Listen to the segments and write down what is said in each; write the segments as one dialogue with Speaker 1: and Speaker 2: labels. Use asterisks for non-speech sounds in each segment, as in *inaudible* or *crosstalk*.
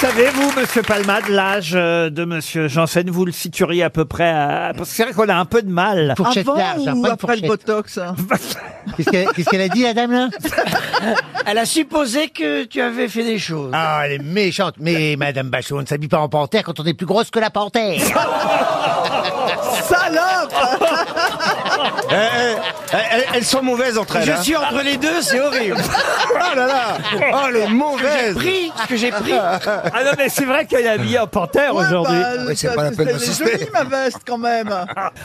Speaker 1: Savez-vous, Monsieur Palmade, l'âge euh, de Monsieur Janssen, vous le situeriez à peu près à... Parce que c'est vrai qu'on a un peu de mal.
Speaker 2: Fourchette
Speaker 3: Avant
Speaker 2: large,
Speaker 1: hein,
Speaker 2: après, une
Speaker 3: ou après le
Speaker 2: fourchette.
Speaker 3: Botox hein
Speaker 2: Qu'est-ce qu'elle qu'est-ce qu'elle a dit, la dame, là
Speaker 4: Elle a supposé que tu avais fait des choses.
Speaker 2: Ah, elle est méchante. Mais, madame Bachot, on ne s'habille pas en panthère quand on est plus grosse que la
Speaker 1: *laughs*
Speaker 2: panthère.
Speaker 3: Salope
Speaker 5: Eh, Elles, elles sont mauvaises entre elles.
Speaker 4: Je
Speaker 5: hein.
Speaker 4: suis entre les deux, c'est horrible.
Speaker 5: *laughs* Oh là là Oh les mauvaises
Speaker 4: Pris ce que j'ai
Speaker 3: *laughs*
Speaker 4: pris.
Speaker 1: Ah non, mais c'est vrai qu'elle est habillée en panthère
Speaker 3: Ouais,
Speaker 1: aujourd'hui.
Speaker 3: bah,
Speaker 5: Ah Oui, c'est
Speaker 3: ça,
Speaker 5: pas la peine de
Speaker 3: elle est
Speaker 5: s'y
Speaker 3: jolie, ma veste, quand même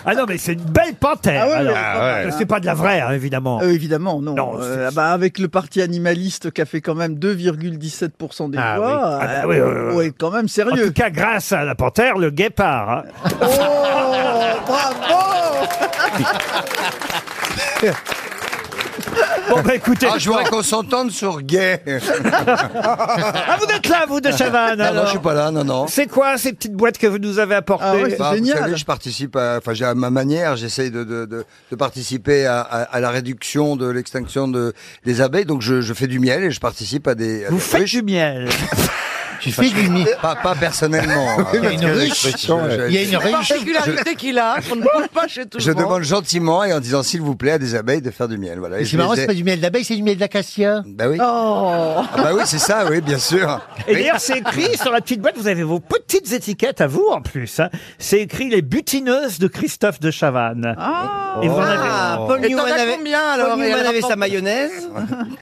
Speaker 1: Ah non, mais c'est une belle panthère.
Speaker 3: Ah ouais,
Speaker 1: alors.
Speaker 3: mais-
Speaker 5: Ah ouais.
Speaker 1: C'est pas de la vraie, hein, évidemment.
Speaker 3: Euh, Évidemment, non.
Speaker 1: Non,
Speaker 3: Euh,
Speaker 1: c'est-
Speaker 3: bah, avec le parti animaliste qui a fait quand même 2,17% des
Speaker 2: Ah,
Speaker 3: voix,
Speaker 2: oui.
Speaker 3: euh,
Speaker 1: Ah, bah, oui, oui, oui.
Speaker 3: ouais, quand même
Speaker 1: en
Speaker 3: sérieux.
Speaker 1: tout cas, grâce à la panthère, le guépard. hein.
Speaker 3: Oh, bravo
Speaker 1: Bon, bah écoutez.
Speaker 5: Ah, je voudrais qu'on s'entende sur gay.
Speaker 1: *laughs* Ah, vous êtes là, vous, de Chavannes.
Speaker 5: Ah, non,
Speaker 1: alors.
Speaker 5: je suis pas là, non, non.
Speaker 1: C'est quoi ces petites boîtes que vous nous avez apportées
Speaker 3: Ah ouais,
Speaker 5: Bah, vous
Speaker 3: Génial.
Speaker 5: savez, je participe à, enfin, j'ai- à ma manière, j'essaye de, de, de, de participer à, à, à la réduction de l'extinction de, des abeilles, donc je, je fais du miel et je participe à des. à
Speaker 1: Vous
Speaker 5: des
Speaker 1: faites
Speaker 5: ruches.
Speaker 1: du
Speaker 5: *laughs*
Speaker 1: miel.
Speaker 2: tu fais du nid.
Speaker 5: pas, pas personnellement. hein.
Speaker 2: Il y a une ruche.
Speaker 5: Je-
Speaker 2: Il y a une ruche.
Speaker 4: particularité qu'il a, qu'on ne trouve pas chez tout
Speaker 5: Je demande gentiment et en disant s'il vous plaît à des abeilles de faire du miel. Voilà. Et
Speaker 2: C'est
Speaker 5: je les
Speaker 2: marrant, c'est
Speaker 5: ai-
Speaker 2: pas du miel d'abeille, c'est du miel d'acacia.
Speaker 5: Bah oui.
Speaker 3: Oh
Speaker 5: Ah bah oui, c'est ça, oui, bien sûr.
Speaker 1: Et d'ailleurs, c'est écrit sur la petite boîte, vous avez vos petites étiquettes à vous en plus. hein. C'est écrit les butineuses de Christophe de Chavannes. Et vous en avez-
Speaker 4: Paul
Speaker 6: Et t'en
Speaker 4: Newman
Speaker 6: as
Speaker 4: avait,
Speaker 6: combien, alors
Speaker 4: Paul
Speaker 6: Et
Speaker 4: Newman
Speaker 6: elle
Speaker 4: avait
Speaker 6: rapporte-
Speaker 4: sa mayonnaise.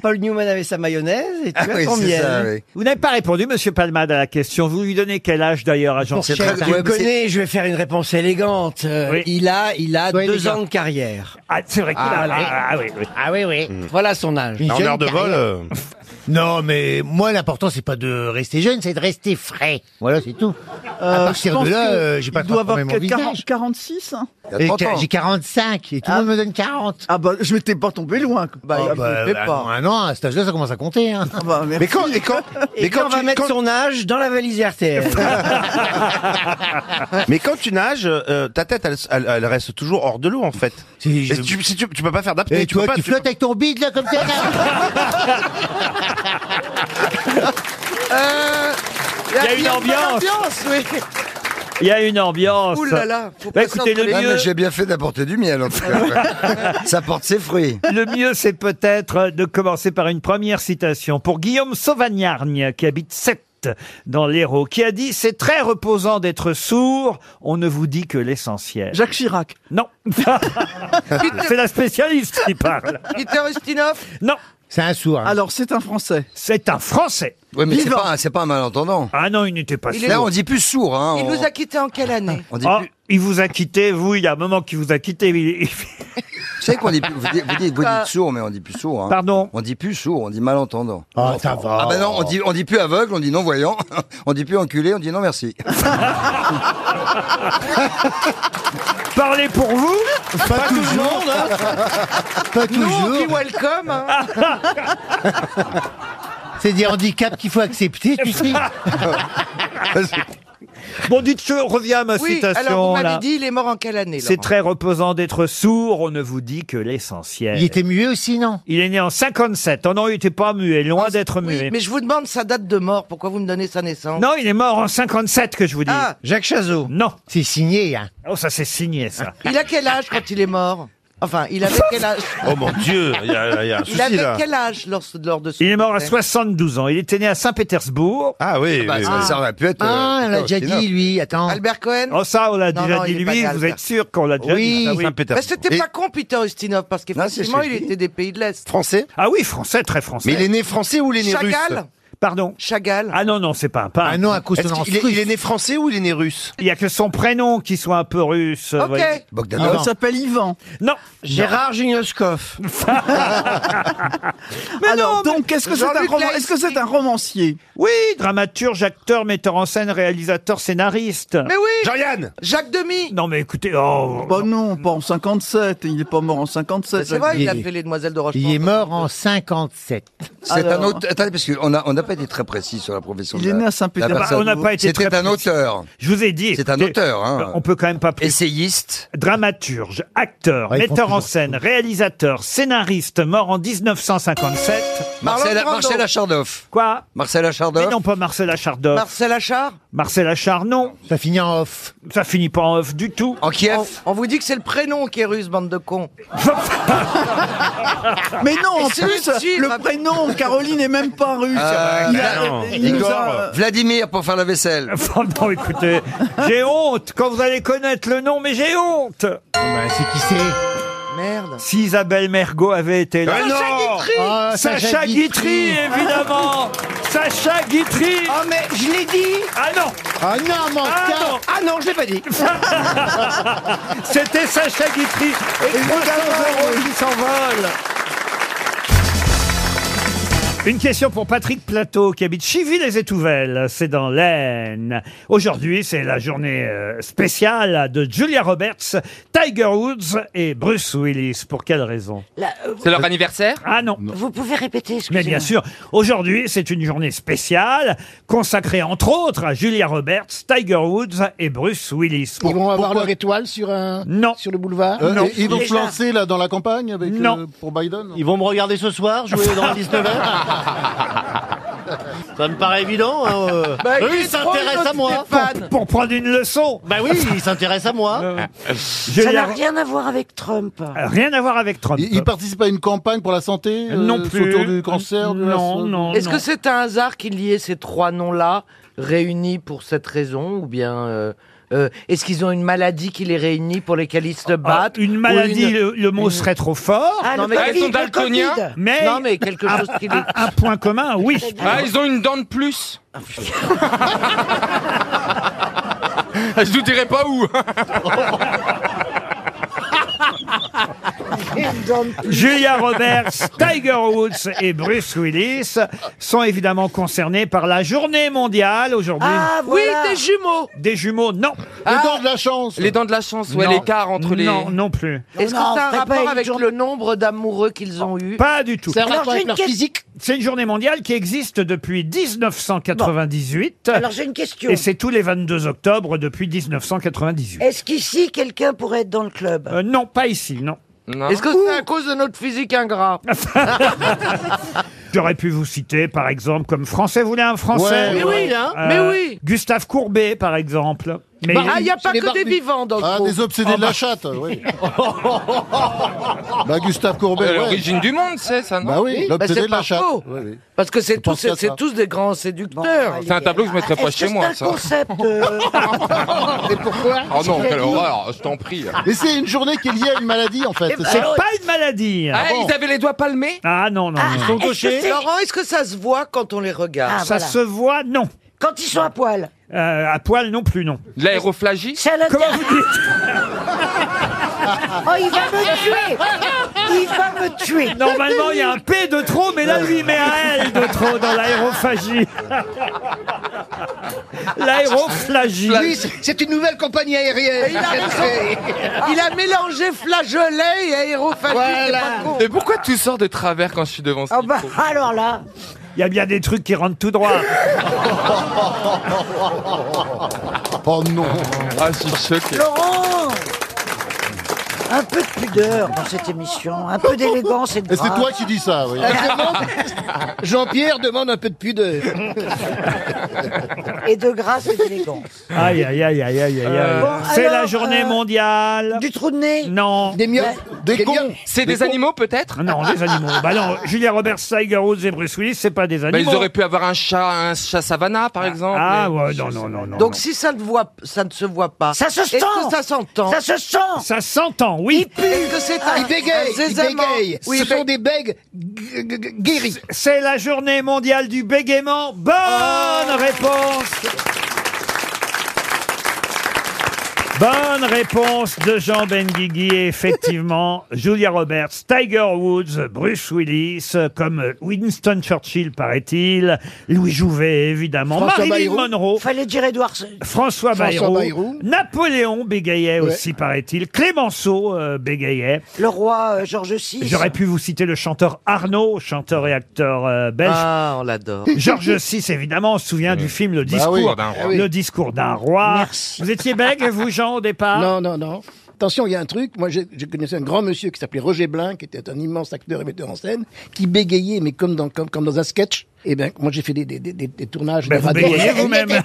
Speaker 4: Paul Newman avait sa mayonnaise et tu
Speaker 5: Ah
Speaker 4: as
Speaker 5: oui,
Speaker 4: ton
Speaker 5: c'est
Speaker 4: miel.
Speaker 5: ça, oui.
Speaker 1: Vous n'avez pas répondu, monsieur Palmade, à la question. Vous lui donnez quel âge d'ailleurs à jean
Speaker 5: C'est
Speaker 2: Fourchette, hein.
Speaker 5: très-
Speaker 4: Tu
Speaker 5: ouais,
Speaker 4: le
Speaker 5: mais c'est-
Speaker 4: connais, je vais faire une réponse élégante. Euh,
Speaker 1: Oui.
Speaker 4: Il a, il a
Speaker 2: Ouais,
Speaker 4: deux
Speaker 2: élégant.
Speaker 4: ans de carrière.
Speaker 1: Ah, c'est vrai qu'il a.
Speaker 4: Ah, oui.
Speaker 1: Ah, ah, oui, oui.
Speaker 2: Ah oui, oui.
Speaker 1: Hmm.
Speaker 4: Voilà son âge.
Speaker 2: Une
Speaker 7: En
Speaker 2: jeune
Speaker 7: heure de vol,
Speaker 2: carrière.
Speaker 7: euh,
Speaker 2: Non, mais moi, l'important, c'est pas de rester jeune, c'est de rester frais. Voilà, c'est tout. à partir de là, euh, j'ai pas
Speaker 3: Il doit avoir
Speaker 2: transformé mon
Speaker 3: que 40
Speaker 2: visage.
Speaker 3: 46 hein
Speaker 5: Il y
Speaker 2: Et
Speaker 5: a 30
Speaker 2: que-
Speaker 5: ans.
Speaker 2: J'ai 45 et tout le monde me donne 40.
Speaker 3: Ah bah, je m'étais pas tombé loin. Bah,
Speaker 2: Ah
Speaker 3: je
Speaker 2: bah,
Speaker 3: le fais
Speaker 2: bah,
Speaker 3: pas.
Speaker 2: dans Un an, à cet âge-là, ça commence à compter. Hein.
Speaker 3: Ah bah, merci.
Speaker 5: Mais quand, et quand,
Speaker 4: Et
Speaker 5: mais
Speaker 4: quand
Speaker 5: quand,
Speaker 4: on va
Speaker 5: tu,
Speaker 4: mettre
Speaker 5: quand-
Speaker 4: son
Speaker 2: *laughs*
Speaker 4: âge dans la valise
Speaker 6: Euh,
Speaker 4: RTL.
Speaker 7: mais quand tu nages, euh, ta tête, elle, elle- elle reste toujours hors de l'eau en fait.
Speaker 2: Si je-
Speaker 7: Et tu, si tu, tu peux pas faire
Speaker 2: Et,
Speaker 7: d'apnée. Tu
Speaker 2: toi,
Speaker 7: peux pas.
Speaker 2: tu
Speaker 7: tu peux-
Speaker 2: flottes avec ton bide, là, comme ça. *laughs* là.
Speaker 1: Il y a une ambiance.
Speaker 6: Ambiance, oui.
Speaker 1: Il y a une ambiance.
Speaker 6: Ouh là là, faut
Speaker 1: Bah,
Speaker 6: pas
Speaker 1: écoutez, le
Speaker 6: s'envoler.
Speaker 5: Ah,
Speaker 1: mieux,
Speaker 5: mais j'ai bien fait d'apporter du miel, en tout
Speaker 1: *laughs*
Speaker 5: cas. *laughs* ça porte ses fruits.
Speaker 1: le mieux, c'est peut-être de commencer par une première citation pour Guillaume Sauvagnargne, qui habite 7 dans l'Hérault, qui a dit C'est très reposant d'être sourd, on ne vous dit que l'essentiel.
Speaker 3: Jacques Chirac.
Speaker 1: Non. *laughs* c'est la spécialiste qui parle.
Speaker 6: Peter Ustinov,
Speaker 1: Non,
Speaker 2: C'est un sourd. hein.
Speaker 3: Alors, c'est
Speaker 2: *laughs*
Speaker 3: un Français.
Speaker 1: c'est un Français.
Speaker 5: Oui, mais c'est
Speaker 3: Vivant.
Speaker 5: pas, un- c'est pas un malentendant.
Speaker 1: Ah non, il n'était pas
Speaker 6: Il est
Speaker 5: Là,
Speaker 1: sourd.
Speaker 5: on dit plus sourd, hein.
Speaker 6: il
Speaker 5: on-
Speaker 6: nous a quittés en quelle année
Speaker 5: on dit
Speaker 1: Ah,
Speaker 5: plus-
Speaker 1: il vous a quitté, vous, il y a un moment qu'il vous a quitté. il- il-
Speaker 5: Vous savez qu'on dit plus, vous dites, vous dites- vous dites sourd, mais on dit plus sourd, hein.
Speaker 1: Pardon.
Speaker 5: On dit plus sourd, on dit malentendant.
Speaker 2: Ah, ça va.
Speaker 5: Ah ben non, on dit, on dit plus aveugle, on dit non voyant, *laughs* on dit plus enculé, on dit non
Speaker 1: *laughs*
Speaker 5: merci.
Speaker 1: Parlez pour vous.
Speaker 2: pas toujours. *laughs*
Speaker 1: hein.
Speaker 2: Pas
Speaker 6: hein. Nous, on dit
Speaker 2: toujours.
Speaker 6: welcome. hein.
Speaker 2: *laughs* C'est des handicaps qu'il faut accepter,
Speaker 6: *laughs*
Speaker 2: tu sais.
Speaker 1: Bon, dites je reviens à ma
Speaker 6: Oui, alors
Speaker 1: citation.
Speaker 6: vous m'avez
Speaker 1: là.
Speaker 6: dit, il est mort en quelle année
Speaker 1: C'est
Speaker 6: Laurent
Speaker 1: très reposant d'être sourd, on ne vous dit que
Speaker 2: Il
Speaker 1: l'essentiel.
Speaker 2: était muet aussi, non
Speaker 1: Il est né en 57. Oh non, il n'était pas muet, loin d'être
Speaker 6: Ah, Oui,
Speaker 1: muet.
Speaker 6: mais je vous demande sa date de mort, pourquoi vous me donnez sa naissance
Speaker 1: Non, il est mort en 57 que je vous dis.
Speaker 6: Ah,
Speaker 4: Jacques Chazot.
Speaker 1: Non.
Speaker 2: C'est signé, hein.
Speaker 1: Oh, ça c'est signé ça.
Speaker 6: il a quel âge quand il est mort Enfin, il avait quel âge
Speaker 7: Oh mon dieu, il y, a il y a un
Speaker 6: Il
Speaker 7: souci
Speaker 6: avait
Speaker 7: là.
Speaker 6: quel âge lors, lors de son
Speaker 1: Il est mort à
Speaker 6: décès
Speaker 1: 72 ans. Il était né à Saint-Pétersbourg.
Speaker 7: Ah oui.
Speaker 5: Bah,
Speaker 7: oui,
Speaker 5: ça,
Speaker 7: oui.
Speaker 5: ça aurait pu être.
Speaker 2: Ah,
Speaker 5: euh,
Speaker 2: elle l'a déjà
Speaker 5: Christophe.
Speaker 2: dit, lui. Attends.
Speaker 6: Albert Cohen
Speaker 1: Oh ça, on l'a
Speaker 6: Non,
Speaker 1: déjà
Speaker 6: non,
Speaker 1: dit
Speaker 6: il est pas
Speaker 1: lui.
Speaker 6: né à
Speaker 1: Vous êtes
Speaker 6: Albert.
Speaker 1: sûr qu'on l'a déjà dit. Ah
Speaker 7: Saint-Pétersbourg.
Speaker 6: Bah, c'était
Speaker 7: Et-
Speaker 6: pas con, Peter Ustinov, parce qu'effectivement,
Speaker 5: Non, c'est
Speaker 6: il
Speaker 5: chez lui.
Speaker 6: était des pays de l'Est.
Speaker 7: Français.
Speaker 1: Ah oui, français, très français.
Speaker 7: Mais il est né français ou il est né russe
Speaker 6: Chagall
Speaker 1: Pardon.
Speaker 6: Chagall
Speaker 1: Ah non, non, c'est pas un pain.
Speaker 2: Ah non, à cause de
Speaker 7: Est-ce qu'il est- il est né français ou il est né russe
Speaker 1: Il y a que son prénom qui soit un peu russe.
Speaker 6: Ok.
Speaker 1: voyez.
Speaker 5: Bogdanov.
Speaker 3: Alors,
Speaker 2: non.
Speaker 3: Ah, il s'appelle Yvan.
Speaker 1: Non.
Speaker 4: Gérard
Speaker 1: *laughs*
Speaker 4: Junioscoff.
Speaker 3: Alors, donc, est-ce que c'est un,
Speaker 6: Jean-Luc
Speaker 3: roman-
Speaker 6: Laïski.
Speaker 3: est-ce que c'est un romancier
Speaker 1: Oui, dramaturge, acteur, metteur en scène, réalisateur, scénariste.
Speaker 6: Mais oui
Speaker 7: Jean-Yann
Speaker 6: Jacques Demy
Speaker 1: Non, mais écoutez, oh.
Speaker 3: Bah non, pas en 57. Il n'est pas mort en 57.
Speaker 6: C'est vrai, il a
Speaker 2: Il est-
Speaker 6: fait Les Demoiselles de
Speaker 2: Il est
Speaker 6: Rochefort.
Speaker 2: mort en 57.
Speaker 5: C'est un
Speaker 3: Alors.
Speaker 5: autre. Attendez, parce qu'on a, on a pas pas été très précis sur la profession.
Speaker 1: Il
Speaker 5: de
Speaker 1: est
Speaker 5: la-
Speaker 1: né à Saint-Pétersbourg.
Speaker 5: la personne.
Speaker 1: On n'a pas été
Speaker 5: C'était
Speaker 1: très
Speaker 5: un
Speaker 1: précis.
Speaker 5: auteur.
Speaker 1: Je vous ai dit.
Speaker 5: C'est un
Speaker 1: écoutez,
Speaker 5: auteur, hein.
Speaker 1: Euh, On peut quand même pas.
Speaker 5: Essayiste.
Speaker 1: Dramaturge, acteur,
Speaker 5: Ouais, il prend
Speaker 1: metteur en
Speaker 5: toujours.
Speaker 1: scène, réalisateur, scénariste, mort en 1957.
Speaker 5: Marcel, Marcel Achardoff.
Speaker 1: Quoi
Speaker 5: Marcel Achardoff.
Speaker 1: Mais non, pas Marcel Achardoff.
Speaker 6: Marcel Achard
Speaker 1: Marcel Achard, non.
Speaker 8: Ça finit en off.
Speaker 1: Ça finit pas en off du tout.
Speaker 5: En Kiev
Speaker 6: on, on vous dit que c'est le prénom qui est russe, bande de cons.
Speaker 9: *laughs* Mais non, en
Speaker 6: Et c'est
Speaker 9: plus,
Speaker 6: le titre.
Speaker 9: le prénom, Caroline est même pas russe.
Speaker 5: Euh,
Speaker 9: Il a-
Speaker 5: non.
Speaker 9: il nous
Speaker 5: Igor,
Speaker 9: a-
Speaker 5: Vladimir pour faire la vaisselle.
Speaker 1: euh, *laughs* Oh non, écoutez, j'ai honte quand vous allez connaître le nom, mais j'ai honte.
Speaker 8: c'est qui c'est
Speaker 6: Merde.
Speaker 1: Si Isabelle Mergot avait été là.
Speaker 10: Ah non
Speaker 8: Ah,
Speaker 1: Sacha
Speaker 2: *laughs*
Speaker 1: Guitry, évidemment Sacha Guitry
Speaker 11: Oh, mais je l'ai dit
Speaker 1: Ah non
Speaker 8: Ah non, mon
Speaker 1: Ah
Speaker 8: gars
Speaker 1: non
Speaker 11: Ah non, je l'ai
Speaker 2: *laughs*
Speaker 11: pas dit.
Speaker 1: C'était Sacha Guitry et 300 euros qui s'envolent une question pour Patrick Plateau qui habite Chivy-les-Étouvelles, c'est dans l'Aisne. Aujourd'hui, c'est la journée euh, spéciale de Julia Roberts, Tiger Woods et Bruce Willis. Pour quelle raison
Speaker 12: Là, euh,
Speaker 13: C'est leur anniversaire
Speaker 1: Ah non,
Speaker 12: vous pouvez répéter,
Speaker 1: Mais
Speaker 12: excusez-moi.
Speaker 1: bien sûr, aujourd'hui, c'est une journée spéciale consacrée entre autres à Julia Roberts, Tiger Woods et Bruce Willis.
Speaker 2: Ils vont avoir
Speaker 1: Pourquoi
Speaker 2: leur étoile sur un
Speaker 1: Non.
Speaker 2: sur le boulevard.
Speaker 1: Non.
Speaker 2: Euh, Ils vont se
Speaker 12: Déjà.
Speaker 2: lancer là dans la campagne avec
Speaker 1: Non.
Speaker 2: euh, pour Biden.
Speaker 8: Ils vont me regarder ce soir, jouer
Speaker 2: *laughs*
Speaker 8: dans 19h Ça me paraît évident. hein, euh.
Speaker 6: Bah,
Speaker 8: Eux,
Speaker 6: qui
Speaker 8: ils
Speaker 6: est drôle,
Speaker 8: s'intéressent à
Speaker 6: notre
Speaker 2: hein.
Speaker 8: moi.
Speaker 6: Stéphane
Speaker 1: pour prendre une leçon.
Speaker 8: Bah oui, ils s'intéressent à
Speaker 1: *laughs*
Speaker 8: moi.
Speaker 12: Ça
Speaker 1: Julia-
Speaker 12: n'a rien à voir avec Trump.
Speaker 1: rien à voir avec Trump.
Speaker 2: Ils, ils participent à une campagne pour la santé euh,
Speaker 1: non plus.
Speaker 2: autour du cancer. de la-
Speaker 1: Non, non.
Speaker 6: Est-ce
Speaker 1: non.
Speaker 6: que c'est un hasard qu'il y ait ces trois noms-là réunis pour cette raison ou bien euh, euh, est-ce qu'ils ont une maladie qui les réunit pour lesquels ils se
Speaker 1: Ah,
Speaker 6: battent
Speaker 1: une
Speaker 6: ou
Speaker 1: maladie,
Speaker 6: une-
Speaker 1: le, le mot serait trop fort.
Speaker 12: Ah,
Speaker 6: Non,
Speaker 12: le
Speaker 6: mais
Speaker 12: Covid,
Speaker 13: ils sont
Speaker 12: le
Speaker 13: daltoniens.
Speaker 12: Covid.
Speaker 1: mais Ah,
Speaker 6: Non mais quelque chose qui les...
Speaker 1: un, un point commun, oui.
Speaker 13: Ah, ils ont une dent de plus Ah, Je vous dirai pas où
Speaker 1: Julia Roberts, Tiger Woods et Bruce Willis sont évidemment concernés par la journée mondiale aujourd'hui.
Speaker 12: Ah, voilà.
Speaker 6: Oui, des jumeaux.
Speaker 1: Des jumeaux, non.
Speaker 2: Les dents de la chance.
Speaker 13: Ah, Les dents de la chance, ouais,
Speaker 1: Non.
Speaker 13: l'écart entre les...
Speaker 1: Non, non plus.
Speaker 6: Est-ce que
Speaker 12: Non,
Speaker 6: ça a un
Speaker 12: c'est pas
Speaker 6: rapport
Speaker 12: une
Speaker 6: avec
Speaker 12: journée-
Speaker 6: le nombre d'amoureux qu'ils ont eu
Speaker 1: Pas du tout.
Speaker 2: C'est un rapport
Speaker 12: j'ai
Speaker 2: avec
Speaker 12: une
Speaker 2: leur
Speaker 12: question.
Speaker 2: physique.
Speaker 1: C'est une journée mondiale qui existe depuis 1998.
Speaker 12: Alors j'ai une question.
Speaker 1: et c'est tous les 22 octobre depuis 1998.
Speaker 12: Est-ce qu'ici, quelqu'un pourrait être dans le club
Speaker 1: Euh, non, pas ici, non.
Speaker 13: Non.
Speaker 6: Est-ce que c'est à cause de notre physique ingrat
Speaker 1: J'aurais pu vous citer, par exemple, comme Français voulait un Français. Euh,
Speaker 2: Ouais, Mais
Speaker 6: oui, hein, mais oui.
Speaker 1: Gustave Courbet, par exemple. Mais
Speaker 2: Bah,
Speaker 6: Ah, il n'y a
Speaker 2: C'est
Speaker 6: pas
Speaker 2: les
Speaker 6: que des
Speaker 2: barbus.
Speaker 6: vivants dans le
Speaker 2: Ah,
Speaker 6: groupe.
Speaker 2: des obsédés de la chatte,
Speaker 1: *laughs*
Speaker 2: oui. bah, Gustave
Speaker 13: Euh,
Speaker 2: Courbet, ouais.
Speaker 13: L'origine du monde, c'est ça, non
Speaker 2: Bah oui,
Speaker 6: Bah,
Speaker 2: l'obsédé
Speaker 6: c'est
Speaker 2: de la
Speaker 6: pas
Speaker 2: chatte.
Speaker 6: faux.
Speaker 2: Ouais, oui.
Speaker 6: Parce que c'est tous,
Speaker 2: pense qu'à
Speaker 6: c'est
Speaker 2: ça.
Speaker 6: tous des grands séducteurs.
Speaker 13: C'est un tableau que je mettrais
Speaker 12: Est-ce
Speaker 13: pas
Speaker 12: que
Speaker 13: chez
Speaker 12: c'est
Speaker 13: moi,
Speaker 12: un
Speaker 13: ça.
Speaker 12: concept euh,
Speaker 2: Et pourquoi
Speaker 13: Oh non, quelle horreur, je t'en prie.
Speaker 2: *laughs* Mais c'est une journée qui est liée à une maladie, en
Speaker 12: Eh ben
Speaker 2: fait.
Speaker 1: c'est pas une maladie.
Speaker 13: Ah, ils avaient les doigts palmés
Speaker 1: Ah non, non, non.
Speaker 12: est-ce que c'est-
Speaker 6: Laurent, est-ce que ça se voit quand on les regarde
Speaker 12: Ah.
Speaker 1: Ça
Speaker 12: voilà.
Speaker 1: se voit, non.
Speaker 12: Quand ils sont à poil.
Speaker 1: Euh, à poil, non plus, non.
Speaker 13: L'aérophlagie
Speaker 12: C'est à l'intérieur.
Speaker 1: Comment vous
Speaker 12: *laughs*
Speaker 1: dites
Speaker 12: Oh, il va me tuer Il va me tuer
Speaker 1: *laughs* Normalement, il y a un P de trop, mais là, lui, il met un L de trop dans
Speaker 12: *laughs*
Speaker 1: l'aérophagie. L'aérophagie.
Speaker 8: c'est une nouvelle compagnie aérienne.
Speaker 6: Il a mélangé flageolet et aérophagie, c'est pas con.
Speaker 13: Mais pourquoi tu sors de travers quand je suis devant ce
Speaker 12: Ah bah,
Speaker 13: micro
Speaker 12: alors là,
Speaker 1: Il y a bien des trucs qui rentrent tout droit.
Speaker 2: Oh non.
Speaker 13: Ah, je suis choqué.
Speaker 12: Laurent Un peu de pudeur dans cette émission,
Speaker 6: hein.
Speaker 12: un peu d'élégance et de
Speaker 2: Et c'est
Speaker 12: grâce.
Speaker 2: toi qui dis ça, oui.
Speaker 6: Ah,
Speaker 8: Jean-Pierre demande un peu de pudeur.
Speaker 2: Euh,
Speaker 12: Et de grâce et d'élégance.
Speaker 1: Aïe, aïe, aïe, aïe, aïe, aïe.
Speaker 13: Euh,
Speaker 1: aïe.
Speaker 12: Bon,
Speaker 1: C'est
Speaker 12: alors,
Speaker 1: la journée
Speaker 12: euh,
Speaker 1: mondiale.
Speaker 12: Du trou de nez
Speaker 1: Non.
Speaker 8: Des miottes.
Speaker 6: ben,
Speaker 2: Des cons.
Speaker 13: C'est des animaux, peut-être Ah,
Speaker 1: Non, les animaux. Bah non, Julia Roberts, Tiger Woods et Bruce Willis, c'est pas des
Speaker 13: Bah,
Speaker 1: animaux.
Speaker 13: Ils auraient pu avoir un chat, un chat savana, par exemple.
Speaker 1: Ah
Speaker 13: mais-
Speaker 1: ouais, non, non, non, non.
Speaker 6: Donc
Speaker 1: non.
Speaker 6: si ça ne, voit, ça ne se voit pas,
Speaker 12: Ça se
Speaker 6: Ah. est-ce
Speaker 12: sent.
Speaker 6: que ça s'entend
Speaker 12: Ça se sent
Speaker 1: ça s'entend, oui.
Speaker 6: Est-ce que c'est un,
Speaker 8: Ils bégayent,
Speaker 6: un
Speaker 8: ils
Speaker 6: zézément
Speaker 8: bégayent.
Speaker 6: Oui,
Speaker 8: Ce
Speaker 6: mais-
Speaker 8: sont des bègues gu- gu- gu- guéris.
Speaker 1: C'est la journée mondiale du bégaiement. Bonne réponse. Bonne réponse de Jean Benguigui, effectivement. Julia Roberts, Tiger Woods, Bruce Willis, comme Winston Churchill, paraît-il. Louis Jouvet, évidemment.
Speaker 12: François
Speaker 1: Marilyn
Speaker 12: Bayrou.
Speaker 1: Monroe.
Speaker 12: Fallait dire Edouard.
Speaker 1: François
Speaker 12: François
Speaker 1: Bayrou,
Speaker 12: Bayrou.
Speaker 1: Napoléon bégayait
Speaker 12: Ouais.
Speaker 1: aussi, paraît-il. Clémenceau euh, bégayait.
Speaker 12: Le roi euh, Georges VI.
Speaker 1: J'aurais pu vous citer le chanteur Arnaud, chanteur et acteur euh, belge.
Speaker 6: Ah, on l'adore.
Speaker 1: Georges VI, évidemment, on se souvient du film Le
Speaker 6: Bah
Speaker 1: discours
Speaker 6: oui, d'un roi.
Speaker 1: Le discours d'un roi. Vous étiez bègue, vous, Jean, au départ
Speaker 2: Non, non, non. Attention, il y a un truc. Moi, j'ai- je connaissais un grand monsieur qui s'appelait Roger Blin, qui était un immense acteur et metteur en scène, qui bégayait, mais comme dans, comme, comme dans un sketch. Et ben, moi, j'ai fait des, des, des, des- des tournages.
Speaker 1: Ben,
Speaker 2: des
Speaker 1: vous
Speaker 2: radios.
Speaker 1: bégayez
Speaker 14: *laughs*
Speaker 1: vous-même.
Speaker 2: ouais,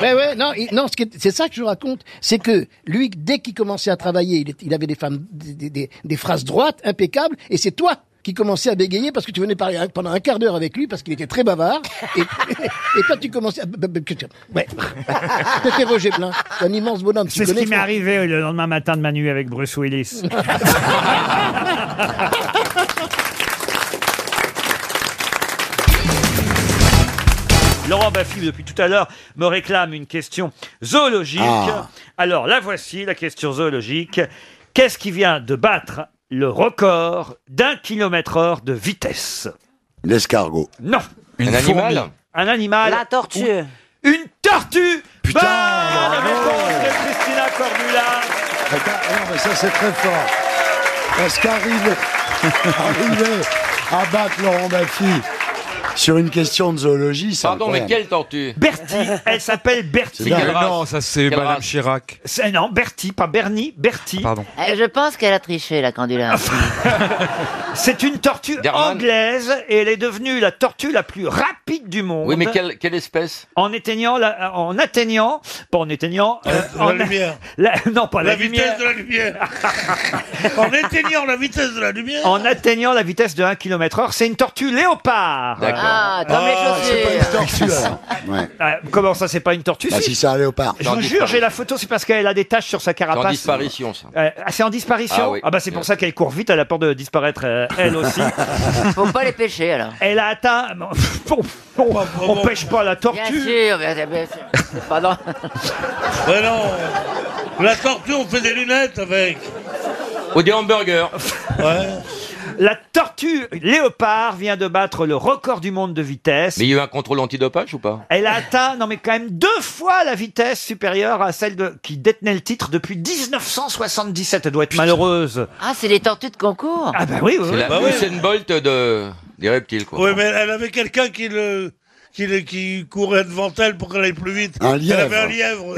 Speaker 2: ouais, non, il- non, ce qui est- c'est ça que je raconte. C'est que lui, dès qu'il commençait à travailler, il, est- il avait des, femmes, des, des- des, des phrases droites, impeccables, et c'est toi qui commençais à bégayer parce que tu venais parler un- pendant un quart d'heure avec lui parce qu'il était très bavard. Et, et toi, tu commençais à... bah,
Speaker 14: *laughs*
Speaker 2: Ouais. C'était Roger Blin, un immense bonhomme. tu
Speaker 1: C'est ce
Speaker 2: connais,
Speaker 1: qui m'est
Speaker 2: Franck.
Speaker 1: arrivé le lendemain matin de ma nuit avec
Speaker 2: *laughs*
Speaker 1: Bruce Willis. Laurent Baffy, depuis tout à l'heure, me réclame une question zoologique.
Speaker 15: Ah.
Speaker 1: Alors, la voici, la question zoologique. Qu'est-ce qui vient de battre le record d'un kilomètre heure de vitesse
Speaker 15: L'escargot.
Speaker 1: Non.
Speaker 15: Une Un fourmi. animal
Speaker 1: Un animal.
Speaker 15: La tortue.
Speaker 1: Ou- Une tortue Putain Bonne réponse de Christina Cordula
Speaker 15: Attends, Ah, non, mais ça c'est très fort. Parce *laughs* qu'arriver arriver à battre Laurent Baffy sur une question de zoologie, c'est
Speaker 13: Pardon, mais
Speaker 15: incroyable.
Speaker 13: quelle tortue
Speaker 1: Bertie, elle s'appelle Bertie.
Speaker 15: C'est dingue. Quelle Non, race
Speaker 14: ça, c'est Quelle Madame race
Speaker 1: Chirac. C'est non, Bertie, pas Bernie, Bertie. Pardon.
Speaker 14: Euh, Je pense qu'elle a triché, la
Speaker 1: Ah,
Speaker 14: candula.
Speaker 1: C'est une tortue anglaise et elle est devenue la tortue la plus rapide du monde.
Speaker 13: Oui, mais quelle, quelle espèce
Speaker 1: En atteignant, la- en atteignant, pas en atteignant, euh,
Speaker 16: La
Speaker 1: en-
Speaker 16: lumière.
Speaker 1: la- non, pas la, lumière.
Speaker 16: vitesse de la lumière. *laughs* en éteignant la vitesse de la lumière.
Speaker 1: En atteignant la vitesse de 1 km heure, c'est une tortue léopard.
Speaker 15: D'accord. Ah, comme les Ah, c'est chaussures. pas une tortue, alors. Ouais.
Speaker 1: Ah, Comment ça, c'est pas une tortue
Speaker 15: Bah, si c'est un léopard.
Speaker 1: Je vous jure, j'ai la photo, c'est parce qu'elle a des taches sur sa
Speaker 13: C'est
Speaker 1: carapace.
Speaker 13: en disparition, ça.
Speaker 1: Euh, ah, c'est en disparition
Speaker 13: Ah oui.
Speaker 1: bah c'est pour ça qu'elle court vite, elle a peur de disparaître euh, elle
Speaker 13: *laughs*
Speaker 1: aussi.
Speaker 14: Faut pas les pêcher, alors.
Speaker 1: elle a atteint. *laughs* On, on- on pêche pas la
Speaker 14: Bien
Speaker 1: tortue.
Speaker 14: sûr, bien, bien sûr. Pardon.
Speaker 16: Mais non. La tortue, on fait des lunettes avec.
Speaker 13: Ou des hamburgers.
Speaker 1: La tortue léopard vient de battre le record du monde de vitesse.
Speaker 13: Mais il y a eu un contrôle antidopage ou pas
Speaker 1: Elle a atteint, non mais quand même deux fois la vitesse supérieure à celle de, qui détenait le titre depuis 1977. Elle doit être malheureuse.
Speaker 14: Ah, c'est les tortues de concours
Speaker 1: Ah bah oui, oui,
Speaker 13: C'est
Speaker 1: oui.
Speaker 13: la
Speaker 1: Bah oui.
Speaker 13: Usain Bolt de, des reptiles, quoi.
Speaker 16: Oui, mais elle avait quelqu'un qui le. Qui, le- qui courait devant elle pour qu'elle aille plus vite.
Speaker 1: Un lièvre.
Speaker 16: Elle avait un lièvre.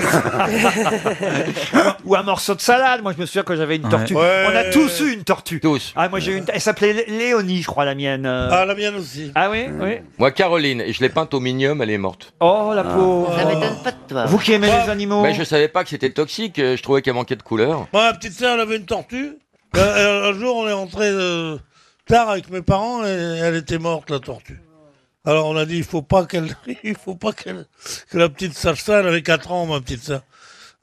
Speaker 1: Ou un morceau de salade. Moi, je me souviens quand j'avais une tortue.
Speaker 16: Ouais.
Speaker 1: On a tous eu une tortue. Ah, moi, j'ai eu une. Elle s'appelait Lé- Léonie, je crois, la mienne. euh.
Speaker 16: Ah, la mienne aussi.
Speaker 1: Ah oui, oui.
Speaker 13: Moi, Caroline, et je l'ai peinte au minium, elle est morte.
Speaker 1: Oh, la peau.
Speaker 14: Ah. Ça m'étonne
Speaker 1: *laughs*
Speaker 14: pas de toi.
Speaker 1: Vous qui aimez les animaux.
Speaker 13: Mais Bah, je savais pas que c'était toxique, euh, je trouvais qu'elle manquait de couleur.
Speaker 16: Moi, ma petite sœur, elle avait une tortue. Euh, euh, un jour, on est rentré euh, tard avec mes parents et elle était morte, la tortue. Alors, on a dit, il faut pas qu'elle, *laughs* il faut pas qu'elle, que la petite sache ça. Elle avait 4 ans, ma petite sœur.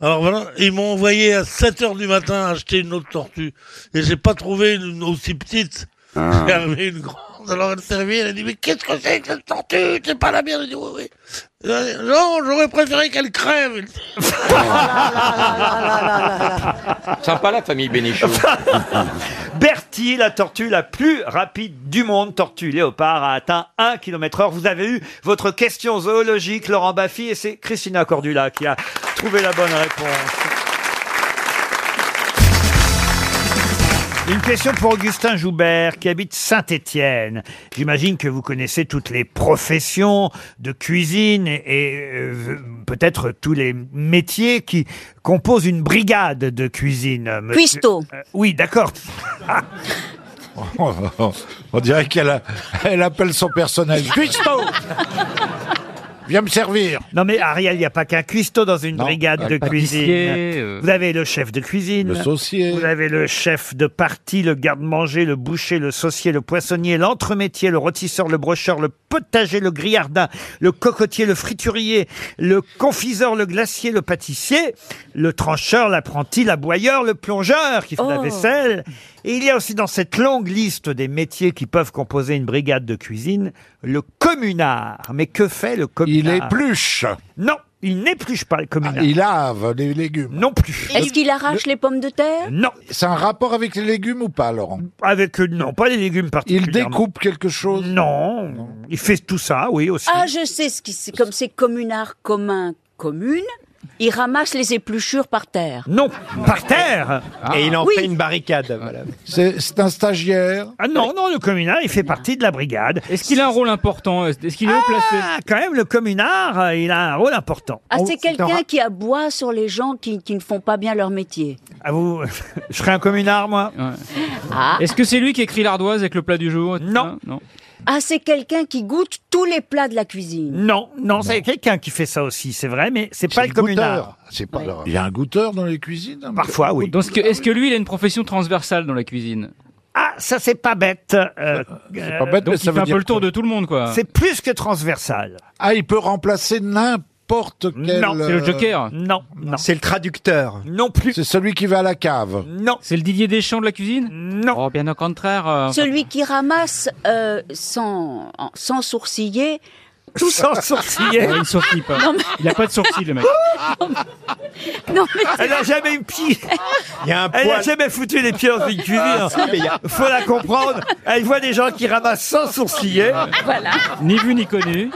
Speaker 16: Alors voilà, ils m'ont envoyé à 7 heures du matin acheter une autre tortue. Et j'ai pas trouvé une aussi petite.
Speaker 15: Ah.
Speaker 16: *laughs* J'ai arrivé une grande. Alors elle s'est réveillée, elle a dit, mais qu'est-ce que c'est que cette tortue? C'est pas la mienne. J'ai dit, oui, oui. Elle a dit, Non, j'aurais préféré qu'elle crève.
Speaker 14: Ah,
Speaker 13: Sympa la famille
Speaker 1: *laughs*
Speaker 13: Bénichou.
Speaker 1: Bertie, la tortue la plus rapide du monde, tortue léopard, a atteint 1 km heure. Vous avez eu votre question zoologique, Laurent Baffy, et c'est Christina Cordula qui a trouvé la bonne réponse. Une question pour Augustin Joubert qui habite Saint-Étienne. J'imagine que vous connaissez toutes les professions de cuisine et, et, euh, peut-être tous les métiers qui composent une brigade de cuisine. monsieur-
Speaker 17: Cuistot.
Speaker 1: Euh, oui, d'accord.
Speaker 15: *laughs*
Speaker 18: On dirait qu'elle a- elle appelle son
Speaker 1: *laughs*
Speaker 18: personnel. Cuistot Viens me servir.
Speaker 1: Non mais Ariel, il n'y a pas qu'un cuistot dans une brigade
Speaker 18: un
Speaker 1: de cuisine.
Speaker 18: pâtissier, euh,
Speaker 1: Vous avez le chef de cuisine.
Speaker 18: le saucier.
Speaker 1: Vous avez le chef de partie, le garde-manger, le boucher, le saucier, le poissonnier, l'entremétier, le rôtisseur, le brocheur, le potager, le grillardin, le cocotier, le friturier, le confiseur, le glacier, le pâtissier, le trancheur, l'apprenti, l'aboyeur, le plongeur qui fait la
Speaker 19: Oh.
Speaker 1: vaisselle. Et il y a aussi dans cette longue liste des métiers qui peuvent composer une brigade de cuisine, le communard. Mais que fait le communard
Speaker 18: Il épluche.
Speaker 1: Non. Il n'épluche pas le communard.
Speaker 18: Ah,
Speaker 1: il lave les légumes. Non plus.
Speaker 20: Est-ce qu'il arrache les pommes de terre
Speaker 1: Non. C'est un rapport avec les légumes ou pas, Laurent Avec, euh, non, pas les légumes particulièrement. Il découpe quelque chose Non. Il fait tout ça, oui, aussi.
Speaker 20: Ah, je sais ce qui c'est. Comme c'est communard commun commune, il ramasse les épluchures par terre.
Speaker 1: Non, par terre
Speaker 21: Et il en
Speaker 1: Oui.
Speaker 21: fait une barricade. Voilà.
Speaker 1: C'est un stagiaire Ah non, non, le communard, il
Speaker 21: Ah.
Speaker 1: fait partie de la brigade. Est-ce qu'il a un rôle important Est-ce qu'il est haut placé Ah, quand même, le communard, euh, il a un rôle important.
Speaker 20: Ah,
Speaker 1: On-
Speaker 20: c'est quelqu'un qui aboie sur les gens qui, qui ne font pas bien leur métier.
Speaker 1: Ah, vous *laughs* Je serais un communard, moi
Speaker 20: Ah,
Speaker 21: Est-ce que c'est lui qui écrit l'ardoise avec le plat du jour Non. non.
Speaker 20: Ah, c'est quelqu'un qui goûte tous les plats de la cuisine.
Speaker 1: Non, non, c'est quelqu'un qui fait ça aussi, c'est vrai, mais c'est pas le communard.
Speaker 15: C'est pas le- Il y a un goûteur dans les cuisines hein
Speaker 1: Parfois, oui.
Speaker 21: Donc, est-ce que- est-ce que lui, il a une profession transversale dans la cuisine
Speaker 1: Ah, ça c'est pas bête. euh,
Speaker 21: C'est
Speaker 1: euh,
Speaker 21: pas bête, mais ça veut dire quoi
Speaker 1: C'est plus que transversal.
Speaker 15: Ah, il peut remplacer n'importe quel.
Speaker 1: Non. C'est
Speaker 21: euh,
Speaker 1: le joker Non, non.
Speaker 15: C'est le traducteur
Speaker 1: Non plus.
Speaker 15: C'est celui qui va à la cave
Speaker 1: Non.
Speaker 21: C'est le Didier Deschamps de la cuisine
Speaker 1: Non.
Speaker 21: Oh, bien au contraire. euh,
Speaker 20: Celui qui ramasse euh, sans, en- sans sourciller. Tout
Speaker 1: sans sourciller.
Speaker 21: Ouais, il sourcille pas. Il a pas de sourcil, le mec.
Speaker 20: Non, mais c'est-
Speaker 1: Elle a jamais eu pied.
Speaker 21: Il y a un
Speaker 1: Elle a
Speaker 21: poil.
Speaker 1: jamais foutu les pieds dans une cuisine.
Speaker 21: Ah, si, mais il y a-
Speaker 1: Faut la comprendre. Elle voit des gens qui ramassent sans sourciller.
Speaker 21: Ah,
Speaker 20: Voilà.
Speaker 21: Ni vu ni connu.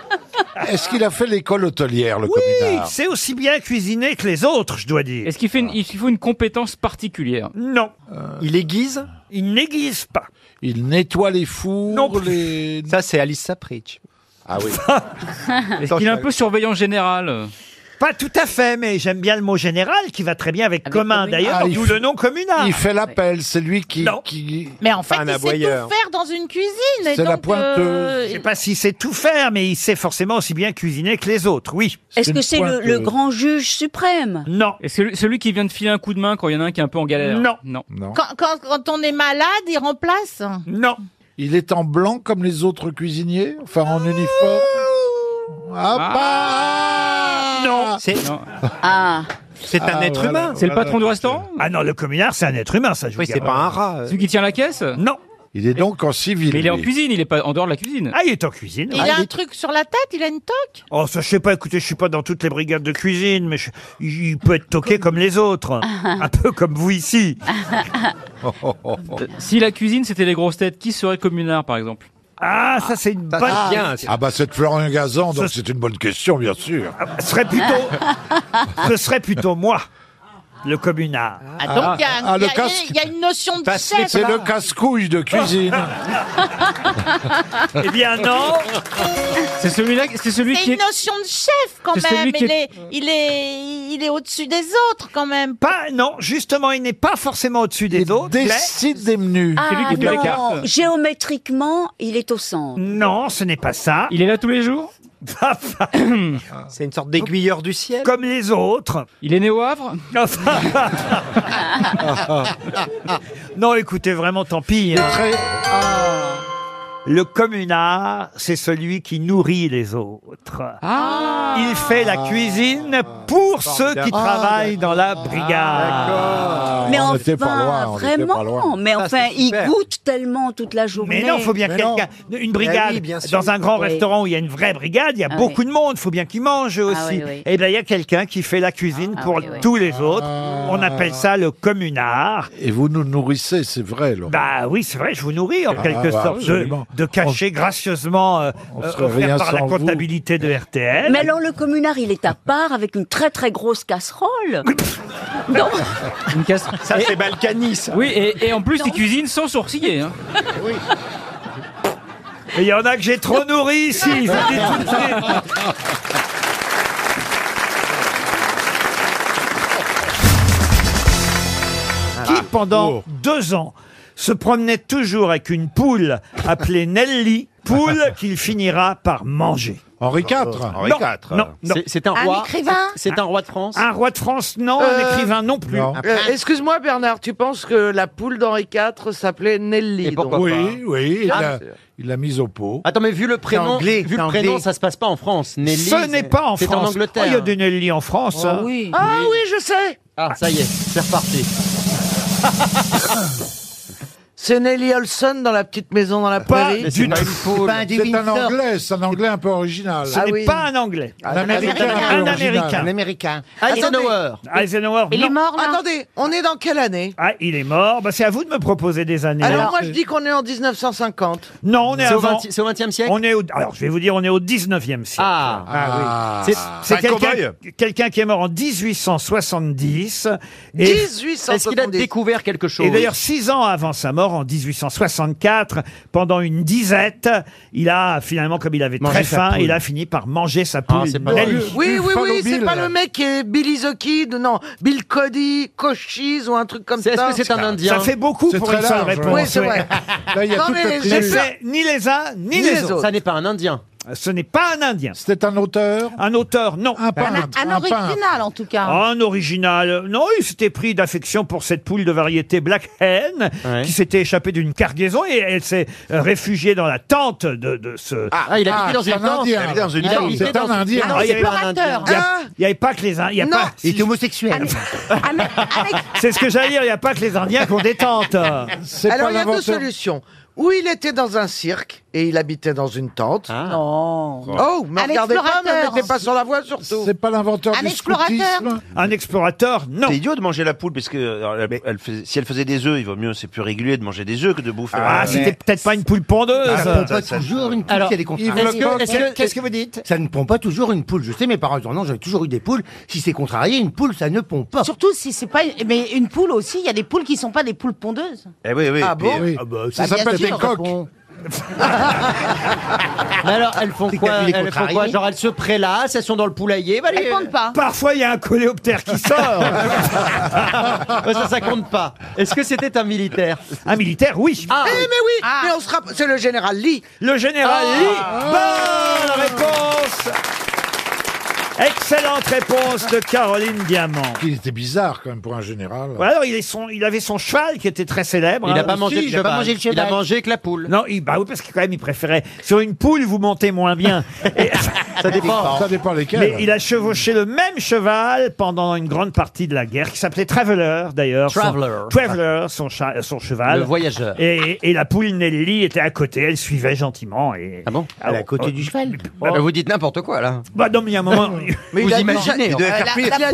Speaker 15: Est-ce qu'il a fait l'école hôtelière, le
Speaker 1: Oui,
Speaker 15: communard
Speaker 1: c'est aussi bien cuisiné que les autres, je dois dire.
Speaker 21: Est-ce qu'il fait une- il faut une compétence particulière
Speaker 1: Non.
Speaker 21: Il aiguise
Speaker 1: Il n'aiguise pas.
Speaker 15: Euh, Il nettoie les fours, les...
Speaker 21: Ça, c'est Alice Sapritch.
Speaker 15: Ah
Speaker 21: *laughs*
Speaker 15: oui.
Speaker 21: Est-ce qu'il est un peu surveillant général
Speaker 1: Pas tout à fait, mais j'aime bien le mot général qui va très bien avec, commun d'ailleurs,
Speaker 15: Ah, il
Speaker 1: d'où
Speaker 15: fait-
Speaker 1: le nom communard.
Speaker 15: Il fait l'appel, c'est lui qui...
Speaker 1: Non.
Speaker 15: qui...
Speaker 12: Mais en fait,
Speaker 15: Pas un
Speaker 12: il sait tout
Speaker 15: aboyeur.
Speaker 12: faire dans une cuisine. et
Speaker 1: C'est la
Speaker 12: donc, euh,
Speaker 1: pointeuse. Je sais pas si c'est tout faire, mais il sait forcément aussi bien cuisiner que les autres, oui.
Speaker 20: Est-ce que c'est le, le grand juge suprême
Speaker 1: Non.
Speaker 21: Et celui, celui qui vient de filer un coup de main quand il y en a un qui est un peu en galère
Speaker 1: Non.
Speaker 21: Non.
Speaker 12: Quand, quand- quand on est malade, il remplace.
Speaker 1: Non.
Speaker 15: Il est en blanc comme les autres cuisiniers Enfin, en uniforme Ah,
Speaker 1: pas Non
Speaker 21: C'est
Speaker 20: Ah.
Speaker 21: C'est un être humain. C'est le patron du restaurant
Speaker 1: Ah non, le communard, c'est un être humain, ça, je
Speaker 21: Oui,
Speaker 1: vous
Speaker 21: c'est pas un
Speaker 1: rat.
Speaker 21: Celui qui tient la caisse
Speaker 1: Non.
Speaker 15: Il est donc en civil.
Speaker 21: Mais il est en
Speaker 15: lui.
Speaker 21: cuisine, il est pas en dehors de la cuisine.
Speaker 1: Ah, il est en cuisine.
Speaker 12: Il a un truc sur la tête, il a une toque.
Speaker 1: Oh, ça, je sais pas, écoutez, je suis pas dans toutes les brigades de cuisine, mais je- il peut être toqué comme les
Speaker 20: *laughs*
Speaker 1: autres. un peu comme vous ici.
Speaker 21: Euh, Si la cuisine c'était les grosses têtes, qui serait communard par exemple
Speaker 1: Ah, ça c'est une bonne
Speaker 15: Ah bah c'est de Florian Gazan, donc c'est une bonne question, bien sûr.
Speaker 1: Ah, bah, Ce serait plutôt, ce serait plutôt moi, le communard.
Speaker 12: Ah, donc, il y a-
Speaker 15: ah,
Speaker 12: il y,
Speaker 15: le
Speaker 12: a-
Speaker 15: casque.
Speaker 12: il y a une notion de chef.
Speaker 15: C'est
Speaker 21: Ah.
Speaker 15: le casse-couille de cuisine.
Speaker 1: *laughs* Ah. Eh bien
Speaker 12: *laughs*
Speaker 1: non.
Speaker 21: C'est celui-là, c'est celui
Speaker 12: C'est
Speaker 21: qui
Speaker 12: une
Speaker 21: est.
Speaker 12: notion de chef quand
Speaker 21: C'est
Speaker 12: même.
Speaker 21: celui qui
Speaker 12: Il est,
Speaker 21: est-
Speaker 12: il est, il est au-dessus des autres quand même.
Speaker 1: Pas, non, justement, il n'est pas forcément au-dessus des autres.
Speaker 15: décide des menus.
Speaker 20: Ah non, géométriquement, il est au centre.
Speaker 1: Non, ce n'est pas ça.
Speaker 21: Il est là tous les jours
Speaker 1: *coughs* C'est une sorte d'aiguilleur du ciel. Comme les autres.
Speaker 21: Il est né au Havre
Speaker 1: *laughs* non, écoutez, vraiment, tant pis. hein. Ah. Le communard, c'est celui qui nourrit les autres.
Speaker 21: Ah.
Speaker 1: Il fait la cuisine pour ceux qui
Speaker 20: Ah,
Speaker 1: travaillent dans la brigade.
Speaker 20: mais enfin, vraiment, mais enfin, il goûte tellement toute la journée. Eh
Speaker 1: Mais non, faut bien quelqu'un. Une brigade. dans un grand
Speaker 20: Oui.
Speaker 1: restaurant où il y a une vraie brigade, il y a
Speaker 20: Ah oui.
Speaker 1: beaucoup
Speaker 20: Ah
Speaker 1: de monde, faut bien qu'ils mangent aussi.
Speaker 20: oui, oui. Ah,
Speaker 1: Et bien, il y a quelqu'un qui fait la cuisine pour
Speaker 20: oui, oui.
Speaker 1: tous les autres. On appelle ça le communard.
Speaker 15: Et vous nous nourrissez, c'est vrai, Laurent.
Speaker 1: Bah oui, c'est vrai, je vous nourris en
Speaker 15: Ah,
Speaker 1: quelque
Speaker 15: bah,
Speaker 1: sorte de,
Speaker 15: absolument.
Speaker 1: de cacher gracieusement euh, euh,
Speaker 15: serait
Speaker 1: offert
Speaker 15: rien
Speaker 1: par la
Speaker 15: sans vous. Eh.
Speaker 1: comptabilité de RTL.
Speaker 20: Mais alors, le communard, il est à part avec une très très grosse
Speaker 1: *laughs*
Speaker 20: casserole. non,
Speaker 21: Une casse-
Speaker 20: Ça,
Speaker 21: Et-
Speaker 20: c'est
Speaker 21: Oui, et, et en plus, il cuisine sans sourciller. hein.
Speaker 1: Et il y en a que j'ai trop nourri ici. je vous dis tout de suite.
Speaker 15: Ah,
Speaker 1: Qui pendant
Speaker 15: oh.
Speaker 1: deux ans se promenait toujours avec une poule appelée Nelly, poule qu'il finira par manger.
Speaker 15: Henri IV.
Speaker 1: Henri Non, IV. non, non.
Speaker 21: C'est- C'est un
Speaker 1: Un
Speaker 21: roi.
Speaker 1: écrivain
Speaker 21: C'est c'est un roi de France.
Speaker 1: Un roi de France, non.
Speaker 6: Euh,
Speaker 1: Un écrivain, non plus.
Speaker 6: Euh, Excuse-moi Bernard, tu penses que la poule d'Henri IV s'appelait Nelly donc
Speaker 15: Oui, oui, il
Speaker 6: Ah,
Speaker 15: l'a- il l'a mise au pot.
Speaker 21: Attends, mais vu le
Speaker 15: prénom- anglais,
Speaker 21: vu
Speaker 15: le c'est prénom, anglais.
Speaker 21: ça se passe pas en France.
Speaker 1: Ce n'est pas en France. Oh, il y a des Nelly en France. hein.
Speaker 6: Ah
Speaker 1: *laughs*
Speaker 6: oui, je sais.
Speaker 21: Ah, ça y est, c'est reparti.
Speaker 6: C'est Nelly Olson dans la petite maison dans la prairie.
Speaker 15: Pas du tout. C'est un anglais, c'est un anglais un peu original.
Speaker 1: Ah,
Speaker 6: Ah
Speaker 1: Ce n'est pas un anglais.
Speaker 15: Un américain.
Speaker 1: Un américain.
Speaker 6: Un américain.
Speaker 1: Attendez.
Speaker 6: Eisenhower.
Speaker 1: Eisenhower,
Speaker 6: Il
Speaker 1: non.
Speaker 6: est mort. Attendez, on est dans quelle année
Speaker 1: Ah, il est mort. Bah, c'est à vous de me proposer des années.
Speaker 6: Alors, moi je dis qu'on est en 1950.
Speaker 1: euh, Non, on est
Speaker 6: C'est au
Speaker 1: avant.
Speaker 6: vingt-
Speaker 1: au XXe siècle. On est au- Alors, je vais vous dire, on est au XIXe siècle.
Speaker 6: Ah.
Speaker 1: Ah,
Speaker 6: oui.
Speaker 1: C'est- C'est
Speaker 6: Un
Speaker 1: quelqu'un
Speaker 6: cow-boy.
Speaker 1: quelqu'un qui est mort en 1870. Et-
Speaker 6: 1870. Est-ce qu'il a
Speaker 22: découvert quelque chose
Speaker 1: Et d'ailleurs, six ans avant sa mort, en 1864, pendant une disette, il a finalement, comme il avait
Speaker 22: Mangé
Speaker 1: très
Speaker 22: sa
Speaker 1: faim,
Speaker 22: poule. Ah,
Speaker 1: il a fini par manger sa poule.
Speaker 22: c'est pas
Speaker 1: Nelly.
Speaker 6: Oui, oui, oui, c'est pas le mec qui est Billy the Kid, non, Bill Cody, Cochise ou un truc comme ça.
Speaker 1: Ça fait beaucoup pour une seule réponse.
Speaker 6: Oui, c'est vrai. Non, mais j'ai peur.
Speaker 1: c'est ni les uns, ni, les, autres.
Speaker 22: Ça n'est pas un Indien.
Speaker 1: Ce n'est pas un Indien. C'était un auteur Un auteur, non. Un
Speaker 12: Ah,
Speaker 1: Oh.
Speaker 12: Un, original, en tout cas.
Speaker 1: Ah, Un original. Non, il s'était pris d'affection pour cette poule de variété Black Hen qui s'était échappée d'une cargaison et elle s'est euh, réfugiée dans la tente de, de ce.
Speaker 22: Ah, il habitait Ah, dans c'est une un tente. Indien.
Speaker 1: Il habitait dans une
Speaker 22: Il
Speaker 1: tente.
Speaker 22: habitait C'est dans un une- Indien. Ah non,
Speaker 1: Ah, il y avait-
Speaker 22: explorateur.
Speaker 1: Il y a- il n'y avait pas que les Indiens.
Speaker 22: Non. Ah, Il
Speaker 1: était homosexuel. *laughs* C'est ce que j'allais dire, il n'y a pas que les Indiens qui ont des tentes.
Speaker 6: Alors il y a deux solutions. Ou il était dans un cirque et il habitait dans une tente.
Speaker 23: Non.
Speaker 6: Oh, mais
Speaker 23: Un
Speaker 6: regardez pas, ne
Speaker 23: explorateur.
Speaker 6: mettez pas sur la voie surtout.
Speaker 15: C'est pas l'inventeur
Speaker 23: Un du explorateur. scoutisme
Speaker 1: Un explorateur, non.
Speaker 7: C'est idiot de manger la poule parce que alors, elle- elle faisait- si elle faisait des œufs, il vaut mieux, c'est plus régulier de manger des œufs que de bouffer.
Speaker 1: Ah,
Speaker 7: un-
Speaker 1: c'était peut-être pas une poule pondeuse.
Speaker 7: Ah,
Speaker 8: Ça ne pond
Speaker 7: ça-
Speaker 8: pas
Speaker 7: ça-
Speaker 8: toujours une poule
Speaker 22: Alors,
Speaker 8: qui a des contraintes.
Speaker 22: Yves Lecoq,
Speaker 8: Est-ce que-
Speaker 22: qu'est-ce-
Speaker 8: est-ce
Speaker 22: qu'est-ce que vous dites
Speaker 8: Ça ne pond pas toujours une poule. Je sais, mes parents disent non, j'avais toujours eu des poules. Si c'est contrarié, une poule, ça ne pond pas.
Speaker 22: Surtout si c'est pas. Mais une poule aussi, il y a des poules qui sont pas des poules pondeuses.
Speaker 7: Eh oui, oui.
Speaker 22: Ah
Speaker 7: puis-
Speaker 22: bon
Speaker 7: ah bah,
Speaker 22: Bah, bien sûr. Mais alors, elles font
Speaker 8: C'est
Speaker 22: quoi
Speaker 8: calculé
Speaker 22: Elles font
Speaker 8: contrarié.
Speaker 22: quoi Genre, elles se prélassent, elles sont dans le poulailler. Bah,
Speaker 12: Elles comptent pas.
Speaker 1: Parfois, il y a un coléoptère qui sort.
Speaker 22: *laughs* Ouais, ça, ça compte pas. Est-ce que c'était un militaire
Speaker 1: Un militaire, oui.
Speaker 22: Ah,
Speaker 6: Eh mais oui, mais on se rapp- c'est le général Lee.
Speaker 1: Le général
Speaker 22: Ah.
Speaker 1: Lee. Bonne réponse. Excellente réponse de Caroline Diamant.
Speaker 15: Il était bizarre quand même pour un
Speaker 7: Ah
Speaker 15: général.
Speaker 1: Ouais, alors, il, est son- il avait son cheval qui était très célèbre.
Speaker 22: Il
Speaker 1: n'a
Speaker 22: a pas mangé le cheval. Il a mangé que la poule.
Speaker 1: Non, il, bah oui, parce que quand même, il préférait. Sur une poule, vous montez
Speaker 22: *laughs*
Speaker 1: moins bien. Et-
Speaker 15: Ça dépend. Ça dépend lesquels.
Speaker 1: Mais il a chevauché le même cheval pendant une grande partie de la guerre, qui s'appelait Traveler d'ailleurs. Son-
Speaker 22: Traveler.
Speaker 1: Traveler, son, cha- euh, son cheval.
Speaker 22: Le voyageur.
Speaker 1: Et, et la poule Nelly était à côté, elle suivait gentiment. Et... Ah bon
Speaker 22: Elle est à côté du
Speaker 1: cheval
Speaker 22: Bah, vous dites n'importe quoi, là.
Speaker 1: Bah non, mais il y a un moment.
Speaker 22: Mais Vous il a- imaginez, il devait
Speaker 12: Euh,
Speaker 22: faire
Speaker 12: la, la poule, la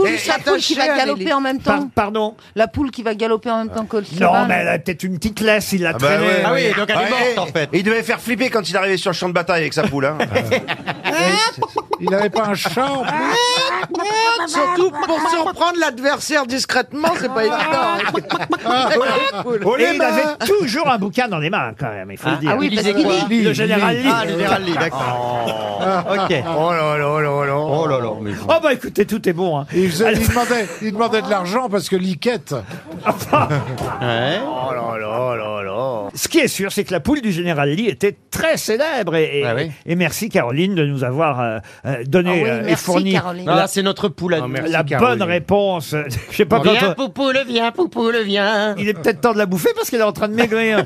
Speaker 12: poule qui va galoper en même temps.
Speaker 1: pardon
Speaker 12: La poule qui va galoper en même temps que le
Speaker 1: Non,
Speaker 12: cheval.
Speaker 1: mais elle a Ah, peut-être une petite laisse, il
Speaker 7: Ah,
Speaker 1: l'a
Speaker 7: bah
Speaker 1: traînée.
Speaker 7: ouais, ouais.
Speaker 1: Ouais.
Speaker 7: Ouais,
Speaker 22: eh,
Speaker 7: et- et Il devait faire flipper quand il arrivait sur le champ de bataille avec sa
Speaker 22: *laughs*
Speaker 7: poule. hein.
Speaker 15: Il n'avait pas un chat en plus.
Speaker 6: Surtout pour surprendre l'adversaire discrètement, c'est pas
Speaker 22: Ah, oh,
Speaker 6: Ah, évident.
Speaker 1: Et il avait toujours un bouquin dans les mains, quand même, il faut
Speaker 22: Ah,
Speaker 1: le dire.
Speaker 22: ah oui, Il parce lisait que- quoi
Speaker 1: Le général Lee.
Speaker 22: Ah, le général Lee, d'accord. ok.
Speaker 15: Oh là là là là.
Speaker 22: Oh là là, mais.
Speaker 1: Oh bah écoutez, tout est bon. hein.
Speaker 15: Il, faisait-
Speaker 1: Alors-
Speaker 15: il demandait, il demandait de l'argent parce que Liquette.
Speaker 7: Oh là là là là.
Speaker 1: Oh. Ce qui est sûr, c'est que la poule du général Lee était très célèbre. Et, et- et merci Caroline de nous avoir euh, euh, donné
Speaker 22: Ah oui,
Speaker 1: euh, et
Speaker 22: merci,
Speaker 1: fourni
Speaker 22: Caroline.
Speaker 1: la,
Speaker 22: Ah, c'est notre poule à nous.
Speaker 1: la
Speaker 22: Merci, Caroline.
Speaker 1: bonne réponse. Je sais pas quand
Speaker 22: Viens,
Speaker 1: on-
Speaker 22: poupoule, viens, poupoule, viens.
Speaker 1: Il est peut-être temps de la bouffer parce qu'elle est en train
Speaker 22: *laughs*
Speaker 1: de maigrir.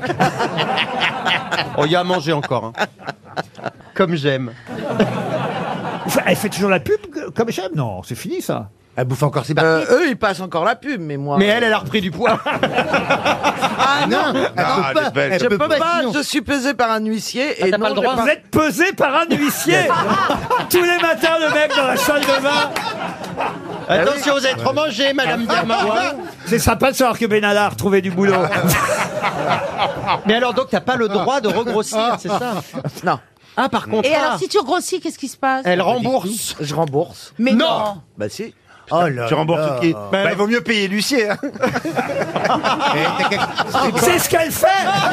Speaker 22: Oh, il y a à manger encore. hein. Comme j'aime.
Speaker 1: Enfin, elle fait toujours la pub euh, comme j'aime. Non, c'est fini ça.
Speaker 8: Elle bouffe encore ses
Speaker 6: Euh, eux, ils passent encore la pub, mais moi.
Speaker 22: Mais elle, elle a repris du
Speaker 1: *laughs*
Speaker 22: poids.
Speaker 6: Ah
Speaker 22: Non,
Speaker 6: non, elle
Speaker 22: non,
Speaker 6: peut
Speaker 22: elle
Speaker 6: pas.
Speaker 22: est belle,
Speaker 6: je
Speaker 22: elle peut
Speaker 6: peux
Speaker 22: pas,
Speaker 6: pas,
Speaker 22: sinon.
Speaker 6: je suis pesé par un huissier et
Speaker 22: t'as
Speaker 6: non,
Speaker 22: pas le
Speaker 6: j'ai
Speaker 22: droit.
Speaker 1: Vous êtes pesé par un huissier. Tous les matins, le mec dans la salle de bain.
Speaker 22: Ah Attention, vous êtes trop mangé, madame Diamant.
Speaker 1: Ah, C'est sympa de savoir que Benalla a retrouvé du boulot.
Speaker 22: *laughs* Mais alors, donc, t'as pas le droit de regrossir, c'est ça
Speaker 6: Ah. Non.
Speaker 22: Ah, par contre.
Speaker 12: Et
Speaker 22: ah.
Speaker 12: alors, si tu grossis, qu'est-ce qui se passe
Speaker 22: Elle rembourse.
Speaker 6: Je rembourse.
Speaker 12: Mais non.
Speaker 6: Bah si.
Speaker 8: Oh là
Speaker 7: Tu rembourses
Speaker 8: là.
Speaker 7: tout qui Bah, il vaut mieux payer l'huissier. hein.
Speaker 1: C'est ce qu'elle fait
Speaker 21: Ah,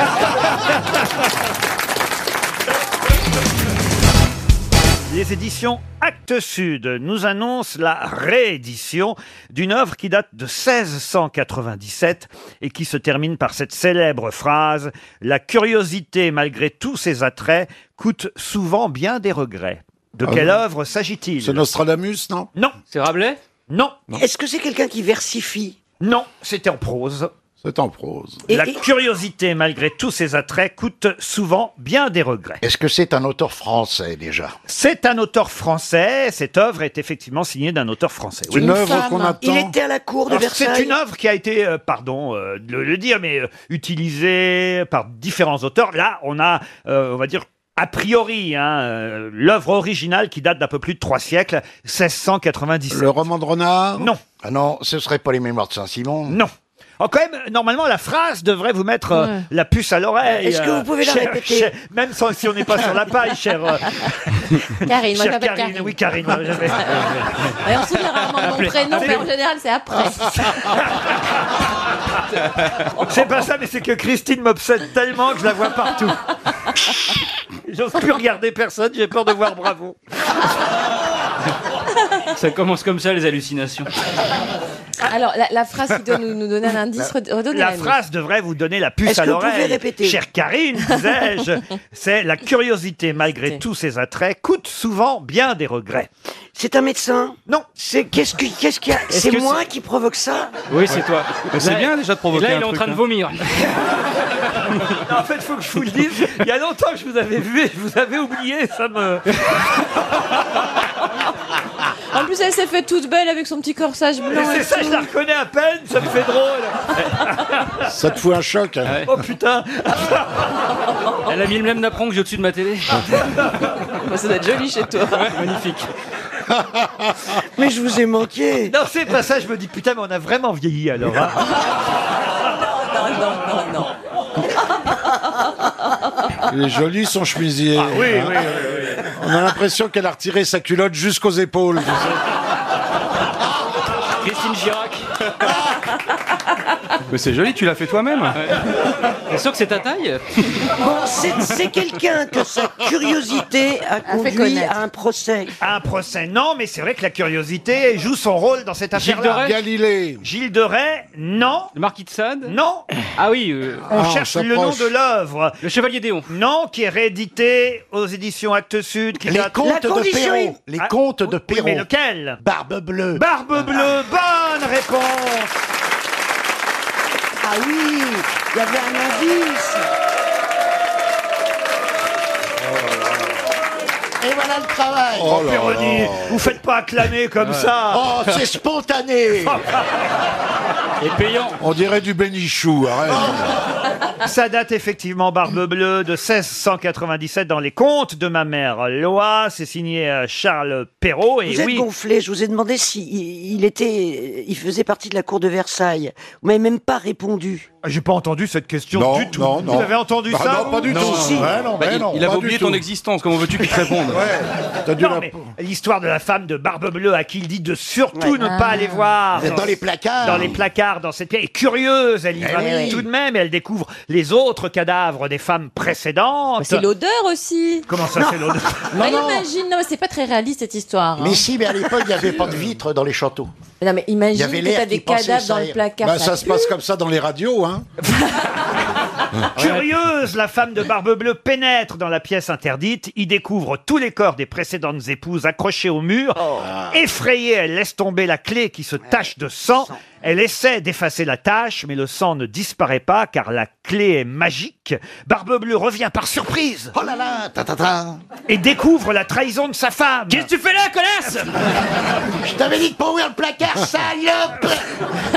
Speaker 1: Les éditions Actes Sud nous annoncent la réédition d'une œuvre qui date de 1697 et qui se termine par cette célèbre phrase La curiosité, malgré tous ses attraits, coûte souvent bien des regrets. De
Speaker 15: Ah
Speaker 1: quelle
Speaker 15: oui.
Speaker 1: œuvre s'agit-il
Speaker 15: C'est Nostradamus, non
Speaker 1: Non.
Speaker 22: C'est Rabelais
Speaker 1: Non.
Speaker 4: Est-ce que c'est quelqu'un qui versifie
Speaker 1: Non, c'était en prose. C'est en prose. la curiosité, malgré tous ses attraits, coûte souvent bien des regrets.
Speaker 24: Est-ce que c'est un auteur français déjà
Speaker 1: C'est un auteur français. Cette œuvre est effectivement signée d'un auteur français.
Speaker 24: Une Une œuvre femme. qu'on attend. Il était à la cour de
Speaker 1: Alors, C'est
Speaker 24: Versailles.
Speaker 1: une œuvre qui a été, euh, pardon euh, de le, le dire, mais euh, utilisée par différents auteurs. Là, on a, euh, on va dire. A priori, hein, euh, l'œuvre originale qui date d'un peu plus de trois siècles, 1697. Le roman de Renard Non. Ah non, ce serait pas les Mémoires de Saint-Simon Non. Oh, quand même, normalement, la phrase devrait vous mettre euh,
Speaker 25: Ouais.
Speaker 1: la puce à l'oreille. euh,
Speaker 25: Est-ce que vous pouvez la
Speaker 1: cher-
Speaker 25: répéter
Speaker 1: cher- Même sans- si on n'est pas sur la paille, cher, euh,
Speaker 25: *laughs* Karine, moi
Speaker 1: cher
Speaker 25: j'appelle
Speaker 1: Karine,
Speaker 25: Karine.
Speaker 1: Oui, Karine. moi, j'avais-
Speaker 25: *laughs* Ouais, on se souvient rarement de mon
Speaker 1: Appelez-
Speaker 25: prénom, mais en
Speaker 1: appelez-
Speaker 25: général c'est
Speaker 1: *laughs*
Speaker 25: après.
Speaker 1: C'est pas ça, mais c'est que Christine m'obsède tellement que je la
Speaker 25: *laughs*
Speaker 1: vois partout. J'ose plus regarder personne, j'ai peur de voir bravo.
Speaker 21: Ça commence comme ça, les hallucinations.
Speaker 25: Alors la, la phrase qui doit nous, nous donner un indice,
Speaker 1: La-
Speaker 25: redonnez
Speaker 1: La phrase devrait vous donner la puce
Speaker 25: Est-ce
Speaker 1: à
Speaker 25: que vous pouvez
Speaker 1: l'oreille.
Speaker 25: répéter
Speaker 1: Chère
Speaker 25: *laughs*
Speaker 1: Karine, disais-je, c'est la curiosité, malgré tous ses attraits, coûte souvent bien des regrets.
Speaker 4: C'est un médecin
Speaker 1: Non.
Speaker 4: C'est qu'est-ce que- qu'est-ce qu'il y a
Speaker 1: Est-ce
Speaker 4: C'est
Speaker 1: que
Speaker 4: moi
Speaker 1: c'est-
Speaker 4: qui provoque ça
Speaker 21: Oui, c'est toi.
Speaker 26: Mais c'est
Speaker 21: Là,
Speaker 26: bien déjà de provoquer
Speaker 21: Là, il
Speaker 26: un
Speaker 21: est en
Speaker 26: truc,
Speaker 21: train de
Speaker 26: hein.
Speaker 1: *laughs*
Speaker 21: vomir.
Speaker 1: en fait, faut que je vous le dise, il y a longtemps que je vous avais vu et je vous avais oublié, ça me...
Speaker 25: En plus elle s'est fait toute belle avec son petit corsage blanc.
Speaker 1: Mais c'est
Speaker 25: et
Speaker 1: ça,
Speaker 25: tout.
Speaker 1: je la reconnais à peine, ça me fait drôle.
Speaker 27: Ça te fout un choc. hein.
Speaker 1: Oh putain
Speaker 21: Elle a mis le même napperon que j'ai au-dessus de ma
Speaker 1: *laughs*
Speaker 21: télé.
Speaker 25: ça doit être joli chez toi.
Speaker 21: magnifique.
Speaker 1: Mais je vous ai manqué Non, c'est pas ça, je me dis, putain, mais on a vraiment vieilli alors. hein.
Speaker 25: Non, non, non, non.
Speaker 27: Il est joli son chemisier. Hein.
Speaker 15: Ah oui, oui,
Speaker 27: On a l'impression qu'elle a retiré sa culotte jusqu'aux épaules.
Speaker 21: Christine Girac.
Speaker 26: Mais c'est joli, tu l'as fait toi-même.
Speaker 21: T'es sûr que c'est ta taille
Speaker 4: Bon, c'est c'est quelqu'un que sa curiosité a conduit à un procès.
Speaker 1: Un procès, non, mais c'est vrai que la curiosité joue son rôle dans cette
Speaker 21: Gilles
Speaker 1: affaire-là.
Speaker 21: de Rais Galilée.
Speaker 1: Gilles de Rais, non.
Speaker 21: Le marquis de Sade
Speaker 1: Non.
Speaker 21: Ah oui. euh,
Speaker 1: On cherche le nom de l'œuvre.
Speaker 21: Le Chevalier Déon.
Speaker 1: Non, qui est réédité aux éditions Actes Sud. Qui
Speaker 21: Les
Speaker 1: date-
Speaker 21: Contes La de condition Perrault.
Speaker 1: Ah,
Speaker 21: Les Contes de
Speaker 1: oui, mais
Speaker 21: Perrault.
Speaker 1: lequel
Speaker 27: Barbe bleue. Ah,
Speaker 1: Barbe bleue, bonne réponse
Speaker 23: Ah oui, il y avait un indice.
Speaker 27: Et voilà le travail.
Speaker 1: Oh, Péroni, vous faites pas acclamer comme ça
Speaker 27: Oh, c'est
Speaker 1: *laughs*
Speaker 27: spontané.
Speaker 21: Et payant.
Speaker 27: On dirait du bénichou,
Speaker 1: Oh.
Speaker 27: arrête.
Speaker 1: Ça date effectivement, Barbe Bleue, de 1697 dans les contes de ma mère Loa. C'est signé euh, Charles Perrault. Et
Speaker 4: Vous êtes
Speaker 1: oui,
Speaker 4: gonflé, je vous ai demandé si il, il était, il faisait partie de la cour de Versailles. Vous m'avez même pas répondu.
Speaker 1: Ah, j'ai pas entendu cette question
Speaker 4: Non,
Speaker 1: du tout.
Speaker 4: non,
Speaker 1: Vous
Speaker 4: non.
Speaker 1: avez entendu
Speaker 4: Bah
Speaker 1: ça
Speaker 4: non, pas du
Speaker 1: vous
Speaker 4: tout. Si. Ouais, non,
Speaker 26: Bah,
Speaker 1: mais
Speaker 26: il,
Speaker 1: non,
Speaker 26: il avait
Speaker 1: pas
Speaker 26: oublié
Speaker 1: du tout.
Speaker 26: ton existence, comment veux-tu qu'il te réponde
Speaker 1: Non, mais L'histoire de la femme de Barbe Bleue à qui il dit de surtout
Speaker 26: Ouais.
Speaker 1: ne
Speaker 26: Ah.
Speaker 1: pas aller voir.
Speaker 26: Dans les placards.
Speaker 1: Dans les placards, dans cette pièce. Et curieuse, elle y
Speaker 26: Eh
Speaker 1: va
Speaker 26: oui.
Speaker 1: tout de même et elle découvre les autres cadavres des femmes précédentes.
Speaker 25: C'est l'odeur aussi.
Speaker 1: Comment ça, c'est l'odeur
Speaker 25: Non, imagine, non, mais c'est pas très réaliste cette histoire. hein.
Speaker 22: Mais si, mais à l'époque, il n'y avait pas de vitres dans les châteaux.
Speaker 25: Mais Non, mais
Speaker 22: Il y
Speaker 25: imagine
Speaker 22: avait
Speaker 25: que
Speaker 22: l'air
Speaker 25: t'as
Speaker 22: qui
Speaker 25: des
Speaker 22: pensait
Speaker 25: cadavres
Speaker 22: ça
Speaker 25: dans
Speaker 22: et-
Speaker 25: le placard.
Speaker 27: Bah,
Speaker 25: ça
Speaker 27: ça se
Speaker 25: pue.
Speaker 27: passe comme ça dans les radios, hein.
Speaker 1: *laughs* Curieuse, la femme de Barbe Bleue pénètre dans la pièce interdite, y découvre tous les corps des précédentes épouses accrochés au mur.
Speaker 22: Ah.
Speaker 1: Effrayée, elle laisse tomber la clé qui se tache de sang. Elle essaie d'effacer la tache, mais le sang ne disparaît pas car la clé est magique. Barbe Bleue revient par surprise. Oh là là, Et découvre la trahison de sa femme. Qu'est-ce que tu fais là, connasse
Speaker 22: *laughs* Je t'avais dit de pas ouvrir le placard, salope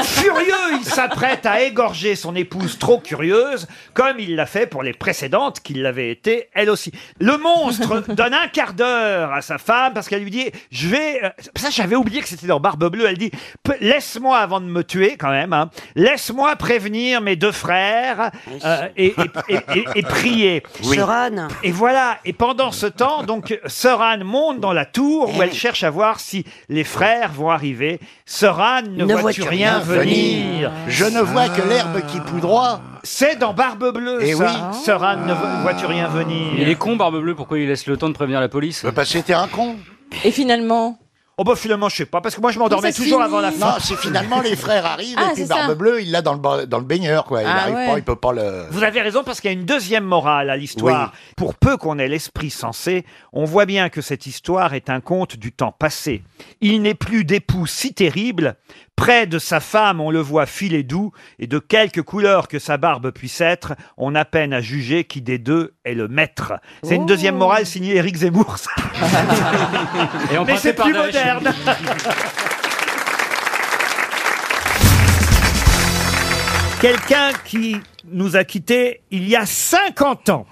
Speaker 1: Furieux, il s'apprête à égorger son épouse trop curieuse, comme il l'a fait pour les précédentes qui l'avaient été elle aussi. Le monstre donne un quart d'heure à sa femme parce qu'elle lui dit Je vais. euh, Ça, j'avais oublié que c'était dans Barbe Bleue. Elle dit Pe- Laisse-moi avant de me tuer, quand même. hein. Laisse-moi prévenir mes deux frères euh, et, et- et- et- et prier.
Speaker 4: Oui. Sœur Anne.
Speaker 1: Et voilà. Et pendant ce temps, donc, Sœur Anne monte dans la tour où elle cherche à voir si les frères vont arriver. Sœur Anne ne, vois-tu rien venir
Speaker 22: Je ne vois que l'herbe qui poudroie.
Speaker 1: C'est dans Barbe Bleue,
Speaker 22: Eh
Speaker 1: ça.
Speaker 22: oui.
Speaker 1: Sœur Anne, ne vo- vois-tu rien
Speaker 21: Il
Speaker 1: venir
Speaker 21: est con, Barbe Bleue, pourquoi il laisse le temps de prévenir la police
Speaker 22: Parce que t'es un con.
Speaker 25: Et finalement
Speaker 1: Oh bah finalement, je sais pas, parce que moi je m'endormais
Speaker 22: Comment ça se
Speaker 1: toujours
Speaker 22: finit
Speaker 1: avant la fin.
Speaker 22: Non, c'est finalement les frères arrivent
Speaker 25: Ah,
Speaker 22: et puis
Speaker 25: c'est ça.
Speaker 22: Barbe Bleue, il l'a dans le, ba- dans le baigneur, quoi. Il
Speaker 1: Ah,
Speaker 22: arrive
Speaker 1: ouais.
Speaker 22: pas, il peut pas le.
Speaker 1: Vous avez raison parce qu'il y a une deuxième morale à l'histoire. Pour peu qu'on ait l'esprit sensé, on voit bien que cette histoire est un conte du temps passé. Il n'est plus d'époux si terrible Près de sa femme, on le voit filer doux, et de quelque couleur que sa barbe puisse être, on a peine à juger qui des deux est le maître. C'est une deuxième
Speaker 2: Oh.
Speaker 1: morale signée *laughs* Éric Zemmour. ça.
Speaker 21: Et
Speaker 1: Mais c'est plus moderne. Quelqu'un qui nous a quittés il y a 50 ans.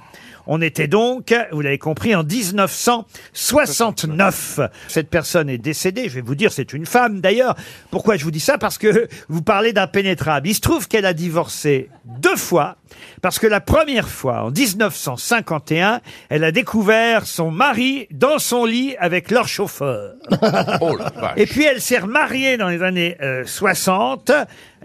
Speaker 1: On était donc, vous l'avez compris, en 1969. Cette personne est décédée, je vais vous dire, c'est une femme d'ailleurs. Pourquoi je vous dis ça Parce que vous parlez d'impénétrable. Il se trouve qu'elle a divorcé deux fois, parce que la première fois, en 1951, elle a découvert son mari dans son lit avec leur chauffeur. Et puis elle s'est remariée dans les années euh, 60.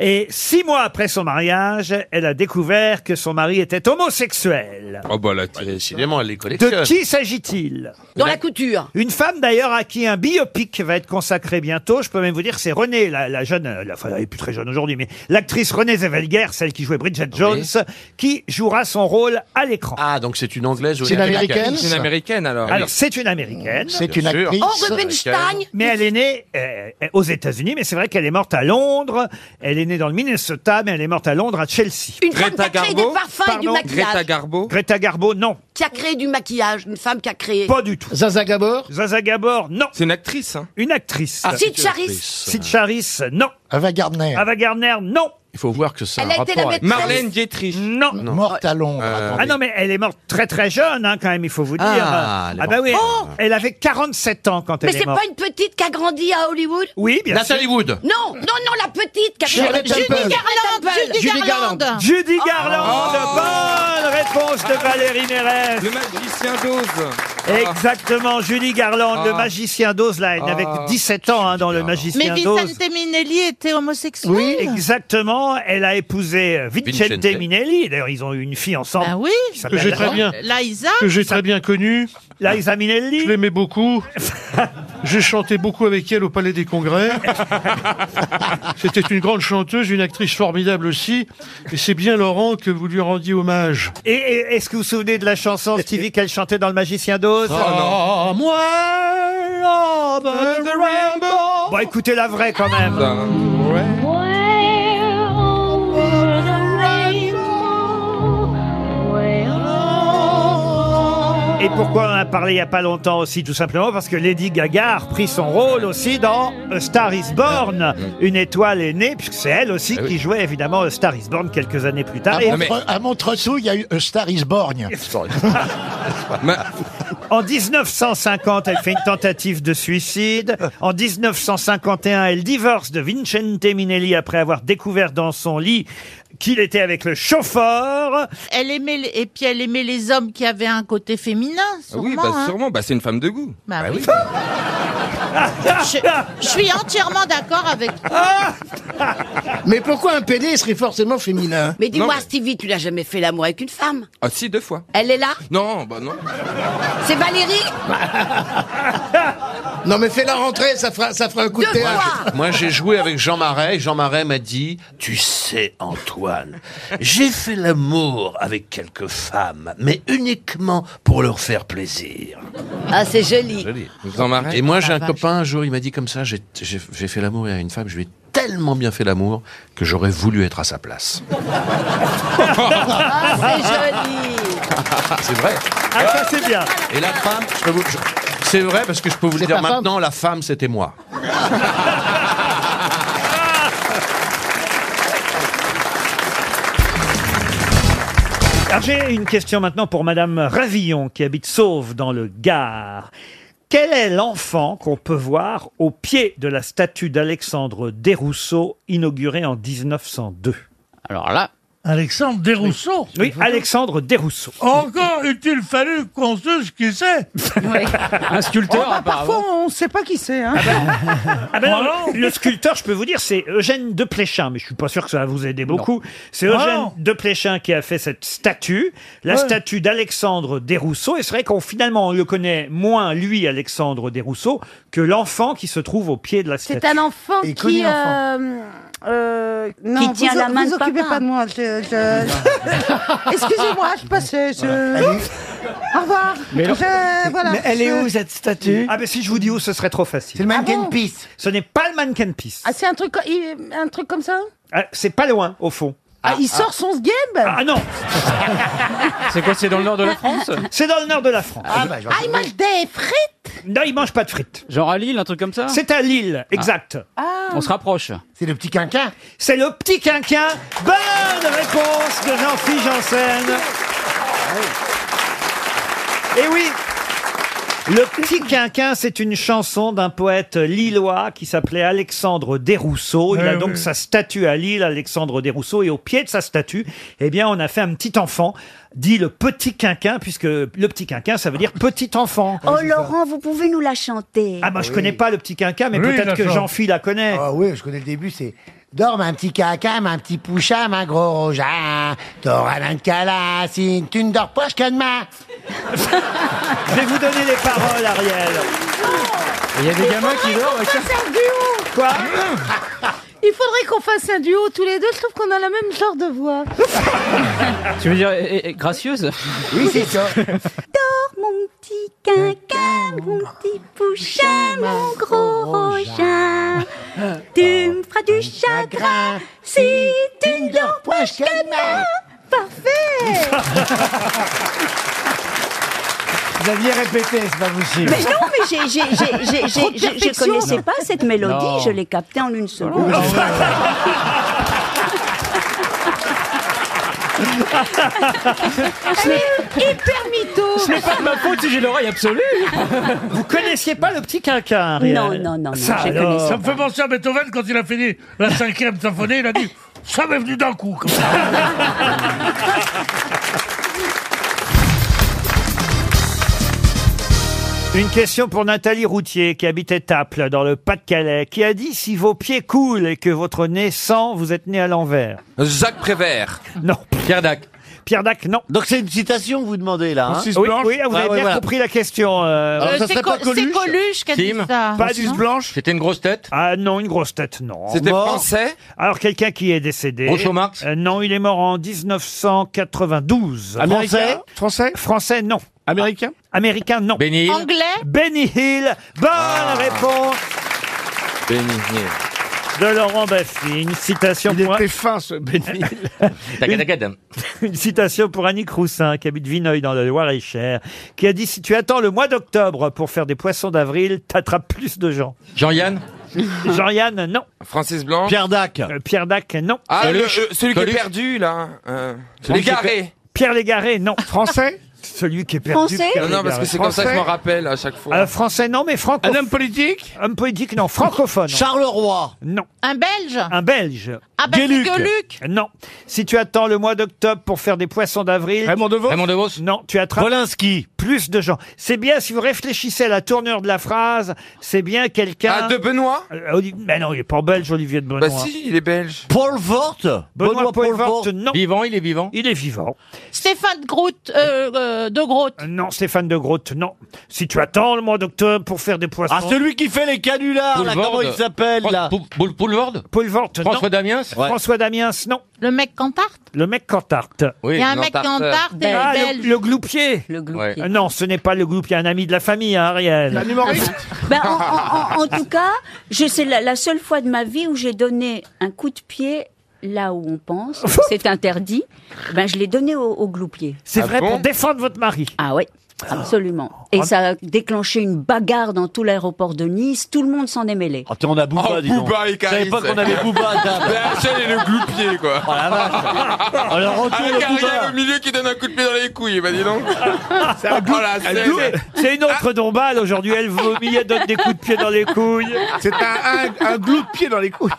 Speaker 1: Et six mois après son mariage, elle a découvert que son mari était homosexuel.
Speaker 5: Oh bah là, décidément, elle les collectionne.
Speaker 1: De qui s'agit-il Dans la couture. Une femme d'ailleurs à qui un biopic va être consacré bientôt. Je peux même vous dire que c'est Renée, la, la jeune, euh, la, enfin, elle est plus très jeune aujourd'hui, mais l'actrice Renée Zellweger, celle qui jouait Bridget Jones, qui jouera son rôle à l'écran.
Speaker 5: Ah, donc c'est une anglaise ou
Speaker 1: C'est une Américaine
Speaker 5: C'est une américaine alors.
Speaker 1: Alors c'est une américaine.
Speaker 5: Ah C'est une Bien sûr. actrice. Oh, Rubenstein
Speaker 1: Mais elle est née euh, aux États-Unis, mais c'est vrai qu'elle est morte à Londres. Elle est née dans le Minnesota, mais elle est morte à Londres, à Chelsea.
Speaker 2: Une femme Greta qui a créé Garbo des parfums et du maquillage. Greta
Speaker 1: Garbo. Greta Garbo, non.
Speaker 2: Qui a créé du maquillage, une femme qui a créé.
Speaker 1: Pas du tout. Zaza Gabor Zaza Gabor, non. C'est
Speaker 5: une actrice. hein.
Speaker 1: Une actrice.
Speaker 2: Ah, Sid
Speaker 1: Sid
Speaker 2: Charisse.
Speaker 1: Sid Charisse, non. Ava Gardner. Ava Gardner, non.
Speaker 5: Il faut voir que ça
Speaker 1: Elle a été la maîtresse. Marlène
Speaker 5: Dietrich.
Speaker 1: Non.
Speaker 5: Morte à Londres.
Speaker 1: Ah non, mais elle est morte très très jeune, hein, quand même, il faut vous dire.
Speaker 5: Ah, elle est
Speaker 1: bah
Speaker 5: morte.
Speaker 1: oui.
Speaker 2: Oh
Speaker 1: elle avait 47 ans quand
Speaker 2: Mais
Speaker 1: elle est
Speaker 2: c'est
Speaker 1: morte.
Speaker 2: pas une petite qui a grandi à Hollywood
Speaker 1: Oui, bien sûr.
Speaker 2: Non, non, non, la petite qui a
Speaker 1: Charlotte
Speaker 2: grandi Judy
Speaker 1: Temple.
Speaker 2: Garland. Judy Garland. Oh.
Speaker 1: Judy Garland, bonne réponse de Valérie Mérès.
Speaker 5: Le magicien d'Oz.
Speaker 1: Exactement, Julie
Speaker 2: Oh.
Speaker 1: Garland, le
Speaker 5: Ah.
Speaker 1: magicien d'Oz, là, elle n'avait
Speaker 5: Ah.
Speaker 1: que 17 ans hein, dans le
Speaker 12: Mais
Speaker 1: magicien d'Oz.
Speaker 12: Vicente Minelli était homosexuel.
Speaker 1: Oui, exactement. Elle a épousé euh, Vincente,
Speaker 5: Vincente.
Speaker 1: Minelli. D'ailleurs, ils ont eu une fille ensemble.
Speaker 12: Ah oui.
Speaker 1: qui s'appelle-
Speaker 12: Liza.
Speaker 28: que j'ai très bien connue.
Speaker 1: Liza Minelli.
Speaker 28: Je l'aimais
Speaker 1: *laughs*
Speaker 28: beaucoup. J'ai chanté beaucoup avec elle au Palais des
Speaker 1: *laughs*
Speaker 28: Congrès. C'était une grande chanteuse, une actrice formidable aussi. Et c'est bien Laurent que vous lui rendiez hommage.
Speaker 1: Et, et- est-ce que vous vous souvenez de la chanson Stevie qu'elle chantait dans le magicien d'Oz
Speaker 2: Oh,
Speaker 28: Ah, moi
Speaker 1: Bon, écoutez la vraie quand même.
Speaker 12: Oh,
Speaker 1: Et pourquoi on en a parlé il n'y a pas longtemps aussi Tout simplement parce que Lady Gaga a repris son rôle aussi dans A Star is Born. Une étoile est née, puisque c'est elle aussi qui jouait évidemment A Star is Born quelques années plus tard.
Speaker 27: À,
Speaker 1: Et-
Speaker 27: Montre- à Montresou, il y a eu A Star is Born.
Speaker 1: *laughs* En 1950, elle fait une tentative de suicide. En 1951, elle divorce de Vincente Minelli après avoir découvert dans son lit qu'il était avec le chauffeur.
Speaker 12: Elle aimait les- et puis elle aimait les hommes qui avaient un côté féminin. Sûrement,
Speaker 5: oui, bah
Speaker 12: hein.
Speaker 5: sûrement, bah c'est une femme de goût.
Speaker 12: Bah oui. Je, je suis entièrement d'accord avec toi.
Speaker 3: Mais pourquoi un PD serait forcément féminin
Speaker 2: Mais dis-moi,
Speaker 3: Non,
Speaker 2: Stevie, tu n'as jamais fait l'amour avec une femme
Speaker 5: Ah si, deux fois.
Speaker 2: Elle est là
Speaker 5: Non, bah non.
Speaker 2: C'est Valérie
Speaker 3: Non, mais fais-la rentrer, ça fera, ça fera un coup de théâtre.
Speaker 5: Moi, j'ai joué avec Jean Marais. et Jean Marais m'a dit Tu sais, Antoine, j'ai fait l'amour avec quelques femmes, mais uniquement pour leur faire plaisir.
Speaker 2: Ah, c'est joli.
Speaker 5: Jean Marais Et moi, j'ai
Speaker 2: La
Speaker 5: un
Speaker 2: Ah, vache.
Speaker 5: copain, un jour, il m'a dit comme ça J'ai j'ai- j'ai fait l'amour à une femme, je lui ai tellement bien fait l'amour que j'aurais voulu être à sa place.
Speaker 2: Ah, c'est joli.
Speaker 5: *laughs* c'est vrai.
Speaker 1: Ah, ça, c'est bien.
Speaker 5: Et la femme, je peux vous- je- c'est vrai parce que je peux vous le
Speaker 1: C'est
Speaker 5: dire
Speaker 1: ta femme
Speaker 5: maintenant, la femme, c'était moi.
Speaker 1: Alors Ah, j'ai une question maintenant pour Madame Ravillon qui habite Sauve dans le Gard. Quel est l'enfant qu'on peut voir au pied de la statue d'Alexandre Desrousseaux inaugurée en 1902 Alors là.
Speaker 29: Alexandre Desrousseaux Oh,
Speaker 1: Oui, Alexandre Desrousseaux.
Speaker 29: Encore eût-il fallu qu'on sache qui c'est
Speaker 1: Un sculpteur,
Speaker 29: Oh, bah,
Speaker 1: apparemment.
Speaker 29: on ne sait pas qui c'est. Hein.
Speaker 6: bah.
Speaker 1: Ah ben non,
Speaker 29: Oh
Speaker 1: le sculpteur, je peux vous dire, c'est Eugène de Pléchin, mais je suis pas sûr que ça va vous aider beaucoup. C'est
Speaker 29: Ah
Speaker 1: Eugène
Speaker 29: non.
Speaker 1: de Pléchin qui a fait cette statue, la
Speaker 29: Ouais.
Speaker 1: statue d'Alexandre Desrousseaux. Et c'est vrai qu'on finalement on le connaît moins lui, Alexandre Desrousseaux, que l'enfant qui se trouve au pied de la statue.
Speaker 12: C'est un enfant
Speaker 1: Et
Speaker 12: qui.
Speaker 1: connu
Speaker 12: euh, euh, non,
Speaker 28: Qui tient
Speaker 12: vous,
Speaker 28: la main
Speaker 12: vous
Speaker 28: de
Speaker 12: occupez
Speaker 28: papa.
Speaker 12: pas de moi. je- je- Excusez-moi, je passais. je-
Speaker 28: Elle est,
Speaker 30: Au revoir. euh, Je- voilà, je-
Speaker 1: statue Ah ben si je vous dis où, ce serait trop facile. C'est le
Speaker 30: mannequin Ah bon
Speaker 1: piece. Ce n'est pas le mannequin piece.
Speaker 30: Ah, c'est un truc, co- il- un truc comme ça
Speaker 1: Ah, c'est pas loin, au fond.
Speaker 30: ah, il sort son game
Speaker 1: Ah non *laughs* C'est quoi, c'est dans le nord de la
Speaker 30: France
Speaker 1: C'est dans le nord de la France. Ah,
Speaker 30: Ah, il mange des frites
Speaker 1: Non, il mange pas de frites. Ah.
Speaker 21: Genre à Lille, un truc comme ça
Speaker 1: C'est à Lille, exact.
Speaker 8: Ah.
Speaker 21: On se rapproche.
Speaker 1: C'est le petit quinquin C'est le petit quinquin. Bonne réponse de Jean-Philippe Janssen. Et oui le petit quinquin, c'est une chanson d'un poète lillois qui s'appelait Alexandre Desrousseaux. Il
Speaker 16: Eh
Speaker 1: a
Speaker 16: oui.
Speaker 1: donc sa statue à Lille, Alexandre Desrousseaux, et au pied de sa statue, eh bien, on a fait un petit enfant, dit le petit quinquin, puisque le petit quinquin, ça veut dire petit enfant.
Speaker 20: Oh Laurent, vous pouvez nous la chanter
Speaker 1: Ah, moi, je connais pas le petit quinquin, mais peut-être que jean philippe la connaît.
Speaker 8: Ah oui, je connais le début, c'est Dorme un petit caca, un petit poucha, un gros roja. T'auras l'un de cala, si tu ne dors pas, je calme.
Speaker 1: *laughs* Je vais vous donner les paroles, Ariel.
Speaker 21: Il y a des
Speaker 1: *laughs*
Speaker 21: gamins
Speaker 30: Ah,
Speaker 21: qui dorment.
Speaker 30: On fasse un duo
Speaker 1: Quoi
Speaker 30: Il faudrait qu'on fasse un duo tous les deux, je trouve qu'on a la même genre de voix.
Speaker 21: Tu veux dire eh, eh, gracieuse
Speaker 8: Oui, c'est ça.
Speaker 30: Dors mon petit quinquin, mon petit pouchin, mon gros rochin.
Speaker 20: Tu me feras du chagrin si tu ne dors pas jusqu'à demain. Parfait
Speaker 31: Vous aviez répété, c'est pas possible.
Speaker 20: Mais non, mais j'ai, j'ai, j'ai, j'ai-
Speaker 31: Trop de
Speaker 20: j'ai- je- je
Speaker 31: perfection.
Speaker 20: connaissais pas cette mélodie,
Speaker 31: Non.
Speaker 20: je l'ai captée en une seconde.
Speaker 12: Ah,
Speaker 30: Hyper mytho
Speaker 21: Ce n'est pas de ma faute si j'ai l'oreille absolue
Speaker 1: Vous connaissiez pas le petit quinquin, Ariel
Speaker 20: Non, non, non, non, je
Speaker 1: alors.
Speaker 20: connaissais
Speaker 1: *laughs*
Speaker 29: Ça me fait penser à Beethoven quand il a fini la cinquième symphonie, il a dit Ça m'est venu d'un coup, comme ça.
Speaker 16: *laughs*
Speaker 1: Une question pour Nathalie Routier qui habitait Taples dans le Pas-de-Calais qui a dit si vos pieds coulent et que votre nez sent, vous êtes né à l'envers.
Speaker 13: Jacques Prévert.
Speaker 1: Non.
Speaker 13: Pierre Dac.
Speaker 1: Pierre Dac, non.
Speaker 13: Donc c'est une citation que vous demandez là. hein. Ah,
Speaker 1: Oui, hein. oui, ah, vous avez bien compris la question. euh,
Speaker 13: Alors, ça Euh, serait c'est pas Co- c'est Coluche
Speaker 12: Coluche qui a dit Kim ça.
Speaker 1: Pas
Speaker 12: Francis
Speaker 1: du Blanche. C'était une grosse tête Ah non, une grosse tête, non.
Speaker 13: C'était
Speaker 1: Mort.
Speaker 13: français
Speaker 1: Alors quelqu'un qui est décédé.
Speaker 13: Groucho Marx
Speaker 1: Euh, Non, il est mort en 1992.
Speaker 13: Américain
Speaker 1: Français Français, non. Américain Américain, non. Benny
Speaker 13: Hill
Speaker 12: Anglais
Speaker 1: Benny Hill. Bonne réponse de Laurent Baffy. Une citation pour...
Speaker 13: fin ce
Speaker 1: *laughs*
Speaker 13: Benny. Tagadagad.
Speaker 1: Une citation pour Annick Roussin, qui habite Vineuil dans le Loir-et-Cher, qui a dit Si tu attends le mois d'octobre pour faire des poissons d'avril, t'attrapes plus de gens.
Speaker 13: Jean-Yann
Speaker 1: *laughs* Jean-Yann, non.
Speaker 13: Francis Blanc. Pierre Dac.
Speaker 1: Euh, Pierre Dac, non.
Speaker 13: Ah, le- euh, celui qui est perdu là. Euh, Légaré.
Speaker 1: Pierre Légaré, non. Français Celui qui est perdu.
Speaker 13: Français
Speaker 1: Pierre
Speaker 13: Non, non, parce que
Speaker 1: Légaré.
Speaker 13: c'est comme ça que je m'en
Speaker 1: Français
Speaker 13: rappelle à chaque fois.
Speaker 1: Euh, français, non, mais francophone. Un homme politique Homme politique, non. Francophone. Charleroi Non.
Speaker 12: Un Belge
Speaker 1: Un Belge.
Speaker 12: Ah, bah, c'est Gueluc. Gueluc.
Speaker 1: Non. Si tu attends le mois d'octobre pour faire des poissons d'avril. Raymond DeVos. Non, tu attrapes. Volinsky. Plus de gens. C'est bien, si vous réfléchissez à la tournure de la phrase, c'est bien quelqu'un.
Speaker 13: Ah, de Benoît
Speaker 1: Euh, Oli- Mais non, il est pas belge, Olivier de Benoît.
Speaker 13: Bah si, il est belge.
Speaker 1: Paul Vorte Benoît, Paul, Vorte, non.
Speaker 13: Vivant, il est vivant.
Speaker 1: Il est vivant.
Speaker 12: Stéphane Groot, euh, euh, de Groot.
Speaker 1: Non, Stéphane de Groot, non. Si tu attends le mois d'octobre pour faire des poissons.
Speaker 13: Ah, celui
Speaker 1: qui fait les canulars,
Speaker 13: là, Poulvorde. comment il s'appelle, là Pou-
Speaker 1: Poulvorde Poulvorde, non.
Speaker 13: François Damiens Ouais.
Speaker 1: François Damiens, non.
Speaker 12: Le mec Cantarte
Speaker 1: Le mec Cantarte.
Speaker 13: Oui,
Speaker 12: Il y a un mec Cantarte. Cantarte et
Speaker 1: Ah, le-
Speaker 12: belge.
Speaker 1: Le, gloupier.
Speaker 13: gloupier.
Speaker 1: Euh, Non, ce n'est pas le gloupier, un ami de la famille, hein, Ariel. Ah
Speaker 20: Un humoriste Ben, en, en- en- en tout cas, je c'est la, la seule fois de ma vie où j'ai donné un coup de pied là où on pense, c'est interdit. Ben, je l'ai donné au, au gloupier.
Speaker 13: Ah
Speaker 1: C'est vrai pour défendre votre mari.
Speaker 20: Ah oui, absolument. Et ça a déclenché une bagarre dans tout l'aéroport de Nice. Tout le monde s'en est mêlé.
Speaker 31: Attends, on a Booba,
Speaker 13: Oh,
Speaker 31: dis donc.
Speaker 13: Booba et
Speaker 31: Je savais
Speaker 13: Caris.
Speaker 31: pas qu'on avait Booba
Speaker 13: *laughs*
Speaker 31: à table.
Speaker 13: Ben, Rachel est le gloupier, quoi.
Speaker 31: Oh la vache. Oh, le retour de
Speaker 13: Avec un
Speaker 31: Booba.
Speaker 13: gars au milieu qui donne un coup de pied dans les couilles, bah dis donc. Oh
Speaker 1: Un glou- un glou- C'est une autre dombale aujourd'hui, elle vomit, elle donne des coups de pied dans les couilles.
Speaker 13: C'est un-
Speaker 1: un, pied dans les couilles.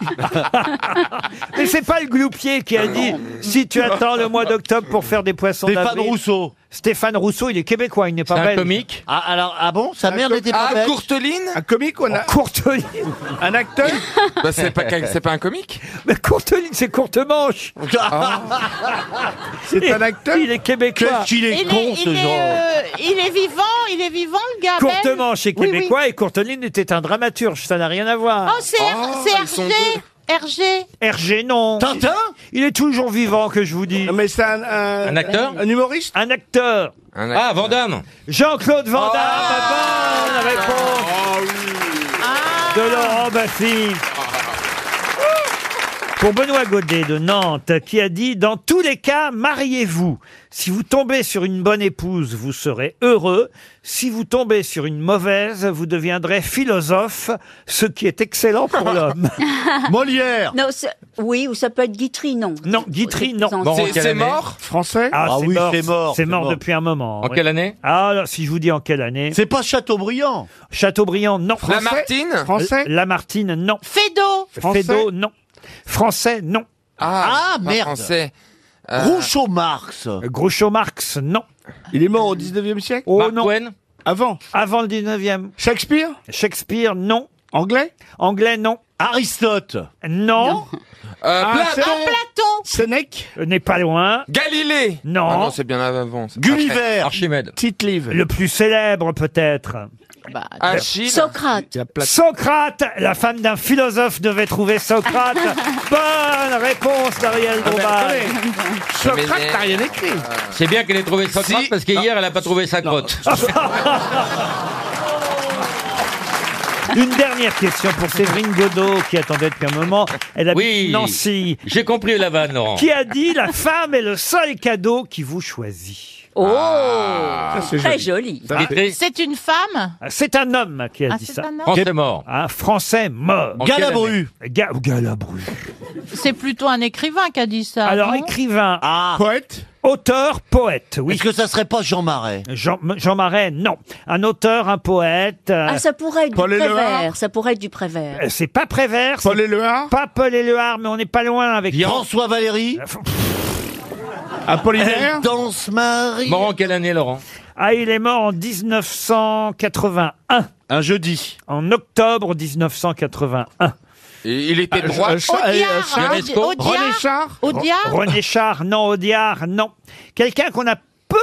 Speaker 1: *laughs* Mais c'est pas le gloupier qui a dit si tu attends le mois d'octobre pour faire des poissons
Speaker 31: Stéphane
Speaker 1: d'avril.
Speaker 31: Rousseau.
Speaker 1: Stéphane Rousseau, il est québécois, il n'est pas
Speaker 31: C'est un
Speaker 1: belge.
Speaker 31: comique
Speaker 1: Ah, alors, ah bon
Speaker 31: Sa mère n'était pas belge. Un comique ou un...
Speaker 1: Courteline
Speaker 31: Un
Speaker 1: *laughs*
Speaker 31: acteur
Speaker 13: Bah c'est pas, quel- c'est pas un comique
Speaker 1: Mais Courteline, c'est courte manche C'est un acteur *laughs* Il est québécois.
Speaker 13: Qu'est-ce qu'il est
Speaker 12: Il est, il, est, euh, il est vivant, il est vivant le gars. belge.
Speaker 1: Courtement chez
Speaker 12: Oui, Oh, oui. Ah,
Speaker 1: Québécois et Courteline était un dramaturge, ça n'a rien à voir.
Speaker 12: Oh, c'est Her- c'est Hergé Hergé
Speaker 1: Hergé, non. Tintin Il est toujours vivant, que je vous dis. mais c'est un,
Speaker 26: Un acteur
Speaker 1: Un humoriste Un acteur.
Speaker 26: Ah, Van Damme.
Speaker 1: Jean-Claude Van Damme. bonne réponse Ah. de Laurent Baffy. Pour Benoît Godet de Nantes, qui a dit Dans tous les cas, mariez-vous. Si vous tombez sur une bonne épouse, vous serez heureux. Si vous tombez sur une mauvaise, vous deviendrez philosophe, ce qui est excellent *laughs* pour l'homme. *laughs* Molière
Speaker 20: Non, c'est- oui, ou ça peut être Guitry, non.
Speaker 1: Non, Guitry, non.
Speaker 20: Bon, en C'est- quelle c'est année
Speaker 31: mort
Speaker 1: Français Ah,
Speaker 31: Ah
Speaker 1: c'est
Speaker 31: oui,
Speaker 1: mort.
Speaker 31: c'est mort,
Speaker 1: C'est
Speaker 31: c'est
Speaker 1: mort
Speaker 31: mort.
Speaker 1: depuis un moment.
Speaker 31: En quelle année
Speaker 1: Ah, alors, si je vous dis en quelle année C'est pas Chateaubriand Chateaubriand, non.
Speaker 31: Français Lamartine Français
Speaker 1: Lamartine, non. Fédo
Speaker 31: Français
Speaker 1: Fédo, non. Français, non.
Speaker 31: Ah, Ah, merde. français. Euh,
Speaker 1: Groucho Marx Groucho Marx, non. Il est mort au 19e siècle Oh non. Avant Avant le 19e. Shakespeare Shakespeare, non. Anglais Anglais, non. Aristote Non.
Speaker 26: Ah, Platon. Platon.
Speaker 1: Sénèque Euh, N'est pas loin.
Speaker 26: Galilée.
Speaker 1: Non.
Speaker 26: Ah non, c'est bien avant. c'est après. Archimède.
Speaker 1: Tite-Live. Le plus célèbre, peut-être.
Speaker 26: Ah,
Speaker 13: Ah,
Speaker 26: Achille. Bah, Socrate. Il y a Platon.
Speaker 1: Socrate, la femme d'un philosophe devait trouver Socrate. Bonne réponse d'Ariel
Speaker 31: mais
Speaker 1: Dombal.
Speaker 31: Socrate n'a rien écrit.
Speaker 6: Ah. C'est bien qu'elle ait trouvé Socrate parce qu'hier, elle n'a pas trouvé
Speaker 16: *laughs*
Speaker 6: sa crotte.
Speaker 1: *laughs* Une dernière question pour Séverine Godot qui attendait depuis un moment. Elle habite
Speaker 6: Oui.
Speaker 1: Nancy.
Speaker 6: J'ai compris la vanne,
Speaker 12: Oh.
Speaker 6: Laurent.
Speaker 1: Qui a dit la femme est le seul cadeau qui vous choisit
Speaker 20: Oh
Speaker 1: Ah.
Speaker 12: Ah.
Speaker 1: Ça, c'est
Speaker 20: Très
Speaker 1: joli.
Speaker 20: joli.
Speaker 1: Ça, c'est-
Speaker 12: C'est une femme
Speaker 1: C'est un homme qui a
Speaker 12: Ah,
Speaker 1: dit
Speaker 12: c'est
Speaker 1: ça.
Speaker 12: un homme Français
Speaker 1: mort. Un Français mort.
Speaker 12: En quelle Galabru.
Speaker 1: Ga- Galabru.
Speaker 12: C'est plutôt un écrivain qui a dit ça.
Speaker 1: Alors,
Speaker 12: non
Speaker 1: écrivain. Ah,
Speaker 12: Ah.
Speaker 1: Poète. Auteur, poète, oui. Est-ce que ça serait pas Jean Marais Jean, Jean Marais, non. Un auteur, un poète. euh,
Speaker 20: Ah, ça pourrait être
Speaker 1: Paul
Speaker 20: du
Speaker 1: Éluard
Speaker 20: Prévert. Ça pourrait être du Prévert.
Speaker 1: euh, C'est pas Prévert. Paul Éluard Pas Paul Éluard, mais on n'est pas loin avec... Euh, François Valéry Ah,
Speaker 6: Apollinaire
Speaker 1: Elle danse Marie
Speaker 6: Mort en quelle année, Laurent
Speaker 1: Ah, il est mort en 1981. Un jeudi. En octobre 1981.
Speaker 26: Il
Speaker 1: Ah,
Speaker 26: était droit.
Speaker 1: euh,
Speaker 26: René Char.
Speaker 1: Ro- René Char, non. Audiard, non. Quelqu'un qu'on a peu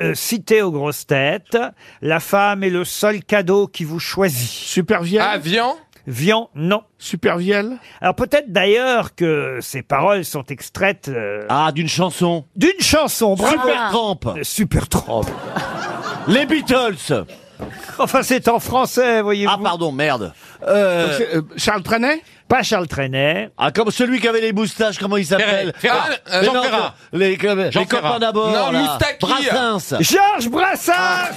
Speaker 1: euh, cité aux grosses têtes. La femme est le seul cadeau qui vous choisit. Supervielle Ah, Vian Vian, non. Supervielle Alors peut-être d'ailleurs que ces paroles sont extraites... Ah, d'une chanson D'une chanson, bravo Ah. Euh,
Speaker 26: Supertramp.
Speaker 1: Super Les Beatles Enfin, c'est en français, voyez-vous. Ah, pardon, merde.
Speaker 26: Donc c'est,
Speaker 1: Charles Trenet Pas Charles Trenet.
Speaker 26: Ah, comme celui qui avait les moustaches, comment il
Speaker 1: s'appelle
Speaker 26: Ferrat.
Speaker 1: Ah,
Speaker 13: Euh,
Speaker 1: mais
Speaker 26: Jean
Speaker 1: non,
Speaker 26: Ferrat.
Speaker 1: les-
Speaker 26: Jean
Speaker 1: les copains d'abord,
Speaker 26: Non,
Speaker 1: là.
Speaker 26: Moustaki.
Speaker 1: Brassens. Georges Brassens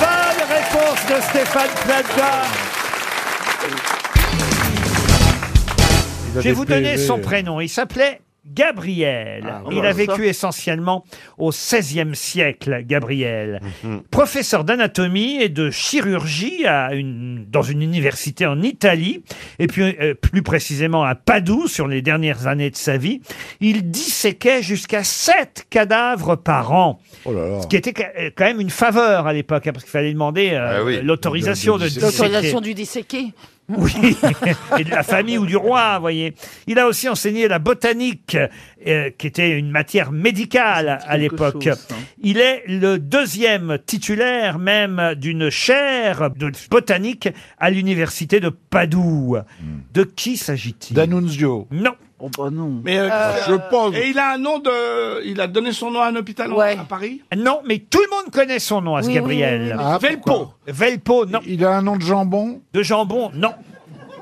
Speaker 1: Bonne réponse de Stéphane Plaza Je vais vous donner son prénom. Il s'appelait Gabriel.
Speaker 6: Ah,
Speaker 1: Il
Speaker 6: voilà.
Speaker 1: a vécu essentiellement au XVIe siècle, Gabriel. Professeur d'anatomie et de chirurgie à une, dans une université en Italie, et puis euh, plus précisément à Padoue sur les dernières années de sa vie, il disséquait jusqu'à sept cadavres par an. Ce qui était ca- euh, quand même une faveur à l'époque, hein, parce qu'il fallait demander euh, l'autorisation de, disséquer.
Speaker 12: L'autorisation du disséqué.
Speaker 1: Oui, *laughs* et de la famille ou du roi, vous voyez. Il a aussi enseigné la botanique, euh, qui était une matière médicale à l'époque.
Speaker 31: chose, hein.
Speaker 1: Il est le deuxième titulaire même d'une chaire de botanique à l'université de Padoue. De qui s'agit-il D'Annunzio. Non. Oh bah non.
Speaker 31: Mais euh, Et il a un nom de. Euh, Il a donné son nom à un hôpital en- à Paris
Speaker 1: Non, mais tout le monde connaît son nom à ce
Speaker 31: Oui,
Speaker 1: Gabriel.
Speaker 31: oui,
Speaker 1: Euh,
Speaker 31: oui, oui. Ah,
Speaker 1: Velpo. Velpo, non. Il a un nom de jambon De jambon, non.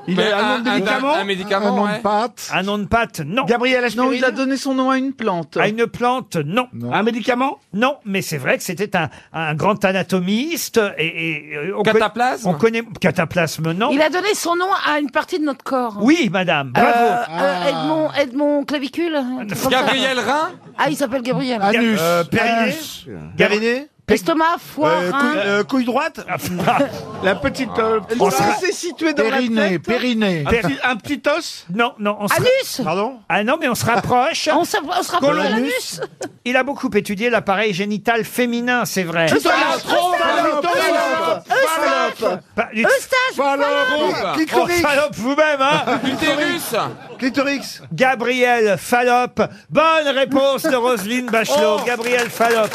Speaker 31: Il Mais a un un- nom de un- médicament un médicament, Un nom de ouais.
Speaker 1: pâte Un nom de pâte, non. Gabriel
Speaker 31: Aspirine Non, il a
Speaker 1: donné son nom à une plante. À une plante, non. Un médicament Non, mais c'est vrai que c'était un, un grand anatomiste. Et, et, euh, on cataplasme On connaît... Cataplasme, non.
Speaker 7: Il a donné son nom à une partie de notre corps.
Speaker 1: Oui, madame, bravo.
Speaker 7: Euh, euh, Edmond, Edmond Clavicule. un truc comme ça.
Speaker 1: Gabriel Rhin
Speaker 7: Ah, il s'appelle Gabriel.
Speaker 1: Anus. Euh, Périnée
Speaker 7: Périnée Estomac, foie,
Speaker 31: Euh,
Speaker 7: rein.
Speaker 31: couille, euh, couille droite
Speaker 1: Ah,
Speaker 31: La petite. euh,
Speaker 7: On
Speaker 31: ça,
Speaker 7: sera-
Speaker 31: c'est situé dans la
Speaker 7: Périnée,
Speaker 31: tête
Speaker 7: périnée.
Speaker 31: Un petit, un petit os
Speaker 1: Non, non, on se
Speaker 7: Anus
Speaker 1: Pardon Ah non, mais on se rapproche.
Speaker 7: On se- on se rapproche de Colonus. l'anus.
Speaker 1: Il a beaucoup étudié l'appareil génital féminin, c'est vrai.
Speaker 7: Eustache, Eustache, Eustache,
Speaker 1: Pas du-
Speaker 7: Eustache,
Speaker 1: Salope.
Speaker 7: Eustache,
Speaker 1: Oh, salope vous-même, hein
Speaker 26: Clitoris.
Speaker 1: Clitorix Gabriel Fallope. Bonne réponse de Roselyne Bachelot.
Speaker 26: Oh.
Speaker 1: Gabriel Fallope.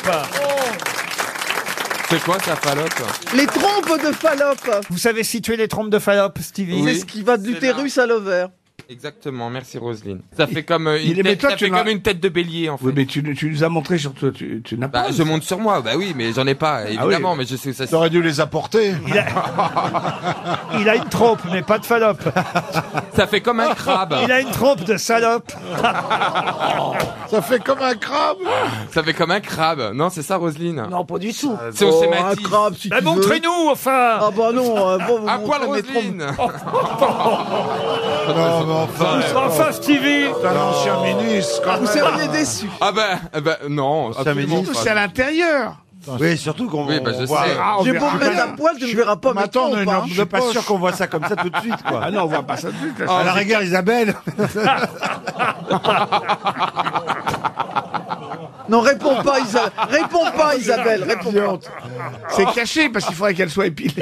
Speaker 26: C'est quoi ça, Fallope
Speaker 1: Les trompes de Fallope. Vous savez situer les trompes de Fallope, Stevie
Speaker 26: Oui. C'est ce
Speaker 1: qui va de
Speaker 26: l'utérus
Speaker 1: à l'ovaire.
Speaker 13: Exactement, merci Roselyne. Ça fait comme, euh,
Speaker 16: Il
Speaker 13: une,
Speaker 16: est- mais
Speaker 13: tête,
Speaker 16: toi,
Speaker 13: ça
Speaker 16: tu
Speaker 13: fait
Speaker 16: n'as-
Speaker 13: comme une tête de bélier en fait.
Speaker 16: Oui, mais tu, tu nous as montré sur toi, tu, tu n'as
Speaker 13: Bah,
Speaker 16: pas.
Speaker 13: je monte sur moi, bah oui, mais j'en ai pas, évidemment, mais je sais où ça se
Speaker 5: T'aurais dû les apporter.
Speaker 13: *laughs*
Speaker 1: Il a une trompe, mais pas de falope.
Speaker 13: Ça fait comme un crabe.
Speaker 1: Il a une trompe
Speaker 2: *laughs*
Speaker 1: de salope.
Speaker 5: Ça fait comme un crabe.
Speaker 13: Ça fait comme un crabe. Non, c'est ça, Roselyne Non, pas du tout. C'est au
Speaker 2: Oh,
Speaker 13: schématique.
Speaker 2: un crabe, si
Speaker 13: Bah,
Speaker 2: tu veux.
Speaker 1: montrez-nous, enfin
Speaker 2: Ah bah non, euh, bon, vous
Speaker 13: À
Speaker 2: montrez
Speaker 13: poil,
Speaker 2: mes
Speaker 16: *laughs*
Speaker 13: Roselyne
Speaker 5: Non, mais enfin.
Speaker 1: Enfin, Stevie
Speaker 5: T'es un ancien ministre. quand même.
Speaker 13: Ah bah, ah bah, non. absolument
Speaker 16: Surtout,
Speaker 13: pas.
Speaker 16: c'est à l'intérieur.
Speaker 5: Oui, surtout qu'on
Speaker 13: Oui, bah, je
Speaker 5: on voit-
Speaker 13: sais.
Speaker 2: J'ai beau me mettre à poil, tu ne verras pas mes
Speaker 5: attends,
Speaker 2: trompes,
Speaker 5: non,
Speaker 2: hein.
Speaker 5: non,
Speaker 2: Je
Speaker 5: je
Speaker 2: suis pas
Speaker 5: poche.
Speaker 2: sûr qu'on voit ça comme ça tout de suite, quoi.
Speaker 16: Ah non, on voit pas ça tout de suite. là,
Speaker 5: À
Speaker 16: ça,
Speaker 5: la
Speaker 16: c'est-
Speaker 5: rigueur, Isabelle.
Speaker 16: *laughs*
Speaker 2: *laughs* Non, réponds pas, Isa- réponds pas, Isabelle, réponds pas.
Speaker 16: C'est caché parce qu'il faudrait qu'elle soit épilée.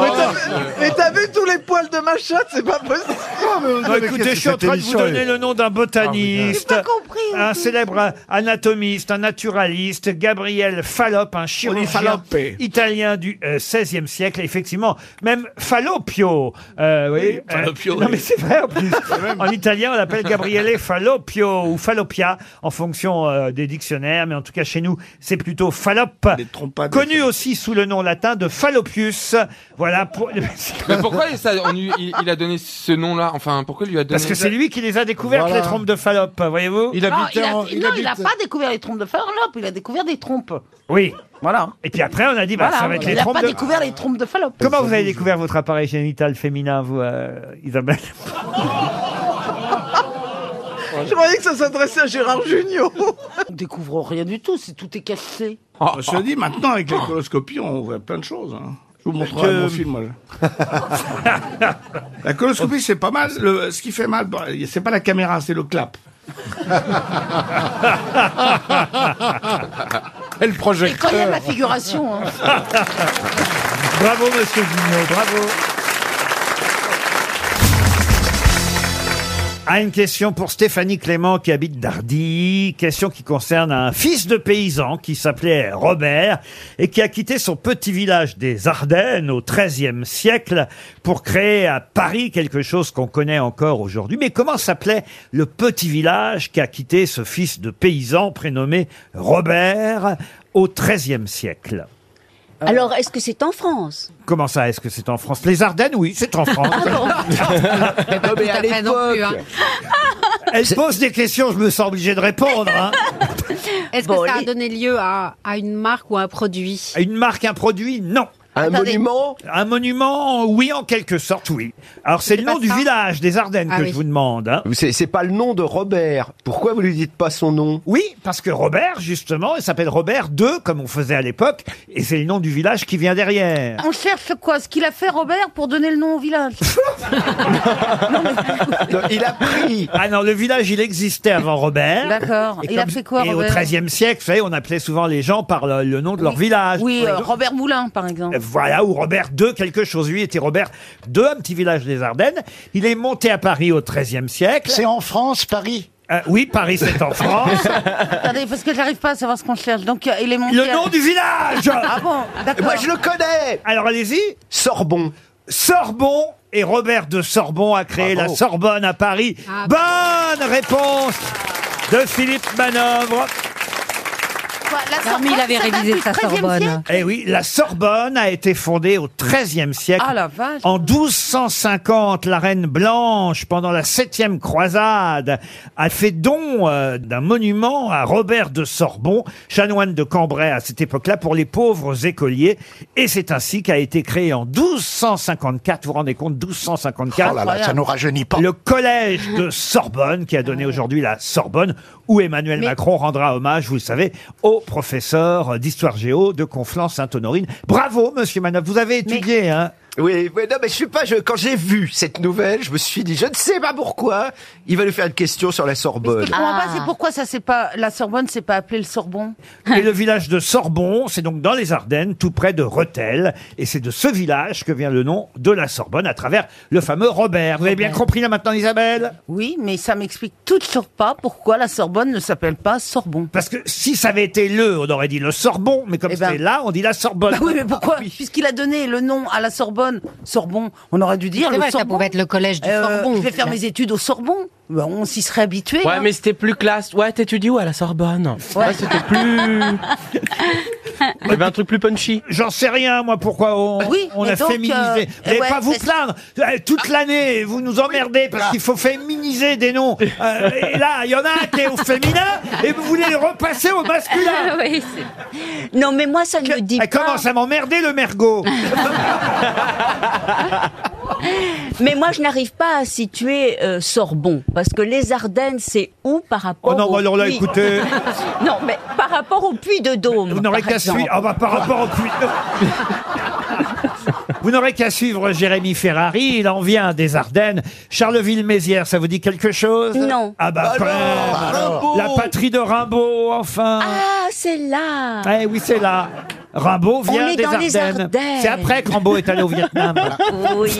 Speaker 2: Mais t'as mais t'as vu tous les poils de ma chatte, c'est pas possible.
Speaker 1: Non, Bah, écoutez, je suis en train de vous donner le nom d'un botaniste, un célèbre anatomiste, un naturaliste, Gabriel Fallope, un chirurgien
Speaker 16: Falope.
Speaker 1: italien du XVIe siècle. Et effectivement, même Fallopio. euh, vous voyez, euh,
Speaker 32: Fallopio, oui.
Speaker 1: Non, mais c'est vrai en plus. en italien, on l'appelle Gabriele Fallopio ou Fallopia en fonction euh, des dictionnaires. Mais en tout cas, chez nous, c'est plutôt Fallope, connu aussi sous le nom latin de Fallopius. Voilà. pour- *laughs*
Speaker 13: Mais pourquoi ça, on lui- il, il a donné ce nom-là Enfin, pourquoi il lui a donné
Speaker 1: Parce que c'est lui qui les a découvertes,
Speaker 13: Voilà.
Speaker 1: les trompes de Fallope, voyez-vous
Speaker 13: Il
Speaker 12: Non, il a, non, il a pas découvert les trompes de Fallope, il a découvert des trompes.
Speaker 1: Oui. Voilà. Et puis après, on a dit, bah,
Speaker 12: Voilà,
Speaker 1: ça va être
Speaker 12: il
Speaker 1: les
Speaker 12: n'a
Speaker 1: trompes
Speaker 12: pas
Speaker 1: de...
Speaker 12: découvert les trompes de Fallope.
Speaker 1: Comment vous avez découvert votre appareil génital féminin, vous, euh, Isabelle
Speaker 2: Je croyais que ça s'adressait à Gérard Junior.
Speaker 12: *laughs* On découvre rien du tout, c'est tout est cassé.
Speaker 1: Ah,
Speaker 12: Ah.
Speaker 16: On se dit maintenant, avec la coloscopie, on voit plein de choses. hein. Je vous montrerai
Speaker 12: Que-
Speaker 16: mon film. moi.
Speaker 31: *laughs*
Speaker 16: Ah, la coloscopie, c'est pas mal. Le- ce qui fait mal, bah, c'est pas la
Speaker 1: *laughs*
Speaker 16: caméra, c'est le clap.
Speaker 5: Et le
Speaker 12: Et quand il y a de la
Speaker 5: projecteur.
Speaker 1: *laughs*
Speaker 12: figuration, hein.
Speaker 1: Bravo, Oh, monsieur Guignot, bravo. Ah, une question pour Stéphanie Clément qui habite Dardy. Question qui concerne un fils de paysan qui s'appelait Robert et qui a quitté son petit village des Ardennes au XIIIe siècle pour créer à Paris quelque chose qu'on connaît encore aujourd'hui. Mais comment s'appelait le petit village qu'a quitté ce fils de paysan prénommé Robert au XIIIe siècle?
Speaker 33: Alors, est-ce que c'est en France
Speaker 1: Comment ça Est-ce que c'est en France Les Ardennes, oui, c'est en France.
Speaker 34: mais à l'époque.
Speaker 12: hein.
Speaker 1: Elle pose des questions, je me sens obligé de répondre.
Speaker 12: *laughs*
Speaker 1: hein.
Speaker 20: Est-ce que ça a donné lieu à, à une marque ou à un produit *laughs*
Speaker 1: À Une marque, un produit, non. Un
Speaker 20: Attendez. monument
Speaker 1: Un monument, oui, en quelque sorte, oui. Alors, c'est le nom du village des Ardennes
Speaker 20: Ah
Speaker 1: que
Speaker 20: oui.
Speaker 1: je vous demande. hein.
Speaker 35: C'est c'est pas le nom de Robert. Pourquoi vous lui dites pas son nom
Speaker 1: Oui, parce que Robert, justement, il s'appelle Robert II, comme on faisait à l'époque, et c'est le nom du village qui vient
Speaker 12: *laughs*
Speaker 1: derrière.
Speaker 12: on cherche quoi Ce qu'il a fait Robert pour donner le nom au village.
Speaker 1: il a pris. Ah non, le village, il existait avant Robert.
Speaker 12: D'accord.
Speaker 1: Hein? Et
Speaker 12: Il a
Speaker 1: comme-
Speaker 12: fait Bah, quoi,
Speaker 1: Et
Speaker 12: Robert
Speaker 1: au XIIIe siècle, vous savez, on appelait souvent les gens par le, le nom de leur village.
Speaker 12: Oui, euh,
Speaker 1: Donc,
Speaker 12: Robert Moulin, par exemple.
Speaker 1: Euh, Voilà, ou Robert II, quelque chose. Lui était Robert II, un petit village des Ardennes. Il est monté à Paris au XIIIe siècle. C'est en France, Paris Oui, Paris, c'est en
Speaker 12: *laughs*
Speaker 1: France.
Speaker 12: Attendez, parce que j'arrive pas à savoir ce qu'on cherche. Donc, euh, il est monté.
Speaker 1: Le
Speaker 12: à-
Speaker 1: nom du village
Speaker 12: *laughs* Ah bon D'accord.
Speaker 1: connais Alors allez-y. Sorbon. Sorbon et Robert de Sorbon a créé la Sorbonne à Paris.
Speaker 12: Ah,
Speaker 1: Bonne réponse de Philippe Manœuvre.
Speaker 20: Non, mais il avait révisé sa Sorbonne.
Speaker 1: Eh oui, la Sorbonne a été fondée au XIIIe siècle.
Speaker 12: Ah, la vache.
Speaker 1: En 1250, la reine Blanche, pendant la septième croisade, a fait don euh, d'un monument à Robert de Sorbon, chanoine de Cambrai à cette époque-là, pour les pauvres écoliers. Et c'est ainsi qu'a été créé en 1254, vous vous rendez compte, 1254.
Speaker 5: Oh là là, ça nous rajeunit pas.
Speaker 1: Le collège de Sorbonne, qui a donné aujourd'hui la Sorbonne, où Emmanuel Macron rendra hommage, vous le savez, au professeur d'histoire géo de Conflans-Sainte-Honorine. Bravo, monsieur Manoff, vous avez étudié, hein
Speaker 35: Oui, oui, non, mais je sais pas, je, quand j'ai vu cette nouvelle, je me suis dit, je ne sais pas pourquoi, il va lui faire une question sur la Sorbonne.
Speaker 12: Je comprends
Speaker 2: Ah.
Speaker 12: pas,
Speaker 20: Ah.
Speaker 12: c'est pourquoi ça c'est pas la Sorbonne, c'est pas appelé le Sorbon.
Speaker 1: Et le village de Sorbon, c'est donc dans les Ardennes, tout près de Rethel. Et c'est de ce village que vient le nom de la Sorbonne à travers le fameux Robert. Vous avez bien compris là maintenant, Isabelle
Speaker 12: Oui, mais ça m'explique toujours pas pourquoi la Sorbonne ne s'appelle pas Sorbon.
Speaker 1: Parce que si ça avait été
Speaker 12: Eh ben.
Speaker 1: le, on aurait dit le Sorbon, mais comme c'est là, on dit la Sorbonne. Ah
Speaker 12: Bah oui, mais pourquoi Puisqu'il a donné le nom à la Sorbonne Sorbonne. Sorbon, on aurait dû dire
Speaker 36: C'est
Speaker 12: le
Speaker 36: vrai, ça
Speaker 12: Sorbon. Euh,
Speaker 36: pouvait être le collège du Sorbon,
Speaker 12: Je vais faire
Speaker 36: là.
Speaker 12: mes études au Sorbon. Ben, on s'y serait habitué. hein.
Speaker 2: Ouais, mais c'était plus classe. Ouais, t'étudies où à la Sorbonne Ouais, c'était *laughs* plus. Il y avait un truc plus punchy.
Speaker 1: J'en sais rien, moi, pourquoi on,
Speaker 12: Eh,
Speaker 2: Oui,
Speaker 1: on
Speaker 2: mais
Speaker 1: a
Speaker 2: donc,
Speaker 1: féminisé.
Speaker 2: euh,
Speaker 1: vous n'allez
Speaker 2: ouais,
Speaker 1: pas vous
Speaker 2: c'est-
Speaker 1: plaindre. Euh,
Speaker 12: Ah.
Speaker 1: Toute l'année, vous nous emmerdez parce qu'il faut féminiser des noms. Euh, et là, il y en a un qui est au féminin et vous voulez le repasser au
Speaker 2: *laughs*
Speaker 1: masculin.
Speaker 20: Oui, non, mais moi, ça ne me dit
Speaker 1: Elle
Speaker 20: pas.
Speaker 1: commence à m'emmerder, le mergot.
Speaker 20: *laughs* Mais moi, je n'arrive pas à situer euh, Sorbon, parce que les Ardennes, c'est où par rapport
Speaker 1: Oh non,
Speaker 20: au
Speaker 1: bah alors là,
Speaker 20: Puy-
Speaker 1: écoutez.
Speaker 20: *laughs* non, mais par rapport au Puy de Dôme.
Speaker 1: Vous n'aurez
Speaker 20: par
Speaker 1: qu'à
Speaker 20: exemple.
Speaker 1: suivre. Ah bah, par rapport au puits.
Speaker 20: *laughs*
Speaker 1: Vous n'aurez qu'à suivre Jérémy Ferrari, il en vient des Ardennes. Charleville-Mézières, ça vous dit quelque chose
Speaker 20: Non.
Speaker 1: Ah bah, quand même. La patrie de Rimbaud, enfin.
Speaker 20: Ah, c'est là.
Speaker 1: Eh oui, c'est là. Rimbaud vient
Speaker 20: On est
Speaker 1: des
Speaker 20: dans les
Speaker 1: Ardennes.
Speaker 20: Ardennes.
Speaker 1: C'est après que Rimbaud est allé au Vietnam.
Speaker 20: Oui.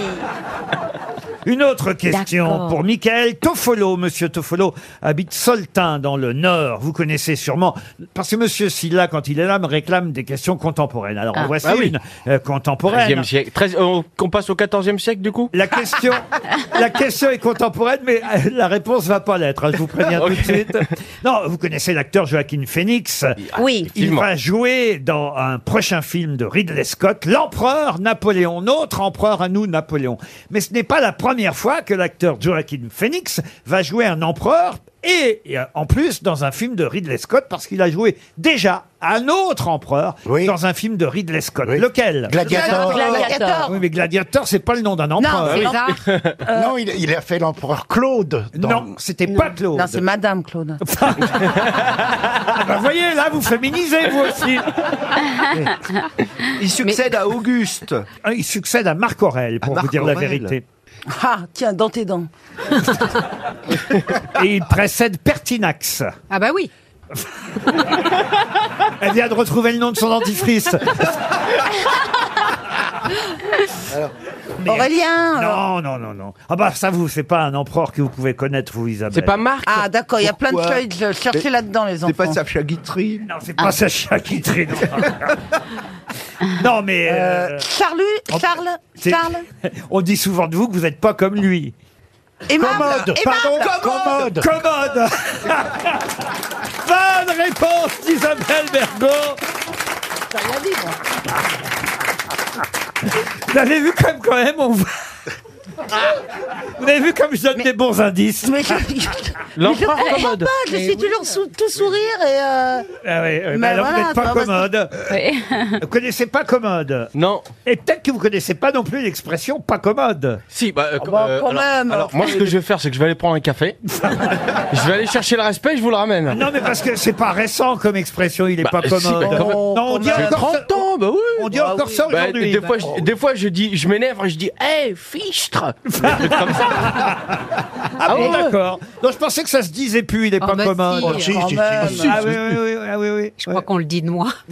Speaker 1: Une autre question
Speaker 20: D'accord.
Speaker 1: pour Michael Toffolo. Monsieur Toffolo habite Soltin dans le Nord. Vous connaissez sûrement parce que Monsieur Silla, quand il est là, me réclame des questions contemporaines. Alors
Speaker 2: Ah.
Speaker 1: en voici
Speaker 2: Ah oui.
Speaker 1: une euh, contemporaine.
Speaker 2: 13e siècle. 13 on, qu'on passe au 14e siècle du coup *laughs*
Speaker 1: La question, la question est contemporaine, mais euh, la réponse va pas l'être. hein, je vous préviens tout de suite. Non, vous connaissez l'acteur Joaquin Phoenix.
Speaker 2: Ah,
Speaker 20: Oui.
Speaker 1: Il
Speaker 20: effectivement.
Speaker 1: va jouer dans un prochain film de Ridley Scott, l'empereur Napoléon, notre empereur à nous, Napoléon. Mais ce n'est pas la première fois que l'acteur Joaquin Phoenix va jouer un empereur et et, euh, en plus dans un film de Ridley Scott parce qu'il a joué déjà un autre empereur dans un film de Ridley Scott. Lequel
Speaker 25: Gladiator.
Speaker 37: Ah,
Speaker 25: Gladiator.
Speaker 1: Oui, mais Gladiator, c'est pas le nom d'un empereur.
Speaker 2: euh,
Speaker 25: Non, il, il a fait l'empereur Claude.
Speaker 1: Non, c'était pas Claude.
Speaker 12: Non, c'est Madame
Speaker 1: *laughs*
Speaker 12: Claude.
Speaker 1: *laughs* Ah bah, voyez, là, vous féminisez,
Speaker 20: *laughs*
Speaker 1: vous aussi.
Speaker 37: Il succède à Auguste.
Speaker 1: Ah, Il succède à Marc Aurèle, pour vous
Speaker 37: Marc
Speaker 1: dire la
Speaker 37: Aurèle.
Speaker 1: vérité.
Speaker 12: *laughs* Ah, tiens, dans tes dents.
Speaker 1: Et il précède Pertinax.
Speaker 38: Ah bah oui.
Speaker 1: *laughs* Elle vient de retrouver le nom de son dentifrice. Mais-
Speaker 12: Aurélien, euh.
Speaker 1: Non, non, non, non. Ah bah ça, vous, c'est pas un empereur que vous pouvez connaître, vous, Isabelle.
Speaker 12: Marc Ah, d'accord, il y a plein de
Speaker 1: Pourquoi
Speaker 12: choses. euh, Cherchez
Speaker 1: Mais-
Speaker 12: là-dedans, les enfants. Ah.
Speaker 1: Sacha Guitry. Non, c'est pas Sacha Guitry. Non,
Speaker 12: *laughs*
Speaker 1: Non, mais... euh,
Speaker 12: Charles,
Speaker 1: on-
Speaker 12: Charles,
Speaker 1: c'est-
Speaker 12: Charles.
Speaker 1: *laughs* On dit souvent de vous que vous n'êtes pas comme lui.
Speaker 12: Aimable, aimable.
Speaker 1: pardon,
Speaker 12: Commode.
Speaker 1: commode. *laughs* Bonne réponse d'Isabelle Bergot. Vous avez vu comme quand même, on voit- Vous avez vu comme je donne des bons indices.
Speaker 12: Mais je, mais *laughs* je comprends pas, je
Speaker 1: Eh
Speaker 12: suis toujours sou- tout sourire et... euh,
Speaker 1: Ah oui, oui,
Speaker 12: Mais
Speaker 1: mais alors vous
Speaker 12: voilà,
Speaker 1: n'êtes pas
Speaker 12: bah, parce
Speaker 1: commode. *laughs* Vous connaissez pas commode
Speaker 2: Non.
Speaker 1: Et peut-être que vous connaissez pas non plus l'expression pas commode.
Speaker 2: Si, bah, euh,
Speaker 1: Ah bah,
Speaker 2: euh,
Speaker 1: quand
Speaker 2: alors,
Speaker 1: même.
Speaker 2: alors, moi, ce que *laughs* je vais faire, c'est que je vais aller prendre un
Speaker 1: *laughs*
Speaker 2: café. je vais aller chercher le respect et je vous le ramène.
Speaker 1: Non, mais parce que c'est pas récent comme expression, il est pas
Speaker 2: Bah,
Speaker 1: commode.
Speaker 2: si, bah, quand même.
Speaker 1: non, on dit
Speaker 2: J'ai
Speaker 1: encore
Speaker 2: 30
Speaker 1: ça,
Speaker 2: ans, bah oui.
Speaker 1: on dit
Speaker 39: Ah
Speaker 1: encore ça
Speaker 2: Bah,
Speaker 1: aujourd'hui.
Speaker 2: des, fois, je, des fois, je dis, je m'énerve et je dis, hé, fichtre Des trucs comme ça.
Speaker 1: Ah, bon,
Speaker 2: ouais.
Speaker 1: d'accord. Non, je pensais que ça se disait plus, il n'est
Speaker 20: Ah
Speaker 38: Oh,
Speaker 1: pas
Speaker 38: bah
Speaker 1: commun.
Speaker 38: si, Oh, si, quand si, si, même. si, si.
Speaker 1: Ah oui, oui, oui, ah oui, oui.
Speaker 38: Je crois qu'on le dit de moi.
Speaker 1: *laughs*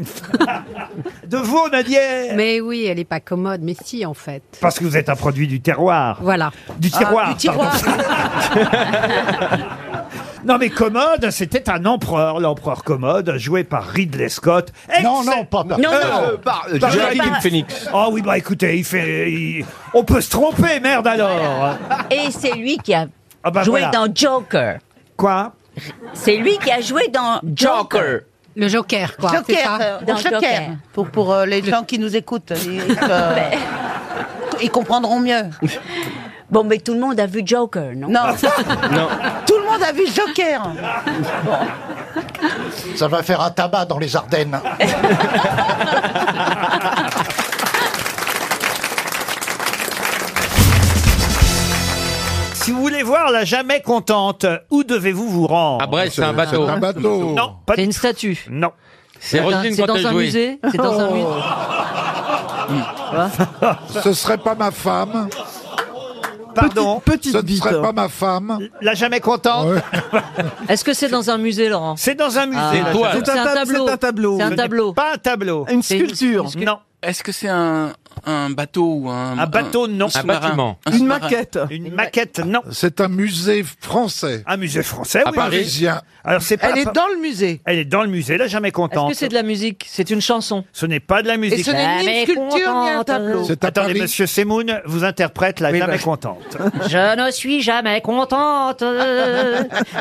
Speaker 1: De vous, on a dit. eh,
Speaker 38: Mais oui, elle est pas commode, mais si en fait.
Speaker 1: Parce que vous êtes un produit du terroir.
Speaker 38: Voilà.
Speaker 1: Du tiroir.
Speaker 38: Ah, du tiroir.
Speaker 1: pardon. *laughs* non, mais commode, c'était un empereur, l'empereur commode, joué par Ridley Scott. Non, non, pas
Speaker 37: Non, non. Euh, par- euh, Joaquin
Speaker 1: Phoenix. Ah oui, bah écoutez, il fait. il- On peut se tromper, merde alors.
Speaker 20: Et c'est lui qui a
Speaker 1: Ah bah
Speaker 20: joué
Speaker 1: voilà.
Speaker 20: dans Joker.
Speaker 1: Quoi
Speaker 20: C'est lui qui a joué dans Joker.
Speaker 38: Le Joker, quoi. c'est ça
Speaker 12: Joker, euh, dans Joker. Pour, pour euh, les gens qui nous écoutent, ils, euh, *laughs* ils comprendront mieux.
Speaker 20: Bon, mais tout le monde a vu Joker, *laughs* non
Speaker 12: Non. Tout le monde a vu Joker.
Speaker 25: Ça va faire un tabac dans les
Speaker 1: *laughs*
Speaker 25: Ardennes.
Speaker 1: Si vous voulez voir la jamais contente, où devez-vous vous rendre À
Speaker 13: Brest, c'est un bateau. C'est un bateau.
Speaker 1: Non, pas une statue. Non.
Speaker 13: C'est Roselyne quand elle jouait.
Speaker 1: C'est dans un musée.
Speaker 15: Ce serait pas ma femme.
Speaker 1: Pardon
Speaker 15: Ce ne serait pas ma femme.
Speaker 1: La jamais contente
Speaker 39: *laughs* Est-ce que c'est dans un musée, Laurent
Speaker 1: C'est dans un musée.
Speaker 39: Ah,
Speaker 1: la
Speaker 39: donc
Speaker 1: jamais-
Speaker 39: C'est un tableau.
Speaker 1: Ce n'est Pas un tableau.
Speaker 39: C'est un tableau.
Speaker 1: Pas un tableau.
Speaker 39: Une sculpture.
Speaker 1: Non.
Speaker 40: Est-ce que c'est un,
Speaker 20: un bateau ou un...
Speaker 1: Un bateau, non.
Speaker 20: sous-marin. Un sous-marin.
Speaker 1: Une maquette, non.
Speaker 15: C'est un musée français.
Speaker 1: Un musée français,
Speaker 15: À
Speaker 1: oui.
Speaker 15: Parisien.
Speaker 1: Alors, c'est pas-
Speaker 15: Elle est
Speaker 41: dans le musée.
Speaker 1: Elle est dans le musée, là, jamais contente.
Speaker 2: Est-ce que c'est de la musique C'est une chanson.
Speaker 1: Ce n'est pas de la musique. Bah,
Speaker 2: ce n'est ni une Jamais sculpture, ni un contente. tableau. C'est à
Speaker 1: Attendez,
Speaker 2: Paris.
Speaker 1: monsieur Semoun vous interprète la jamais
Speaker 15: bah.
Speaker 1: contente.
Speaker 2: Je ne suis jamais contente.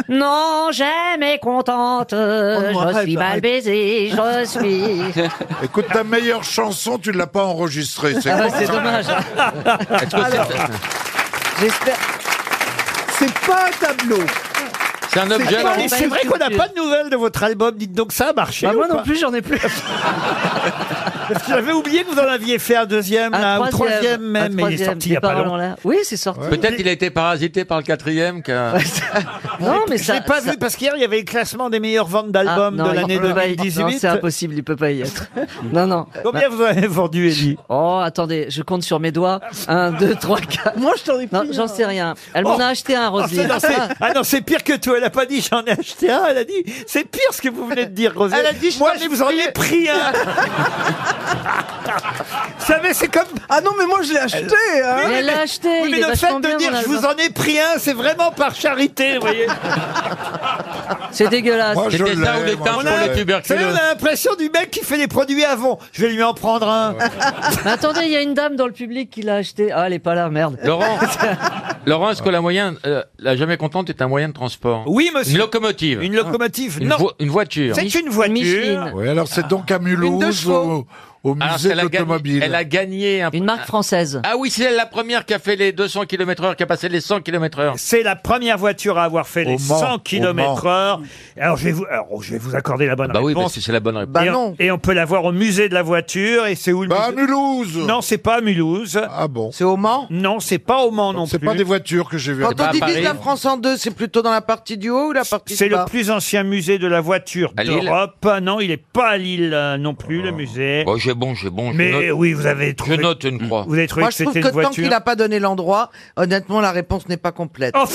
Speaker 2: Non, jamais contente. Je suis mal baisée. Je suis.
Speaker 15: *laughs* Écoute, ta meilleure chanson, tu l'as pas enregistrée. C'est
Speaker 2: Ah ouais,
Speaker 15: con,
Speaker 2: c'est
Speaker 15: ça.
Speaker 2: dommage.
Speaker 20: Alors,
Speaker 6: J'espère. C'est pas un tableau.
Speaker 1: C'est
Speaker 20: un objet, non
Speaker 1: C'est vrai qu'on n'a pas de nouvelles de votre album. Dites donc ça a marché.
Speaker 2: Bah, moi non
Speaker 1: plus, j'en ai plus. *laughs* Parce que j'avais oublié que vous en aviez fait un deuxième, là, ou troisième
Speaker 2: un
Speaker 1: même, mais il est
Speaker 2: troisième,
Speaker 1: sorti il n'y a
Speaker 2: des
Speaker 1: pas
Speaker 2: paroles en
Speaker 1: longtemps.
Speaker 2: l'air. Oui, c'est sorti.
Speaker 13: Peut-être il a été parasité par le quatrième.
Speaker 1: *laughs*
Speaker 13: qu'a-
Speaker 2: Non, mais ça.
Speaker 1: Je l'ai pas
Speaker 2: ça-
Speaker 1: vu parce qu'hier il y avait le classement des meilleures ventes d'albums
Speaker 2: Ah, non,
Speaker 1: de l'année
Speaker 2: il peut pas y-
Speaker 1: 2018.
Speaker 2: non, c'est impossible, il peut pas y
Speaker 1: *laughs*
Speaker 2: être. Non, non. Bah.
Speaker 1: Combien vous avez vendu, Ellie
Speaker 2: Oh, attendez, je compte sur mes doigts. Un, deux, trois, quatre. Moi, je t'en ai Non, j'en sais rien. Elle m'en
Speaker 1: Oh.
Speaker 2: a acheté un,
Speaker 1: Ah,
Speaker 2: Roselyne.
Speaker 1: c'est- non, c'est- ah non, c'est pire que tout. Elle n'a pas dit j'en ai acheté un. Elle a dit c'est pire ce que vous venez de dire, Roselyne.
Speaker 6: Elle a dit, je
Speaker 1: moi
Speaker 6: t'en
Speaker 1: je
Speaker 6: ai
Speaker 1: vous en ai pris
Speaker 6: *laughs*
Speaker 1: un. vous savez, c'est comme.
Speaker 6: Ah non, mais moi je l'ai acheté. hein.
Speaker 2: Mais elle l'a acheté,
Speaker 1: Oui,
Speaker 2: il
Speaker 1: mais
Speaker 2: est
Speaker 1: le fait
Speaker 2: vachement
Speaker 1: de
Speaker 2: bien,
Speaker 1: dire
Speaker 2: mon
Speaker 1: je vous en
Speaker 2: album.
Speaker 1: ai pris un, c'est vraiment par charité, vous voyez.
Speaker 2: *laughs* C'est dégueulasse.
Speaker 15: Moi, je
Speaker 13: C'était ça
Speaker 15: l'ai,
Speaker 13: ou des
Speaker 15: moi,
Speaker 13: tartes pour
Speaker 15: je
Speaker 13: les
Speaker 15: l'ai.
Speaker 1: Vous savez, on
Speaker 13: tuberculeux
Speaker 1: a l'impression du mec qui fait les produits avant. Je vais lui en prendre un.
Speaker 2: Mais attendez, il y a une dame dans le public qui l'a acheté. Ah, elle est pas là, merde.
Speaker 13: Laurent,
Speaker 1: *laughs*
Speaker 13: Laurent, est-ce que la moyenne, euh, la jamais contente est un moyen de transport
Speaker 1: Oui, monsieur.
Speaker 13: Une locomotive.
Speaker 1: Une locomotive,
Speaker 13: Une,
Speaker 1: non.
Speaker 13: vo- une voiture.
Speaker 1: C'est une voiture.
Speaker 2: Micheline.
Speaker 15: Oui, alors c'est donc à Mulhouse, au, au
Speaker 13: Alors,
Speaker 15: musée
Speaker 13: elle
Speaker 15: de
Speaker 13: a gagné-
Speaker 15: l'automobile.
Speaker 13: Elle a gagné un.
Speaker 2: Une marque française.
Speaker 13: Ah oui, c'est elle la première qui a fait les 200 km heure, qui a passé les 100 km heure.
Speaker 1: C'est la première voiture à avoir fait
Speaker 15: Au
Speaker 1: les
Speaker 15: Mans,
Speaker 1: 100
Speaker 15: au
Speaker 1: km
Speaker 15: Mans.
Speaker 1: heure. Alors je vais vous, alors, je vais vous accorder la bonne
Speaker 13: Bah oui, parce
Speaker 1: réponse.
Speaker 13: que c'est la bonne réponse.
Speaker 1: et, on- et On, peut la voir au musée de la voiture. Et c'est où le
Speaker 15: Bah, à
Speaker 1: musée
Speaker 15: Mulhouse
Speaker 1: Non, c'est pas à Mulhouse.
Speaker 15: Ah bon
Speaker 6: C'est au Mans
Speaker 1: Non, c'est pas au Mans non
Speaker 15: C'est
Speaker 1: plus.
Speaker 15: pas des voitures que j'ai vues.
Speaker 13: C'est pas
Speaker 6: Quand on
Speaker 13: à
Speaker 6: divise
Speaker 13: Paris.
Speaker 6: la France en deux, c'est plutôt dans la partie du haut ou la partie
Speaker 1: C'est
Speaker 6: du
Speaker 1: le
Speaker 6: bas
Speaker 1: plus ancien musée de la voiture
Speaker 13: À Lille Ah.
Speaker 1: d'Europe. Ah Non, il est pas à Lille euh, non plus, le musée.
Speaker 13: Bon, j'ai bon, j'ai bon. je
Speaker 1: Mais
Speaker 13: note-
Speaker 1: oui, vous avez trouvé-
Speaker 13: Je note une croix.
Speaker 1: Vous avez trouvé
Speaker 6: Moi,
Speaker 1: que
Speaker 6: je
Speaker 1: c'était
Speaker 6: trouve
Speaker 1: une
Speaker 6: que tant
Speaker 1: voiture
Speaker 6: qu'il n'a pas donné l'endroit, honnêtement, la réponse n'est pas complète.
Speaker 1: Oh,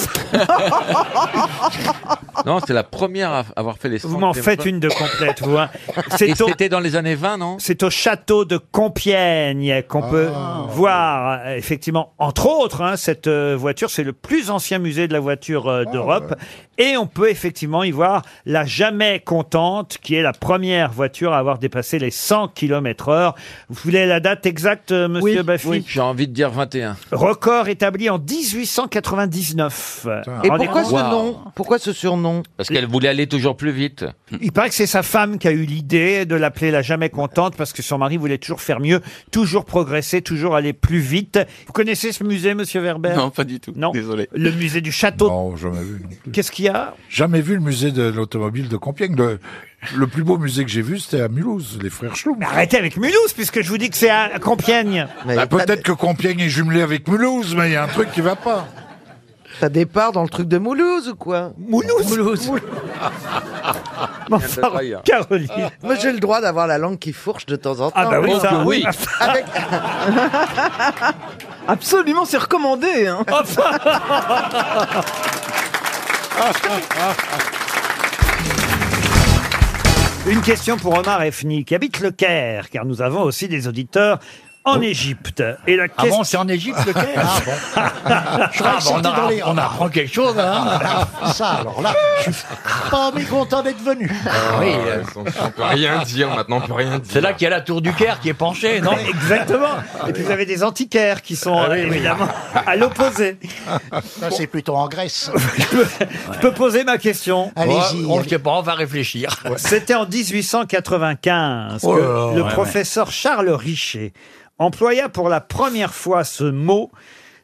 Speaker 13: Non, c'est la première à avoir fait les 100
Speaker 1: Vous m'en
Speaker 13: km/h.
Speaker 1: faites une de complète, vous. hein.
Speaker 13: *laughs* Et
Speaker 1: C'est au,
Speaker 13: C'était dans les années 20, non
Speaker 1: c'est au château de Compiègne qu'on peut voir, euh, effectivement, entre autres, hein, cette euh, voiture. C'est le plus ancien musée de la voiture euh, d'Europe. Et on peut effectivement y voir la Jamais Contente, qui est la première voiture à avoir dépassé les 100 km heure. Vous voulez la date exacte, euh, monsieur Baffy
Speaker 13: Oui, j'ai envie de dire 21.
Speaker 1: Record établi en 1899.
Speaker 6: Et
Speaker 13: Ah,
Speaker 1: Rendez
Speaker 6: pourquoi ce
Speaker 1: compte
Speaker 13: Wow.
Speaker 6: nom Pourquoi ce surnom
Speaker 13: Parce qu'elle voulait aller toujours plus vite.
Speaker 1: Il paraît que c'est sa femme qui a eu l'idée de l'appeler la jamais contente parce que son mari voulait toujours faire mieux, toujours progresser, toujours aller plus vite. Vous connaissez ce musée, monsieur Werber
Speaker 20: Non, pas du tout.
Speaker 1: Non.
Speaker 20: Désolé.
Speaker 1: Le musée du château.
Speaker 15: Non, jamais vu. non plus.
Speaker 1: Qu'est-ce qu'il y a
Speaker 15: Jamais vu le musée de l'automobile de Compiègne. Le, le plus beau musée que j'ai vu, c'était à Mulhouse, les frères Schlum.
Speaker 1: Mais arrêtez avec Mulhouse puisque je vous dis que c'est à Compiègne.
Speaker 15: Bah, Peut-être que Compiègne est jumelé avec Mulhouse, mais il y a un truc qui va pas.
Speaker 6: T'as des parts dans le truc de Moulouse ou quoi
Speaker 1: Mulhouse. Mais *laughs* enfin,
Speaker 13: hein.
Speaker 1: Caroline.
Speaker 6: Ah. Moi, j'ai le droit d'avoir la langue qui fourche de temps en temps.
Speaker 1: Ah bah oui,
Speaker 13: Oh
Speaker 1: ça. Ah,
Speaker 13: que oui.
Speaker 6: Avec-
Speaker 1: *laughs* Absolument, c'est recommandé.
Speaker 3: hein.
Speaker 1: Une question pour Omar Efni, qui habite le Caire, car nous avons aussi des auditeurs en Égypte. Et la
Speaker 8: Oh. Ah
Speaker 1: question...
Speaker 8: bon, c'est en Égypte le Caire Ah
Speaker 1: *laughs*
Speaker 8: bon. Ah, bah, on,
Speaker 1: c'était
Speaker 8: a-
Speaker 1: dans les- Ah,
Speaker 8: on apprend quelque chose. Hein. Ça, alors là, je suis pas mécontent d'être venu.
Speaker 42: Ah
Speaker 13: Ah
Speaker 42: oui, on, on peut rien dire maintenant, on peut rien dire.
Speaker 8: C'est là qu'il y a la tour du Caire qui est penchée, non
Speaker 1: Exactement. Et puis vous avez des antiquaires qui sont
Speaker 8: Ah oui, oui.
Speaker 1: évidemment à l'opposé.
Speaker 8: Ça, c'est plutôt en Grèce.
Speaker 1: Je peux poser ma question.
Speaker 8: Allez-y. on ne sait pas, on va réfléchir.
Speaker 1: C'était en 1895 que
Speaker 8: Oh là là,
Speaker 1: le
Speaker 8: ouais,
Speaker 1: professeur Charles Richer employa pour la première fois ce mot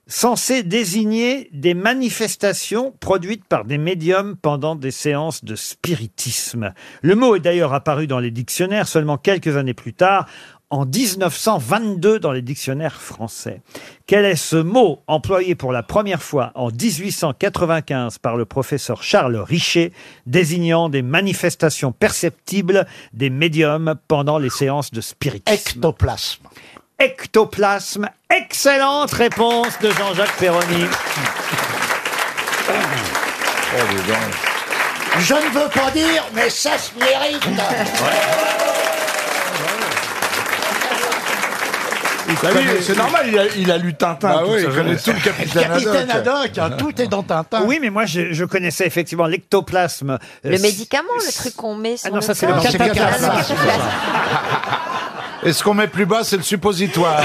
Speaker 1: censé désigner des manifestations produites par des médiums pendant des séances de spiritisme. Le mot est d'ailleurs apparu dans les dictionnaires seulement quelques années plus tard, en 1922 dans les dictionnaires français. Quel est ce mot employé pour la première fois en 1895 par le professeur Charles Richer, désignant des manifestations perceptibles des médiums pendant les séances de spiritisme
Speaker 8: Ectoplasme.
Speaker 1: Ectoplasme. Excellente réponse de Jean-Jacques Perroni.
Speaker 8: Je ne veux pas dire, mais ça se
Speaker 2: Bah,
Speaker 8: mérite.
Speaker 31: Bah oui,
Speaker 15: connaît-
Speaker 31: c'est normal, il a, il a lu Tintin.
Speaker 15: Bah
Speaker 31: toute
Speaker 15: oui,
Speaker 31: sa
Speaker 15: il connaît
Speaker 31: jeunesse.
Speaker 15: tout le Capitaine
Speaker 1: Capitaine
Speaker 15: Haddock.
Speaker 1: Haddock, hein, tout est dans Tintin. Oui, mais moi, je, je connaissais effectivement l'ectoplasme. euh,
Speaker 3: Le
Speaker 1: c-
Speaker 3: médicament, le truc qu'on met sur
Speaker 1: Ah non, ça, c'est
Speaker 3: corps.
Speaker 1: le cataplasme.
Speaker 3: Ah, le cataplasme.
Speaker 15: Et ce qu'on met plus bas, c'est le
Speaker 1: *laughs*
Speaker 15: suppositoire.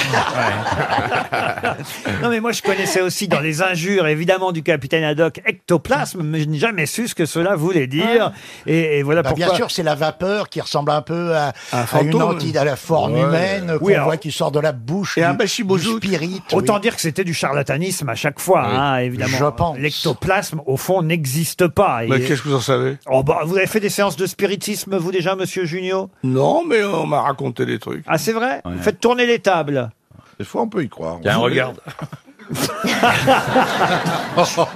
Speaker 1: Non, mais moi, je connaissais aussi dans les injures, évidemment, du capitaine Haddock, ectoplasme, mais je n'ai jamais su ce que cela voulait dire. Et, et voilà
Speaker 2: Bah,
Speaker 1: pourquoi.
Speaker 2: bien sûr, c'est la vapeur qui ressemble un peu à, à une
Speaker 1: fantôme.
Speaker 2: entité, à la forme
Speaker 1: Ouais.
Speaker 2: humaine
Speaker 1: Oui,
Speaker 2: qu'on
Speaker 1: alors-
Speaker 2: voit qui sort de la bouche.
Speaker 1: Et un
Speaker 2: du-
Speaker 1: bachibozouk.
Speaker 2: du spirit. *laughs*
Speaker 1: Autant
Speaker 2: oui.
Speaker 1: dire que c'était du charlatanisme à chaque fois, hein, évidemment. L'ectoplasme, au fond, n'existe pas. Et-
Speaker 31: Mais qu'est-ce que vous en savez
Speaker 1: Oh, bah, vous avez fait des séances de spiritisme, vous déjà, monsieur Junio
Speaker 31: Non, mais on m'a raconté des trucs.
Speaker 1: Ah, c'est vrai Vous faites tourner les tables.
Speaker 15: Des fois, on peut y croire.
Speaker 31: Tiens,
Speaker 15: *laughs*
Speaker 31: regarde.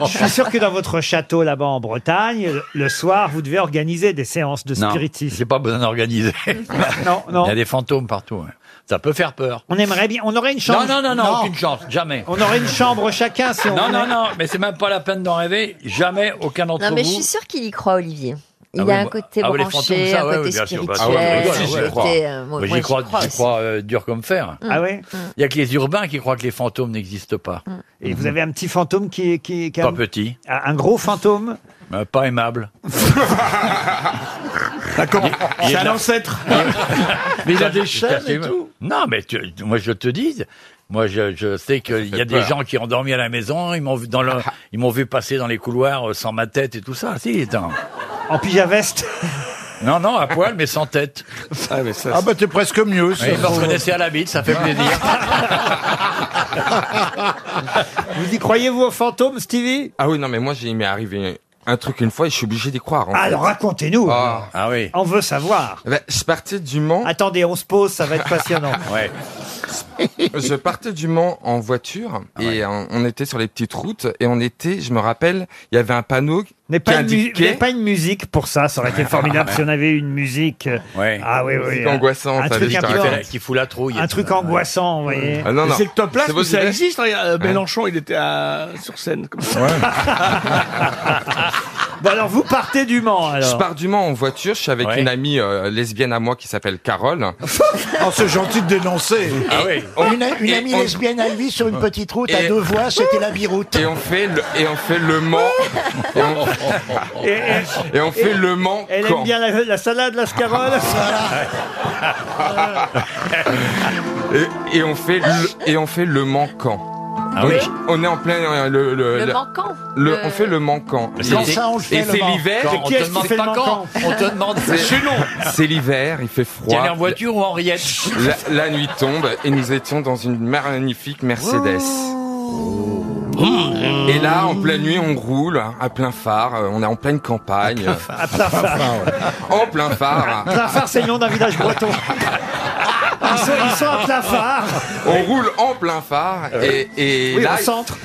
Speaker 1: Je suis sûr que dans votre château là-bas en Bretagne, le soir, vous devez organiser des séances de
Speaker 8: Non,
Speaker 1: spiritisme.
Speaker 8: j'ai pas besoin d'organiser.
Speaker 1: *laughs* non, non.
Speaker 8: Il y a des fantômes partout. ouais. Ça peut faire peur.
Speaker 1: On aimerait bien, on aurait une
Speaker 8: Non,
Speaker 1: chambre.
Speaker 8: non, non, non, aucune chance, jamais.
Speaker 1: On aurait une chambre chacun si on
Speaker 8: Non, non,
Speaker 1: venait.
Speaker 8: non, mais c'est même pas la peine d'en rêver. Jamais, aucun d'entre
Speaker 3: Non,
Speaker 8: vous.
Speaker 3: mais je suis sûre qu'il y croit, Olivier. Il
Speaker 8: Ah
Speaker 3: y a
Speaker 8: oui,
Speaker 3: un
Speaker 8: bah-
Speaker 3: côté
Speaker 8: ah oui, les fantômes,
Speaker 3: branché,
Speaker 8: ça,
Speaker 3: un
Speaker 8: ouais,
Speaker 3: côté
Speaker 8: oui, bien sûr.
Speaker 3: spirituel.
Speaker 8: Bah, ouais, je rigole,
Speaker 3: un
Speaker 8: ouais.
Speaker 3: côté, euh, moi,
Speaker 8: Mais
Speaker 3: moi,
Speaker 8: j'y crois, j'y
Speaker 3: aussi.
Speaker 8: crois euh, dur comme fer.
Speaker 1: Ah ouais
Speaker 3: Mm.
Speaker 8: Il y a que les urbains qui croient que les fantômes n'existent pas.
Speaker 1: Et vous avez un petit fantôme qui est. Qui, qui a-
Speaker 8: Pas petit.
Speaker 1: Un un gros fantôme
Speaker 8: Euh, Pas aimable.
Speaker 1: *laughs*
Speaker 31: D'accord.
Speaker 8: il y
Speaker 31: C'est
Speaker 8: a
Speaker 31: un
Speaker 8: de la-
Speaker 31: ancêtre.
Speaker 8: Mais il a
Speaker 31: des chaînes et tout.
Speaker 8: Non, mais tu- moi je te dis, moi je, je sais qu'il y a des
Speaker 31: peur. Ah.
Speaker 8: gens qui ont dormi à la maison, ils m'ont vu dans le, ils m'ont vu passer dans les couloirs euh, sans ma tête et tout ça. Si, attends.
Speaker 1: En pyjama veste.
Speaker 8: Non, non, à poil, mais sans tête.
Speaker 31: Ah, mais ça,
Speaker 8: ah bah t'es presque mieux.
Speaker 31: ça.
Speaker 8: Ils me reconnaissaient à la bite, ça fait plaisir.
Speaker 1: *laughs* Vous y croyez-vous aux fantômes, Stevie
Speaker 13: Ah oui, non, mais moi, il m'est arrivé un truc une fois et je suis obligé d'y croire. en
Speaker 1: Alors
Speaker 13: fait.
Speaker 1: racontez-nous.
Speaker 13: Ah.
Speaker 8: oui.
Speaker 1: On veut savoir.
Speaker 13: Ben, je partais du Mans.
Speaker 1: Attendez, on se pose, ça va être
Speaker 13: *laughs*
Speaker 1: passionnant.
Speaker 8: ouais.
Speaker 13: je partais du Mans en voiture et on, on était sur les petites routes et on était, je me rappelle, il y avait un panneau
Speaker 1: N'est
Speaker 13: qui
Speaker 1: pas, une mu-
Speaker 13: indiquait.
Speaker 1: n'est pas une musique pour ça, ça aurait été formidable si on avait eu une musique. euh, Ah oui, oui.
Speaker 13: Musique angoissante,
Speaker 1: Un
Speaker 13: allez,
Speaker 1: truc,
Speaker 13: je
Speaker 1: un peu-
Speaker 13: t'arrête.
Speaker 8: Qui fout la trouille.
Speaker 1: un truc angoissant, vous voyez.
Speaker 13: Ah non, non.
Speaker 31: C'est le top
Speaker 13: C'est vos
Speaker 31: ça
Speaker 13: idées
Speaker 31: existe. regarde, euh,
Speaker 16: Hein
Speaker 13: Ouais.
Speaker 31: Mélenchon, il était à- sur scène comme ça. *laughs*
Speaker 1: Bon Bah alors vous partez du Mans alors.
Speaker 13: Je pars du Mans en voiture, je suis avec une amie euh, lesbienne à moi qui s'appelle Carole.
Speaker 15: Oh, c'est gentil de dénoncer.
Speaker 13: Ah oui.
Speaker 2: Une, une amie lesbienne à lui sur une petite route à
Speaker 13: Et-
Speaker 2: deux voies, c'était la biroute.
Speaker 13: Et on fait le, et on fait le Mans. Et on, et on fait le Mans.
Speaker 1: Elle
Speaker 13: Caen.
Speaker 1: aime bien la, la salade, la scarole.
Speaker 13: *laughs* et, et on fait le, et on fait le manquant.
Speaker 8: Ah oui.
Speaker 13: On est en plein euh, le
Speaker 3: Le
Speaker 13: la-
Speaker 3: manquant.
Speaker 13: le-
Speaker 3: Le-
Speaker 13: on fait le manquant.
Speaker 8: Mais Quand c'est- ça, on le fait,
Speaker 13: Et
Speaker 8: le
Speaker 13: c'est
Speaker 8: Mans.
Speaker 13: l'hiver.
Speaker 8: Quand on Qui te est-ce qui demande fait le pas Mans quand, on te demande.
Speaker 13: C'est-
Speaker 8: Chez nous.
Speaker 13: C'est l'hiver, il fait
Speaker 8: T'es
Speaker 13: froid.
Speaker 8: allé en voiture ou en rillette
Speaker 13: La, la nuit tombe et nous étions dans une magnifique Mercedes. Et là, en pleine nuit, on roule à plein phare. euh, On est en pleine campagne.
Speaker 1: À plein phare.
Speaker 13: En plein phare.
Speaker 1: Plein phare, c'est le nom d'un village breton. Ils sont, ils sont à plein phare.
Speaker 13: On roule en plein phare et, et
Speaker 1: Ah Oui,
Speaker 13: là,
Speaker 1: au centre.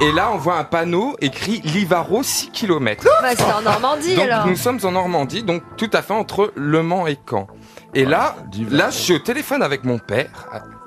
Speaker 13: Et, et là, on voit un panneau écrit Livaro 6 km.
Speaker 3: Bah, c'est en Normandie,
Speaker 13: donc,
Speaker 3: alors.
Speaker 13: Nous sommes en Normandie, donc tout à fait entre Le Mans et Caen. Et là, là, je suis au téléphone avec mon père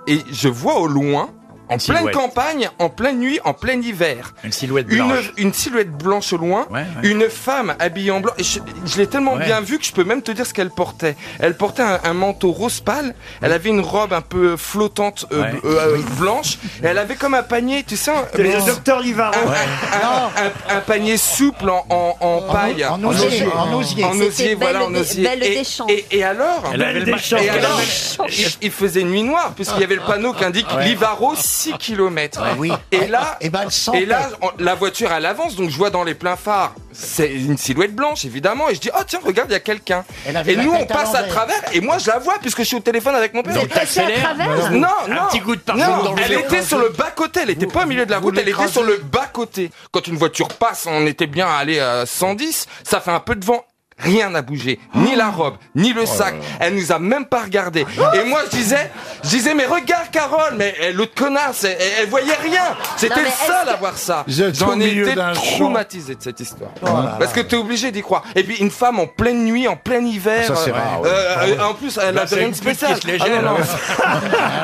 Speaker 13: et je vois au loin, en pleine
Speaker 8: silhouette.
Speaker 13: campagne, en pleine nuit, en plein hiver,
Speaker 8: Une silhouette
Speaker 13: une,
Speaker 8: blanche.
Speaker 13: une silhouette blanche au loin, une femme habillée en blanc. Et je je l'ai tellement
Speaker 8: Ouais.
Speaker 13: bien vue que je peux même te dire ce qu'elle portait. Elle portait un, un manteau rose pâle, elle avait une robe un peu flottante euh,
Speaker 8: Ouais.
Speaker 13: euh, euh, blanche, et elle avait comme un panier, tu sais, un,
Speaker 1: C'est le docteur Livaro.
Speaker 13: un- un- un- un panier souple en, en- en paille.
Speaker 2: en osier, en osier.
Speaker 13: En
Speaker 2: C'était
Speaker 13: osier, voilà,
Speaker 2: Belle
Speaker 13: en
Speaker 2: des-
Speaker 13: osier.
Speaker 2: Belle
Speaker 13: Et-
Speaker 2: Deschamps.
Speaker 13: et, et alors
Speaker 2: Elle avait le Belle Deschamps.
Speaker 13: Et
Speaker 2: Belle
Speaker 13: alors,
Speaker 2: Deschamps.
Speaker 13: il, il faisait nuit noire, puisqu'il y avait le panneau qui indique
Speaker 2: Ouais.
Speaker 13: Livaro 6 km.
Speaker 2: oui.
Speaker 13: Et là,
Speaker 2: Eh ben, elle sent
Speaker 13: et là, on- la voiture, elle avance, donc je vois dans les pleins phares, c'est une silhouette blanche, évidemment, et je dis, oh tiens, regarde, il y a quelqu'un.
Speaker 2: Elle avait
Speaker 13: Et
Speaker 2: la
Speaker 13: nous, on
Speaker 2: tête à
Speaker 13: passe à
Speaker 2: l'envers.
Speaker 13: travers, et moi, je la vois, puisque je suis au téléphone avec mon père.
Speaker 2: Donc, Vous êtes passé à t'accélères travers
Speaker 13: Non, non.
Speaker 2: Un petit coup de parfum dans
Speaker 13: non.
Speaker 2: le
Speaker 13: Elle
Speaker 2: vélo.
Speaker 13: était sur le bas-côté, elle était pas au milieu de la route, elle était
Speaker 2: l'écrasez.
Speaker 13: sur le bas-côté. Quand une voiture passe, on était bien allé à 110, ça fait un peu de vent. Rien n'a bougé, ni la robe, ni
Speaker 15: Oh
Speaker 13: le sac. Elle nous a même pas regardé. Et moi, je disais, je disais, mais regarde Carole, mais elle, l'autre connasse, elle, elle voyait rien.
Speaker 3: Non,
Speaker 13: C'était
Speaker 3: mais
Speaker 13: le
Speaker 3: est-ce
Speaker 13: seul
Speaker 3: que-
Speaker 13: à voir ça.
Speaker 15: Vous êtes au
Speaker 13: Ah, J'en ai
Speaker 15: milieu
Speaker 13: été
Speaker 15: d'un champ.
Speaker 13: traumatisé de cette histoire.
Speaker 15: Oh là là.
Speaker 13: Parce que t'es obligé d'y croire. Et puis une femme en pleine nuit, en plein hiver.
Speaker 15: Ça, c'est
Speaker 13: euh,
Speaker 15: rare, ouais.
Speaker 13: euh,
Speaker 15: Ah ouais.
Speaker 13: En plus, elle
Speaker 15: Là,
Speaker 13: a
Speaker 15: c'est
Speaker 13: rien
Speaker 15: une
Speaker 13: de
Speaker 15: pute qui
Speaker 13: spécial.
Speaker 15: se légère,
Speaker 13: Ah non, non.
Speaker 15: là. *laughs*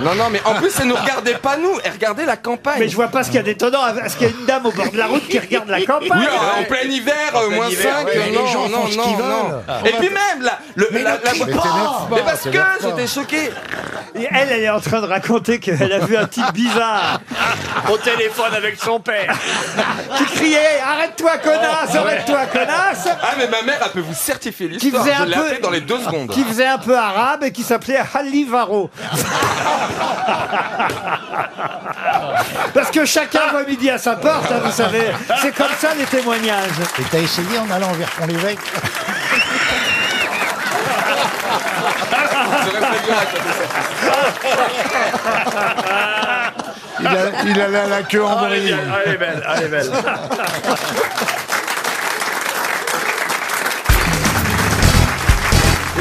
Speaker 13: Non, non, mais en plus, elle nous regardait pas nous, elle regardait la campagne.
Speaker 1: Mais je vois pas ce qu'il y a d'étonnant. Est-ce qu'il y a une dame au bord de la route qui regarde la campagne
Speaker 13: Oui, Euh, en en plein hiver,
Speaker 1: Ah En
Speaker 13: euh,
Speaker 1: plein
Speaker 13: moins 5,
Speaker 1: hiver, ouais. Mais les
Speaker 13: non,
Speaker 1: gens
Speaker 13: non,
Speaker 1: font ce
Speaker 13: non,
Speaker 1: qu'ils
Speaker 13: non.
Speaker 1: veulent.
Speaker 13: Et
Speaker 1: On
Speaker 13: puis
Speaker 1: va-
Speaker 13: même, la, le,
Speaker 1: Mais
Speaker 13: la,
Speaker 1: ne
Speaker 13: la-
Speaker 1: crie
Speaker 13: Mais
Speaker 1: pas.
Speaker 13: parce que
Speaker 1: t'énerve pas.
Speaker 13: j'étais choqué.
Speaker 1: Et elle, elle est en train de raconter qu'elle a vu un type bizarre
Speaker 30: Au téléphone avec son père.
Speaker 1: qui criait Arrête-toi, connasse Arrête-toi, connasse
Speaker 13: Ah, mais ma mère, elle peut vous certifier
Speaker 1: Qui
Speaker 13: l'histoire.
Speaker 1: faisait,
Speaker 13: Je
Speaker 1: un
Speaker 13: l'ai appelée
Speaker 1: peu,
Speaker 13: dans les deux secondes.
Speaker 1: qui faisait un peu arabe et qui s'appelait Halivaro. *laughs* Parce que chacun voit midi à sa porte, hein, vous savez. C'est comme ça les témoignages.
Speaker 2: Et t'as essayé en allant vers ton
Speaker 1: *laughs*
Speaker 2: évêque
Speaker 15: Il, a- il allait à la queue en
Speaker 30: Ah, elle est
Speaker 15: brie.
Speaker 30: bien, elle est belle, elle est belle.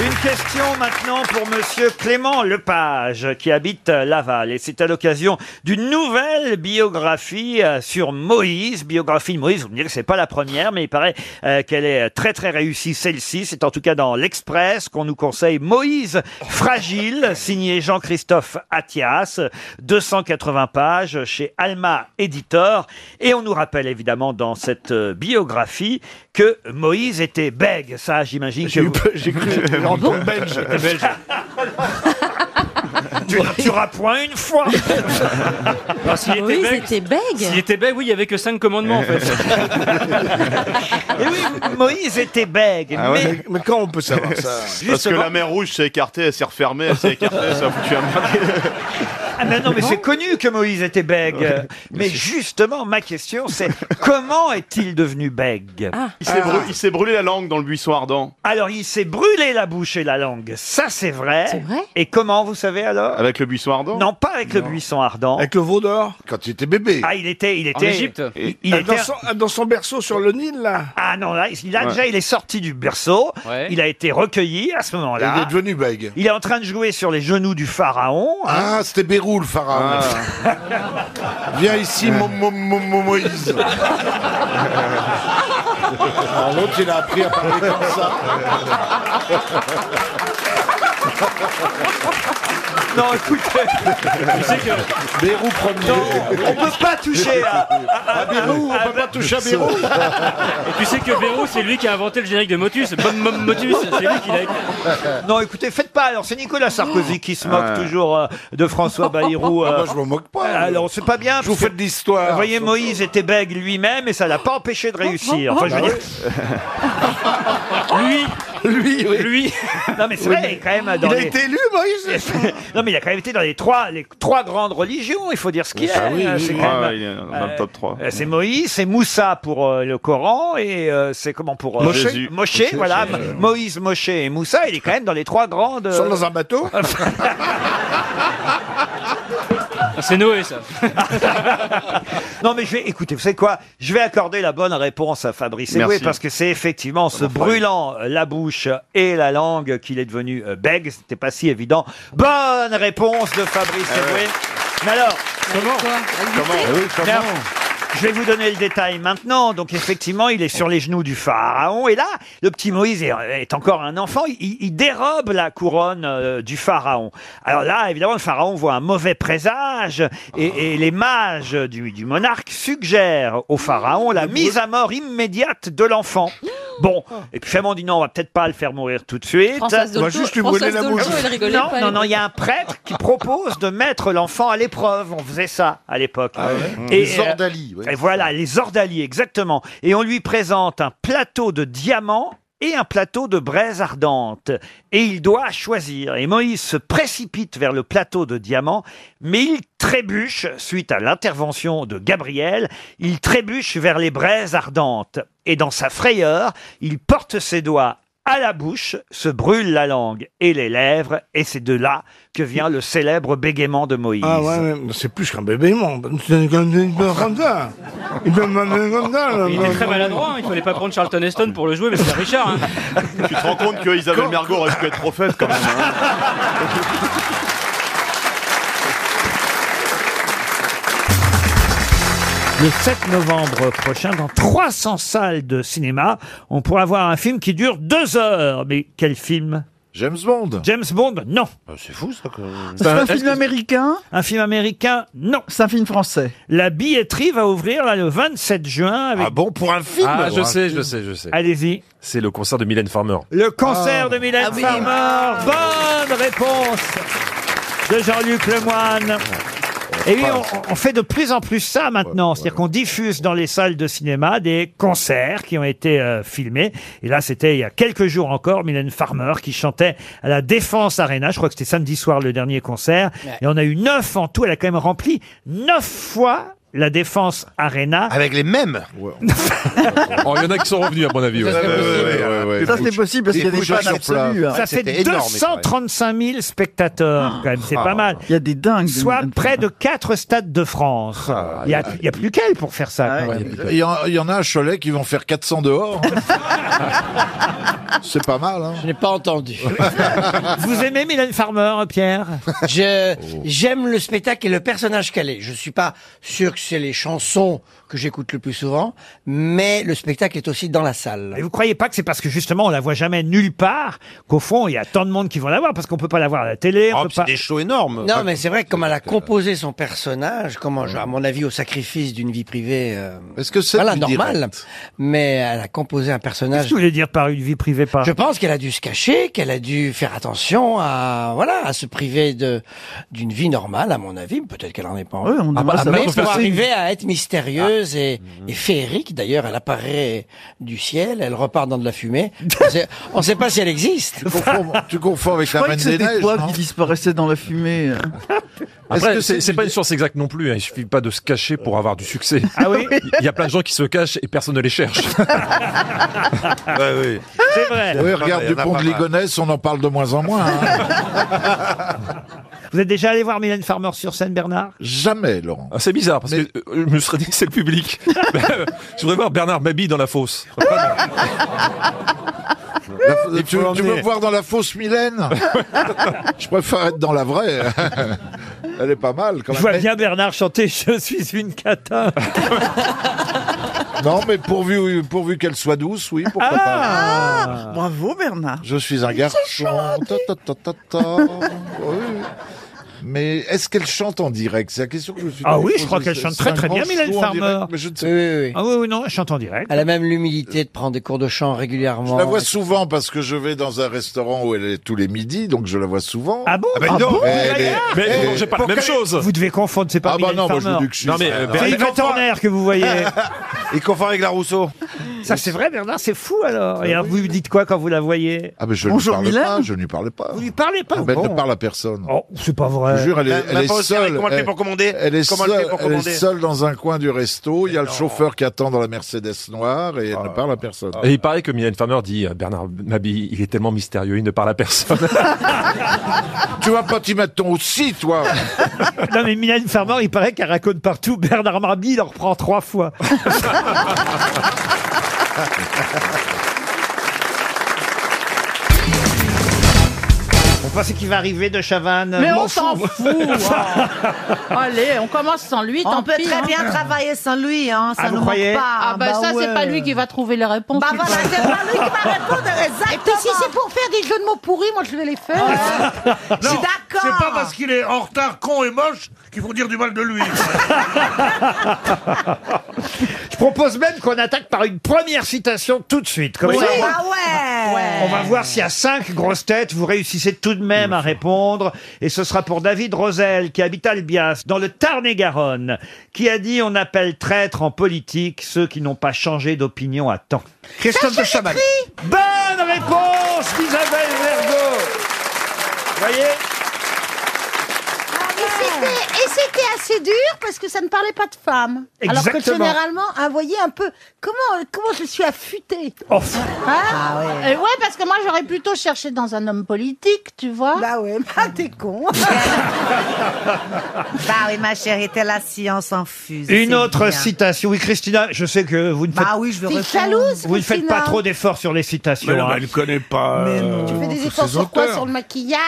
Speaker 1: Une question maintenant pour Monsieur Clément Lepage, qui habite Laval. Et c'est à l'occasion d'une nouvelle biographie euh, sur Moïse. Biographie de Moïse, vous me direz que c'est pas la première, mais il paraît euh, qu'elle est très très réussie, celle-ci. C'est en tout cas dans l'Express qu'on nous conseille Moïse Fragile, signé Jean-Christophe Attias. 280 pages chez Alma Editor. Et on nous rappelle évidemment dans cette euh, biographie que Moïse était bègue. Ça, j'imagine que vous...
Speaker 30: J'ai
Speaker 1: *laughs*
Speaker 30: cru. En bon belge. belge.
Speaker 1: Tu, tu rappoins une fois *laughs*
Speaker 21: Alors,
Speaker 2: Ah
Speaker 21: s'il était
Speaker 25: Moïse
Speaker 21: bègue,
Speaker 25: était bègue.
Speaker 21: s'il était bègue, oui, il y avait que cinq commandements en fait.
Speaker 1: Et oui, Moïse était bègue.
Speaker 25: Ah ouais,
Speaker 1: mais...
Speaker 25: mais- mais quand on peut savoir ça
Speaker 1: *laughs* Parce que la
Speaker 25: mer Rouge s'est écartée, elle s'est refermée, elle s'est écartée, ça a foutu un
Speaker 1: Ah ben non, mais c'est connu que Moïse était bègue. Euh, mais justement, ma
Speaker 31: *laughs*
Speaker 1: question, c'est comment est-il devenu bègue
Speaker 31: Ah.
Speaker 25: Il s'est brû- il s'est brûlé la langue dans le buisson ardent.
Speaker 1: Alors, il s'est brûlé la bouche et la langue. Ça, c'est vrai. C'est vrai. Et comment, vous savez alors
Speaker 25: Avec le buisson ardent
Speaker 1: Non, pas avec le buisson ardent.
Speaker 25: Avec le veau d'or
Speaker 1: Quand il était bébé. Ah, il était. Il était Il, il
Speaker 31: dans,
Speaker 1: était.
Speaker 31: son, dans son berceau sur le Nil, là.
Speaker 1: Ah non, là, il a
Speaker 31: Ouais.
Speaker 1: déjà, il est sorti du berceau.
Speaker 31: Ouais.
Speaker 1: Il a été recueilli à ce moment-là.
Speaker 31: Il est
Speaker 1: devenu bègue. Il est en train de jouer sur les genoux du pharaon. Ah, c'était Bérou, le
Speaker 25: Ah.
Speaker 1: pharaon.
Speaker 15: Ah, *laughs* Viens ici, mon, mon, mon, mon Moïse.
Speaker 27: Alors, L'autre, il a appris à parler comme ça.
Speaker 1: Non, écoutez.
Speaker 30: Tu sais que. Bérou premier.
Speaker 1: on peut pas toucher à,
Speaker 30: Bérou, on peut pas toucher à Bérou.
Speaker 21: Et tu sais que Béraud, c'est lui qui a inventé le générique de Motus. Mom, mom, Motus, c'est lui qui l'a écrit.
Speaker 1: Non, écoutez, faites pas. Alors, c'est Nicolas Sarkozy qui se moque toujours euh, de François Bayrou.
Speaker 15: Ah,
Speaker 1: euh.
Speaker 15: moi, je me moque pas.
Speaker 1: Alors, c'est pas bien.
Speaker 15: Je vous
Speaker 1: parce que-
Speaker 15: fais de l'histoire.
Speaker 1: Vous voyez, Moïse était bègue lui-même et ça l'a pas empêché de
Speaker 20: Oh,
Speaker 1: réussir. Enfin, je
Speaker 20: Ah
Speaker 1: veux
Speaker 15: Bah
Speaker 1: dire. Lui lui, lui. Non mais c'est
Speaker 30: Oui,
Speaker 1: vrai,
Speaker 30: mais
Speaker 1: il est quand même dans
Speaker 30: il a
Speaker 1: les-
Speaker 30: été élu, Moïse
Speaker 1: *laughs* Non mais il a quand même été dans les trois, les trois grandes religions, il faut dire ce qu'il
Speaker 25: Ah
Speaker 1: est.
Speaker 25: oui,
Speaker 1: hein,
Speaker 25: oui,
Speaker 1: c'est
Speaker 25: oui.
Speaker 1: quand même-
Speaker 25: Ah, il est dans le top 3.
Speaker 1: euh, C'est Moïse, c'est Moussa pour euh, le Coran et euh, c'est comment pour euh,
Speaker 25: Moshe. Jésus.
Speaker 1: Moshe, voilà,
Speaker 25: Jésus.
Speaker 1: Moïse, Moshe et Moussa, il est quand même dans les trois grandes. euh, Ils sont dans un bateau.
Speaker 21: Ah, C'est Noé, ça.
Speaker 1: *laughs* non mais je vais, écoutez, vous savez quoi Je vais accorder la bonne réponse à Fabrice
Speaker 25: Merci.
Speaker 1: Eboué parce que c'est effectivement en se brûlant euh, la bouche et la langue qu'il est devenu euh, bègue. C'était pas si évident. Bonne réponse de Fabrice Eboué. Mais alors Comment
Speaker 25: Eh
Speaker 1: Mais alors, je vais vous donner le détail maintenant. Donc effectivement, il est sur les genoux du pharaon. Et là, le petit Moïse est, est encore un enfant. Il, il dérobe la couronne euh, du pharaon. Alors là, évidemment, le pharaon voit un mauvais présage.
Speaker 25: Ah.
Speaker 1: Et, et les mages du, du monarque suggèrent au pharaon la mise à mort immédiate
Speaker 25: *gasps*
Speaker 1: de l'enfant. Bon, et puis Flamand dit non, on va peut-être pas le faire mourir tout de suite.
Speaker 25: Oh. Françoise Dolto- On va juste lui brûler Françoise la Dolto, bouche. elle rigolait
Speaker 1: Non,
Speaker 25: pas, elle
Speaker 1: non, non,
Speaker 25: était-
Speaker 1: il y a un prêtre qui propose de mettre l'enfant à l'épreuve. On faisait ça à l'époque.
Speaker 25: Ah ouais Les
Speaker 1: euh,
Speaker 25: ordalies, ouais,
Speaker 1: et voilà, les ordalies, exactement. Et on lui présente un plateau de diamants et un plateau de braise ardente. Et il doit choisir. Et Moïse se précipite vers le plateau de diamants, mais il trébuche, suite à l'intervention de Gabriel, il trébuche vers les braises ardentes. Et dans sa frayeur, il porte ses doigts à la bouche, se brûle la langue et les lèvres, et c'est de là que vient le célèbre bégaiement de Moïse.
Speaker 31: Ah ouais, mais c'est plus qu'un bébé, mon. C'est comme comme ça. Il peut m'amener comme ça. là.
Speaker 21: Il était très maladroit, hein. il fallait pas prendre Charlton Heston pour le jouer, mais c'était Richard. hein.
Speaker 25: Tu te rends compte que Isabelle Mergo aurait pu être prophète quand même. hein.
Speaker 1: Le 7 novembre prochain, dans 300 salles de cinéma, on pourra voir un film qui dure deux heures. Mais quel film James Bond. James Bond, non.
Speaker 28: Ah,
Speaker 1: c'est fou ça.
Speaker 26: C'est
Speaker 28: Bah,
Speaker 26: un film américain
Speaker 1: Un film américain, non.
Speaker 26: C'est un film français.
Speaker 1: La billetterie va ouvrir là, le 27 juin. Avec...
Speaker 28: Ah bon, pour un film Ah, je sais, je sais, je sais.
Speaker 1: Allez-y.
Speaker 28: C'est le concert de Mylène Farmer.
Speaker 1: Le concert
Speaker 28: Ah.
Speaker 1: de Mylène
Speaker 28: Ah oui.
Speaker 1: Farmer. Bonne réponse de Jean-Luc Lemoine. Et oui, on, on fait de plus en plus ça maintenant. C'est-à-dire qu'on diffuse dans les salles de cinéma des concerts qui ont été euh, filmés. Et là, c'était il y a quelques jours encore, Mylène Farmer qui chantait à la Défense Arena. Je crois que c'était samedi soir le dernier concert.
Speaker 5: Ouais.
Speaker 1: Et on a eu neuf en tout. Elle a quand même rempli neuf fois la Défense Arena. Avec les mêmes
Speaker 28: Oh, il y en a qui sont revenus, à mon avis. ouais.
Speaker 1: Ça, c'est
Speaker 28: Ouais,
Speaker 1: possible.
Speaker 28: ouais, ouais, ouais.
Speaker 26: Ça, c'est possible, parce qu'il y a des
Speaker 28: Des bouches
Speaker 26: choses
Speaker 28: sur place.
Speaker 26: absolues, hein.
Speaker 1: Ça fait
Speaker 26: C'était énorme,
Speaker 1: 235 000 spectateurs, quand même. C'est
Speaker 26: Ah.
Speaker 1: pas mal.
Speaker 26: Il y a des dingues.
Speaker 1: Soit près de 4 stades de France.
Speaker 26: Ah,
Speaker 1: Il n'y a, il y a plus qu'elle pour faire ça. quand même.
Speaker 15: Il y, en- il y en a à Cholet qui vont faire
Speaker 27: *laughs*
Speaker 15: 400 dehors. C'est pas mal. Hein.
Speaker 26: Je n'ai pas entendu.
Speaker 1: Vous aimez Mylène Farmer, Pierre Oh.
Speaker 26: Je j'aime le spectacle et le personnage qu'elle est. Je suis pas sûr que c'est les chansons que j'écoute le plus souvent, mais le spectacle est aussi dans la salle.
Speaker 1: Et vous croyez pas que c'est parce que justement on la voit jamais nulle part qu'au fond il y a tant de monde qui vont la voir parce qu'on peut pas la voir à la télé.
Speaker 26: Ah,
Speaker 1: on peut pas...
Speaker 26: shows énormes. Non, mais c'est vrai que comme elle a composé son personnage, comment, je- à mon avis, au sacrifice d'une vie privée, euh,
Speaker 15: Est-ce que c'est
Speaker 26: voilà,
Speaker 15: du
Speaker 26: normal,
Speaker 15: direct
Speaker 26: mais elle a composé un
Speaker 1: Qu'est-ce que
Speaker 26: personnage.
Speaker 1: vous voulez dire par une vie privée par
Speaker 26: Je pense qu'elle a dû se cacher, qu'elle a dû faire attention à voilà à se priver de d'une vie normale, à mon avis. Peut-être qu'elle en est pas. en- on Ah, aimerait bah, savoir mais ce que pour c'est. arriver à être mystérieuse et,
Speaker 13: Ah.
Speaker 26: et féerique, d'ailleurs, elle apparaît du ciel, elle repart dans de la fumée. On sait- On sait pas si elle existe.
Speaker 15: Tu confonds avec
Speaker 26: Je
Speaker 15: la
Speaker 26: croyais
Speaker 15: Reine
Speaker 26: que
Speaker 15: des
Speaker 26: c'était
Speaker 15: Neiges.
Speaker 26: toi
Speaker 15: non
Speaker 26: qui disparaissait dans la fumée. euh.
Speaker 15: Est-ce
Speaker 25: Après,
Speaker 15: que
Speaker 25: c'est
Speaker 15: c'est
Speaker 25: c'est pas une source exacte non plus. hein. Il suffit pas de se cacher pour avoir du succès.
Speaker 1: Ah oui
Speaker 25: *laughs* Il y a plein de gens qui se cachent et personne ne les cherche.
Speaker 15: *laughs*
Speaker 25: *laughs*
Speaker 15: oui.
Speaker 1: C'est vrai.
Speaker 15: regarde, du pont de Ligonnès, on en parle de moins en
Speaker 25: *laughs*
Speaker 15: moins. hein.
Speaker 1: Vous êtes déjà allé voir Mylène Farmer sur scène, Bernard
Speaker 15: Jamais, Laurent.
Speaker 25: Ah, c'est bizarre parce que euh, je me serais dit c'est le public. *laughs* je voudrais voir Bernard Mabie dans la fosse.
Speaker 15: *laughs* La-
Speaker 25: Et
Speaker 15: tu,
Speaker 25: faut
Speaker 15: tu veux
Speaker 25: l'emmener.
Speaker 15: me voir dans la fausse Mylène Je préfère être dans la vraie. Elle est pas mal quand
Speaker 1: *laughs* Je
Speaker 15: même.
Speaker 1: vois bien Bernard chanter Je suis une cata.
Speaker 15: Ah, Non, mais pourvu, pourvu qu'elle soit douce, oui, pourquoi
Speaker 1: Ah
Speaker 15: pas.
Speaker 26: Bravo Bernard.
Speaker 15: Je suis un garçon. Ta, ta, ta, ta, ta. Oui. Mais est-ce qu'elle chante en direct C'est la question que je me suis
Speaker 1: Ah oui,
Speaker 15: posée.
Speaker 1: je crois qu'elle chante très,
Speaker 15: C'est un
Speaker 1: très bien,
Speaker 15: grand
Speaker 1: *laughs* Mylène
Speaker 15: show en direct,
Speaker 1: Farmer.
Speaker 15: mais je ne sais-
Speaker 1: Ah oui, oui, non, je chante en direct.
Speaker 26: Elle a même l'humilité de prendre des cours de chant régulièrement.
Speaker 15: Je la vois souvent parce que je vais dans un restaurant où elle est tous les midis, donc je la vois souvent.
Speaker 1: Ah bon
Speaker 15: ben
Speaker 1: Ah
Speaker 15: non,
Speaker 1: bon
Speaker 15: elle est-
Speaker 25: Mais
Speaker 15: elle
Speaker 25: non,
Speaker 15: est-
Speaker 25: j'ai pas la même chose.
Speaker 1: Vous devez confondre, c'est pas
Speaker 15: eh, Ah bah
Speaker 1: Mylène
Speaker 15: non, moi, je
Speaker 1: Farmer.
Speaker 15: vous dis que je suis- Non, mais, euh,
Speaker 1: c'est
Speaker 15: Bernard-
Speaker 1: Yvan Turner que
Speaker 15: *laughs*
Speaker 1: vous voyez.
Speaker 25: Il confond avec la Rousseau.
Speaker 1: Ça c'est vrai, Bernard, c'est fou alors. Et alors, vous lui dites quoi quand vous la voyez
Speaker 15: Ah ben je ne lui
Speaker 1: Bonjour,
Speaker 15: parle
Speaker 1: Mylène.
Speaker 15: pas, je ne lui parle pas.
Speaker 1: Vous lui parlez pas
Speaker 15: Ah ben,
Speaker 1: bon.
Speaker 15: Elle ne parle à personne. *laughs*
Speaker 1: Oh, c'est pas vrai.
Speaker 15: Je vous jure, elle est,
Speaker 1: Même-
Speaker 15: elle
Speaker 1: même
Speaker 15: est
Speaker 1: pas au
Speaker 15: seule.
Speaker 1: cirque, comment elle fait
Speaker 15: Elle-
Speaker 1: pour commander
Speaker 15: Elle est
Speaker 1: Comment elle fait
Speaker 15: seule.
Speaker 1: pour
Speaker 15: Elle est
Speaker 1: commander
Speaker 15: seule dans un coin du resto. Il y a le chauffeur qui attend dans la Mercedes noire et
Speaker 1: Ah.
Speaker 15: elle ne parle à personne.
Speaker 25: Et il paraît que Mylène Farmer dit euh, Bernard Mabie, il est tellement mystérieux, il ne parle à personne.
Speaker 15: *laughs* tu vas pas t'y mettre ton
Speaker 25: *laughs*
Speaker 15: aussi, toi.
Speaker 1: *laughs* Non mais Mylène Farmer, il paraît qu'elle raconte partout. Bernard Marby, il en reprend trois fois. *laughs* On pensait qu'il va arriver de Chavannes.
Speaker 7: Mais
Speaker 1: M'en
Speaker 7: on s'en
Speaker 1: fous.
Speaker 7: fout. hein.
Speaker 15: Ah,
Speaker 7: Allez, on commence sans lui.
Speaker 3: On
Speaker 7: tant
Speaker 3: peut
Speaker 7: pis,
Speaker 3: très
Speaker 7: hein.
Speaker 3: bien travailler sans lui, hein, ça
Speaker 7: Ah, vous
Speaker 3: nous manque
Speaker 7: croyez
Speaker 3: pas.
Speaker 7: Ah,
Speaker 12: ben
Speaker 7: bah, ça, c'est pas lui qui va trouver les réponses. Bah voilà, c'est pas lui qui va répondre exactement. Et puis si c'est pour faire des jeux de mots pourris, moi je vais les faire.
Speaker 3: Je suis d'accord.
Speaker 16: C'est pas parce qu'il est en retard, con et moche qu'il faut dire du mal de lui.
Speaker 1: *laughs* Je propose même qu'on attaque par une première citation tout de suite. Comme
Speaker 16: Oui.
Speaker 1: ça, on va-
Speaker 3: Ah ouais.
Speaker 1: On va voir si à cinq grosses têtes, vous réussissez tout de même à répondre. Et ce sera pour David Rosel, qui habite Albias, dans le Tarn-et-Garonne, qui a dit on appelle traître en politique ceux qui n'ont pas changé d'opinion à temps. Christophe de Chabannes. Bonne réponse d'Isabelle Vergo. Voyez
Speaker 12: Et c'était- Et c'était assez dur parce que ça ne parlait pas de femmes. Alors que
Speaker 1: Exactement.
Speaker 12: généralement, ah, vous voyez un peu comment, comment je suis affûtée.
Speaker 1: Off.
Speaker 12: ah ouais. ouais, parce que moi j'aurais plutôt cherché dans un homme politique, tu vois. Bah ouais, bah t'es con.
Speaker 3: Bah oui, ma chérie, t'es la science infuse.
Speaker 1: Une autre citation. Oui, Christina, je sais que vous ne faites,
Speaker 3: Bah oui, je veux T'es répondre. jalouse,
Speaker 1: vous ne faites
Speaker 12: Christina.
Speaker 1: pas trop d'efforts sur les citations.
Speaker 16: Mais non, mais
Speaker 1: hein.
Speaker 16: elle connaît pas.
Speaker 1: Mais
Speaker 16: euh,
Speaker 12: Tu fais des
Speaker 16: tous
Speaker 12: efforts
Speaker 16: ces
Speaker 12: sur quoi
Speaker 16: auteurs.
Speaker 12: Sur le maquillage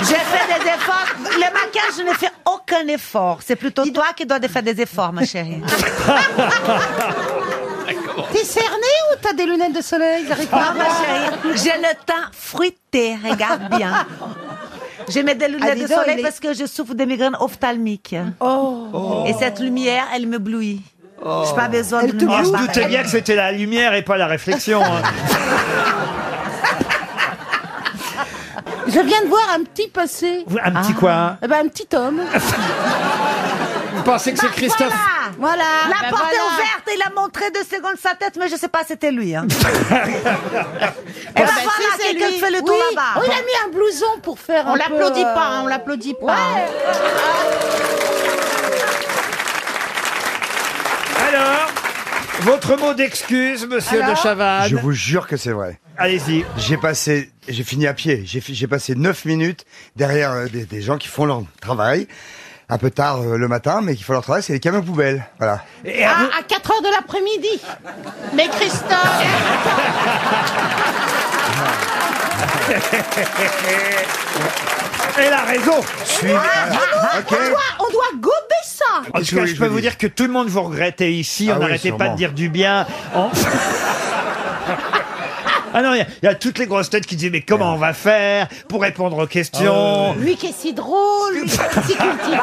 Speaker 3: J'ai fait des efforts. Le maquillage, je n'ai fait aucun effort. C'est plutôt toi qui dois faire des efforts,
Speaker 12: *laughs*
Speaker 3: ma chérie.
Speaker 16: *laughs*
Speaker 12: T'es cerné ou t'as des lunettes de soleil J'arrive pas à
Speaker 3: Non, Ah, ma
Speaker 12: voir.
Speaker 3: chérie, j'ai le teint fruité, regarde bien. Je mets des lunettes
Speaker 12: Ah, dis
Speaker 3: de
Speaker 12: donc,
Speaker 3: soleil
Speaker 12: il est-
Speaker 3: parce que je souffre de migraines ophtalmiques. Et cette lumière, elle me blouit. J'ai pas besoin de
Speaker 1: Oh,
Speaker 3: lumière.
Speaker 1: je doutais
Speaker 3: pareille.
Speaker 1: bien que c'était la
Speaker 12: *laughs*
Speaker 1: lumière et pas la réflexion. hein.
Speaker 12: Je viens de voir un petit passé.
Speaker 1: Un petit quoi, hein
Speaker 12: Eh ben, un petit
Speaker 1: *laughs*
Speaker 12: homme.
Speaker 1: Vous pensez que
Speaker 7: Bah,
Speaker 3: Bah
Speaker 1: c'est Christophe
Speaker 12: Voilà.
Speaker 3: La
Speaker 12: Ben
Speaker 3: porte
Speaker 12: voilà.
Speaker 3: est ouverte, il a montré deux secondes sa tête, mais je sais pas c'était lui.
Speaker 1: *laughs*
Speaker 3: Hein. Eh ben
Speaker 12: Ah,
Speaker 3: voilà,
Speaker 12: si, c'est
Speaker 3: quelqu'un
Speaker 12: lui.
Speaker 3: fait le tour
Speaker 12: Oui. Oh,
Speaker 3: là-bas.
Speaker 12: il a mis un blouson pour faire
Speaker 3: On
Speaker 12: un euh,
Speaker 3: l'applaudit pas, hein,
Speaker 12: on l'applaudit pas.
Speaker 1: Alors, votre mot d'excuse, monsieur de Chavannes
Speaker 5: Je vous jure que c'est vrai.
Speaker 1: Allez-y.
Speaker 5: J'ai passé, j'ai fini à pied. J'ai fi- j'ai passé 9 minutes derrière euh, des, des gens qui font leur travail un peu tard euh, le matin, mais qui font leur travail, c'est les camions poubelles. Voilà.
Speaker 12: à, 4 heures de l'après-midi. Mais Christophe.
Speaker 1: *laughs* Elle a raison.
Speaker 12: Ah, non,
Speaker 5: Ok.
Speaker 12: on, doit, on doit gober ça.
Speaker 3: Ah,
Speaker 1: En tout cas, je peux vous dire que tout le monde vous regrettait ici.
Speaker 5: Ah
Speaker 1: on
Speaker 5: oui,
Speaker 1: n'arrêtait pas
Speaker 5: sûrement.
Speaker 1: de dire du bien. On- *laughs* ah non, il y a- il y, a toutes les grosses têtes qui disaient mais comment on va faire pour répondre aux
Speaker 5: Euh,
Speaker 1: questions
Speaker 12: Euh, Lui qui est si drôle, lui qui est si cultivé.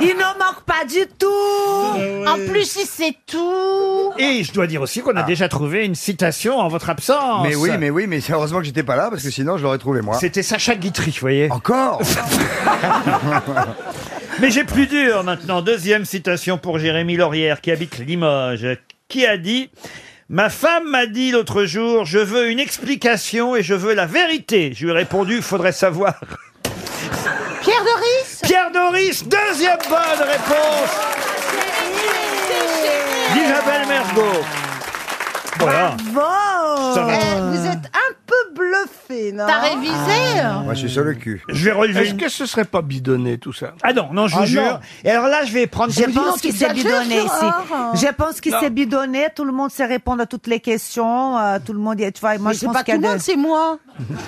Speaker 3: Il n'en manque pas du tout.
Speaker 12: En plus, il sait tout.
Speaker 1: Et je dois dire aussi qu'on a déjà trouvé une citation en votre
Speaker 16: Oh,
Speaker 1: absence.
Speaker 5: Ah. Mais oui, mais oui, mais c'est heureusement que j'étais pas là parce que sinon je l'aurais trouvé moi.
Speaker 1: C'était Sacha Guitry, vous voyez.
Speaker 5: Encore
Speaker 1: Mais j'ai plus dur maintenant. Deuxième citation pour Jérémy Laurière qui habite Limoges, qui a dit Ma femme m'a dit l'autre jour Je veux une explication et je veux la vérité. Je lui ai répondu Faudrait savoir.
Speaker 12: *laughs* Pierre Doris
Speaker 1: Pierre Doris, deuxième bonne réponse d'Isabelle Mergo. Voilà.
Speaker 3: Bravo
Speaker 1: Ça va.
Speaker 3: Eh, Vous êtes un peu bluffé, non
Speaker 12: T'as révisé
Speaker 5: Moi je suis sur le cul.
Speaker 1: Je vais relever.
Speaker 31: Est-ce que ce serait pas bidonné tout ça
Speaker 1: Ah non, non, je vous
Speaker 31: Ah
Speaker 1: jure.
Speaker 31: non.
Speaker 1: Et alors là, je vais prendre.
Speaker 3: Je
Speaker 1: Vous
Speaker 3: pense
Speaker 1: dites-
Speaker 3: qu'il s'est bidonné ici. Je pense qu'il
Speaker 1: Non.
Speaker 3: s'est bidonné. Tout le monde sait répondre à toutes les questions. euh, tout le monde y est. Tu vois, et moi,
Speaker 12: Mais
Speaker 3: je
Speaker 12: c'est
Speaker 3: pense
Speaker 12: pas
Speaker 3: qu'il y a
Speaker 12: tout le
Speaker 3: des-
Speaker 12: monde, c'est moi.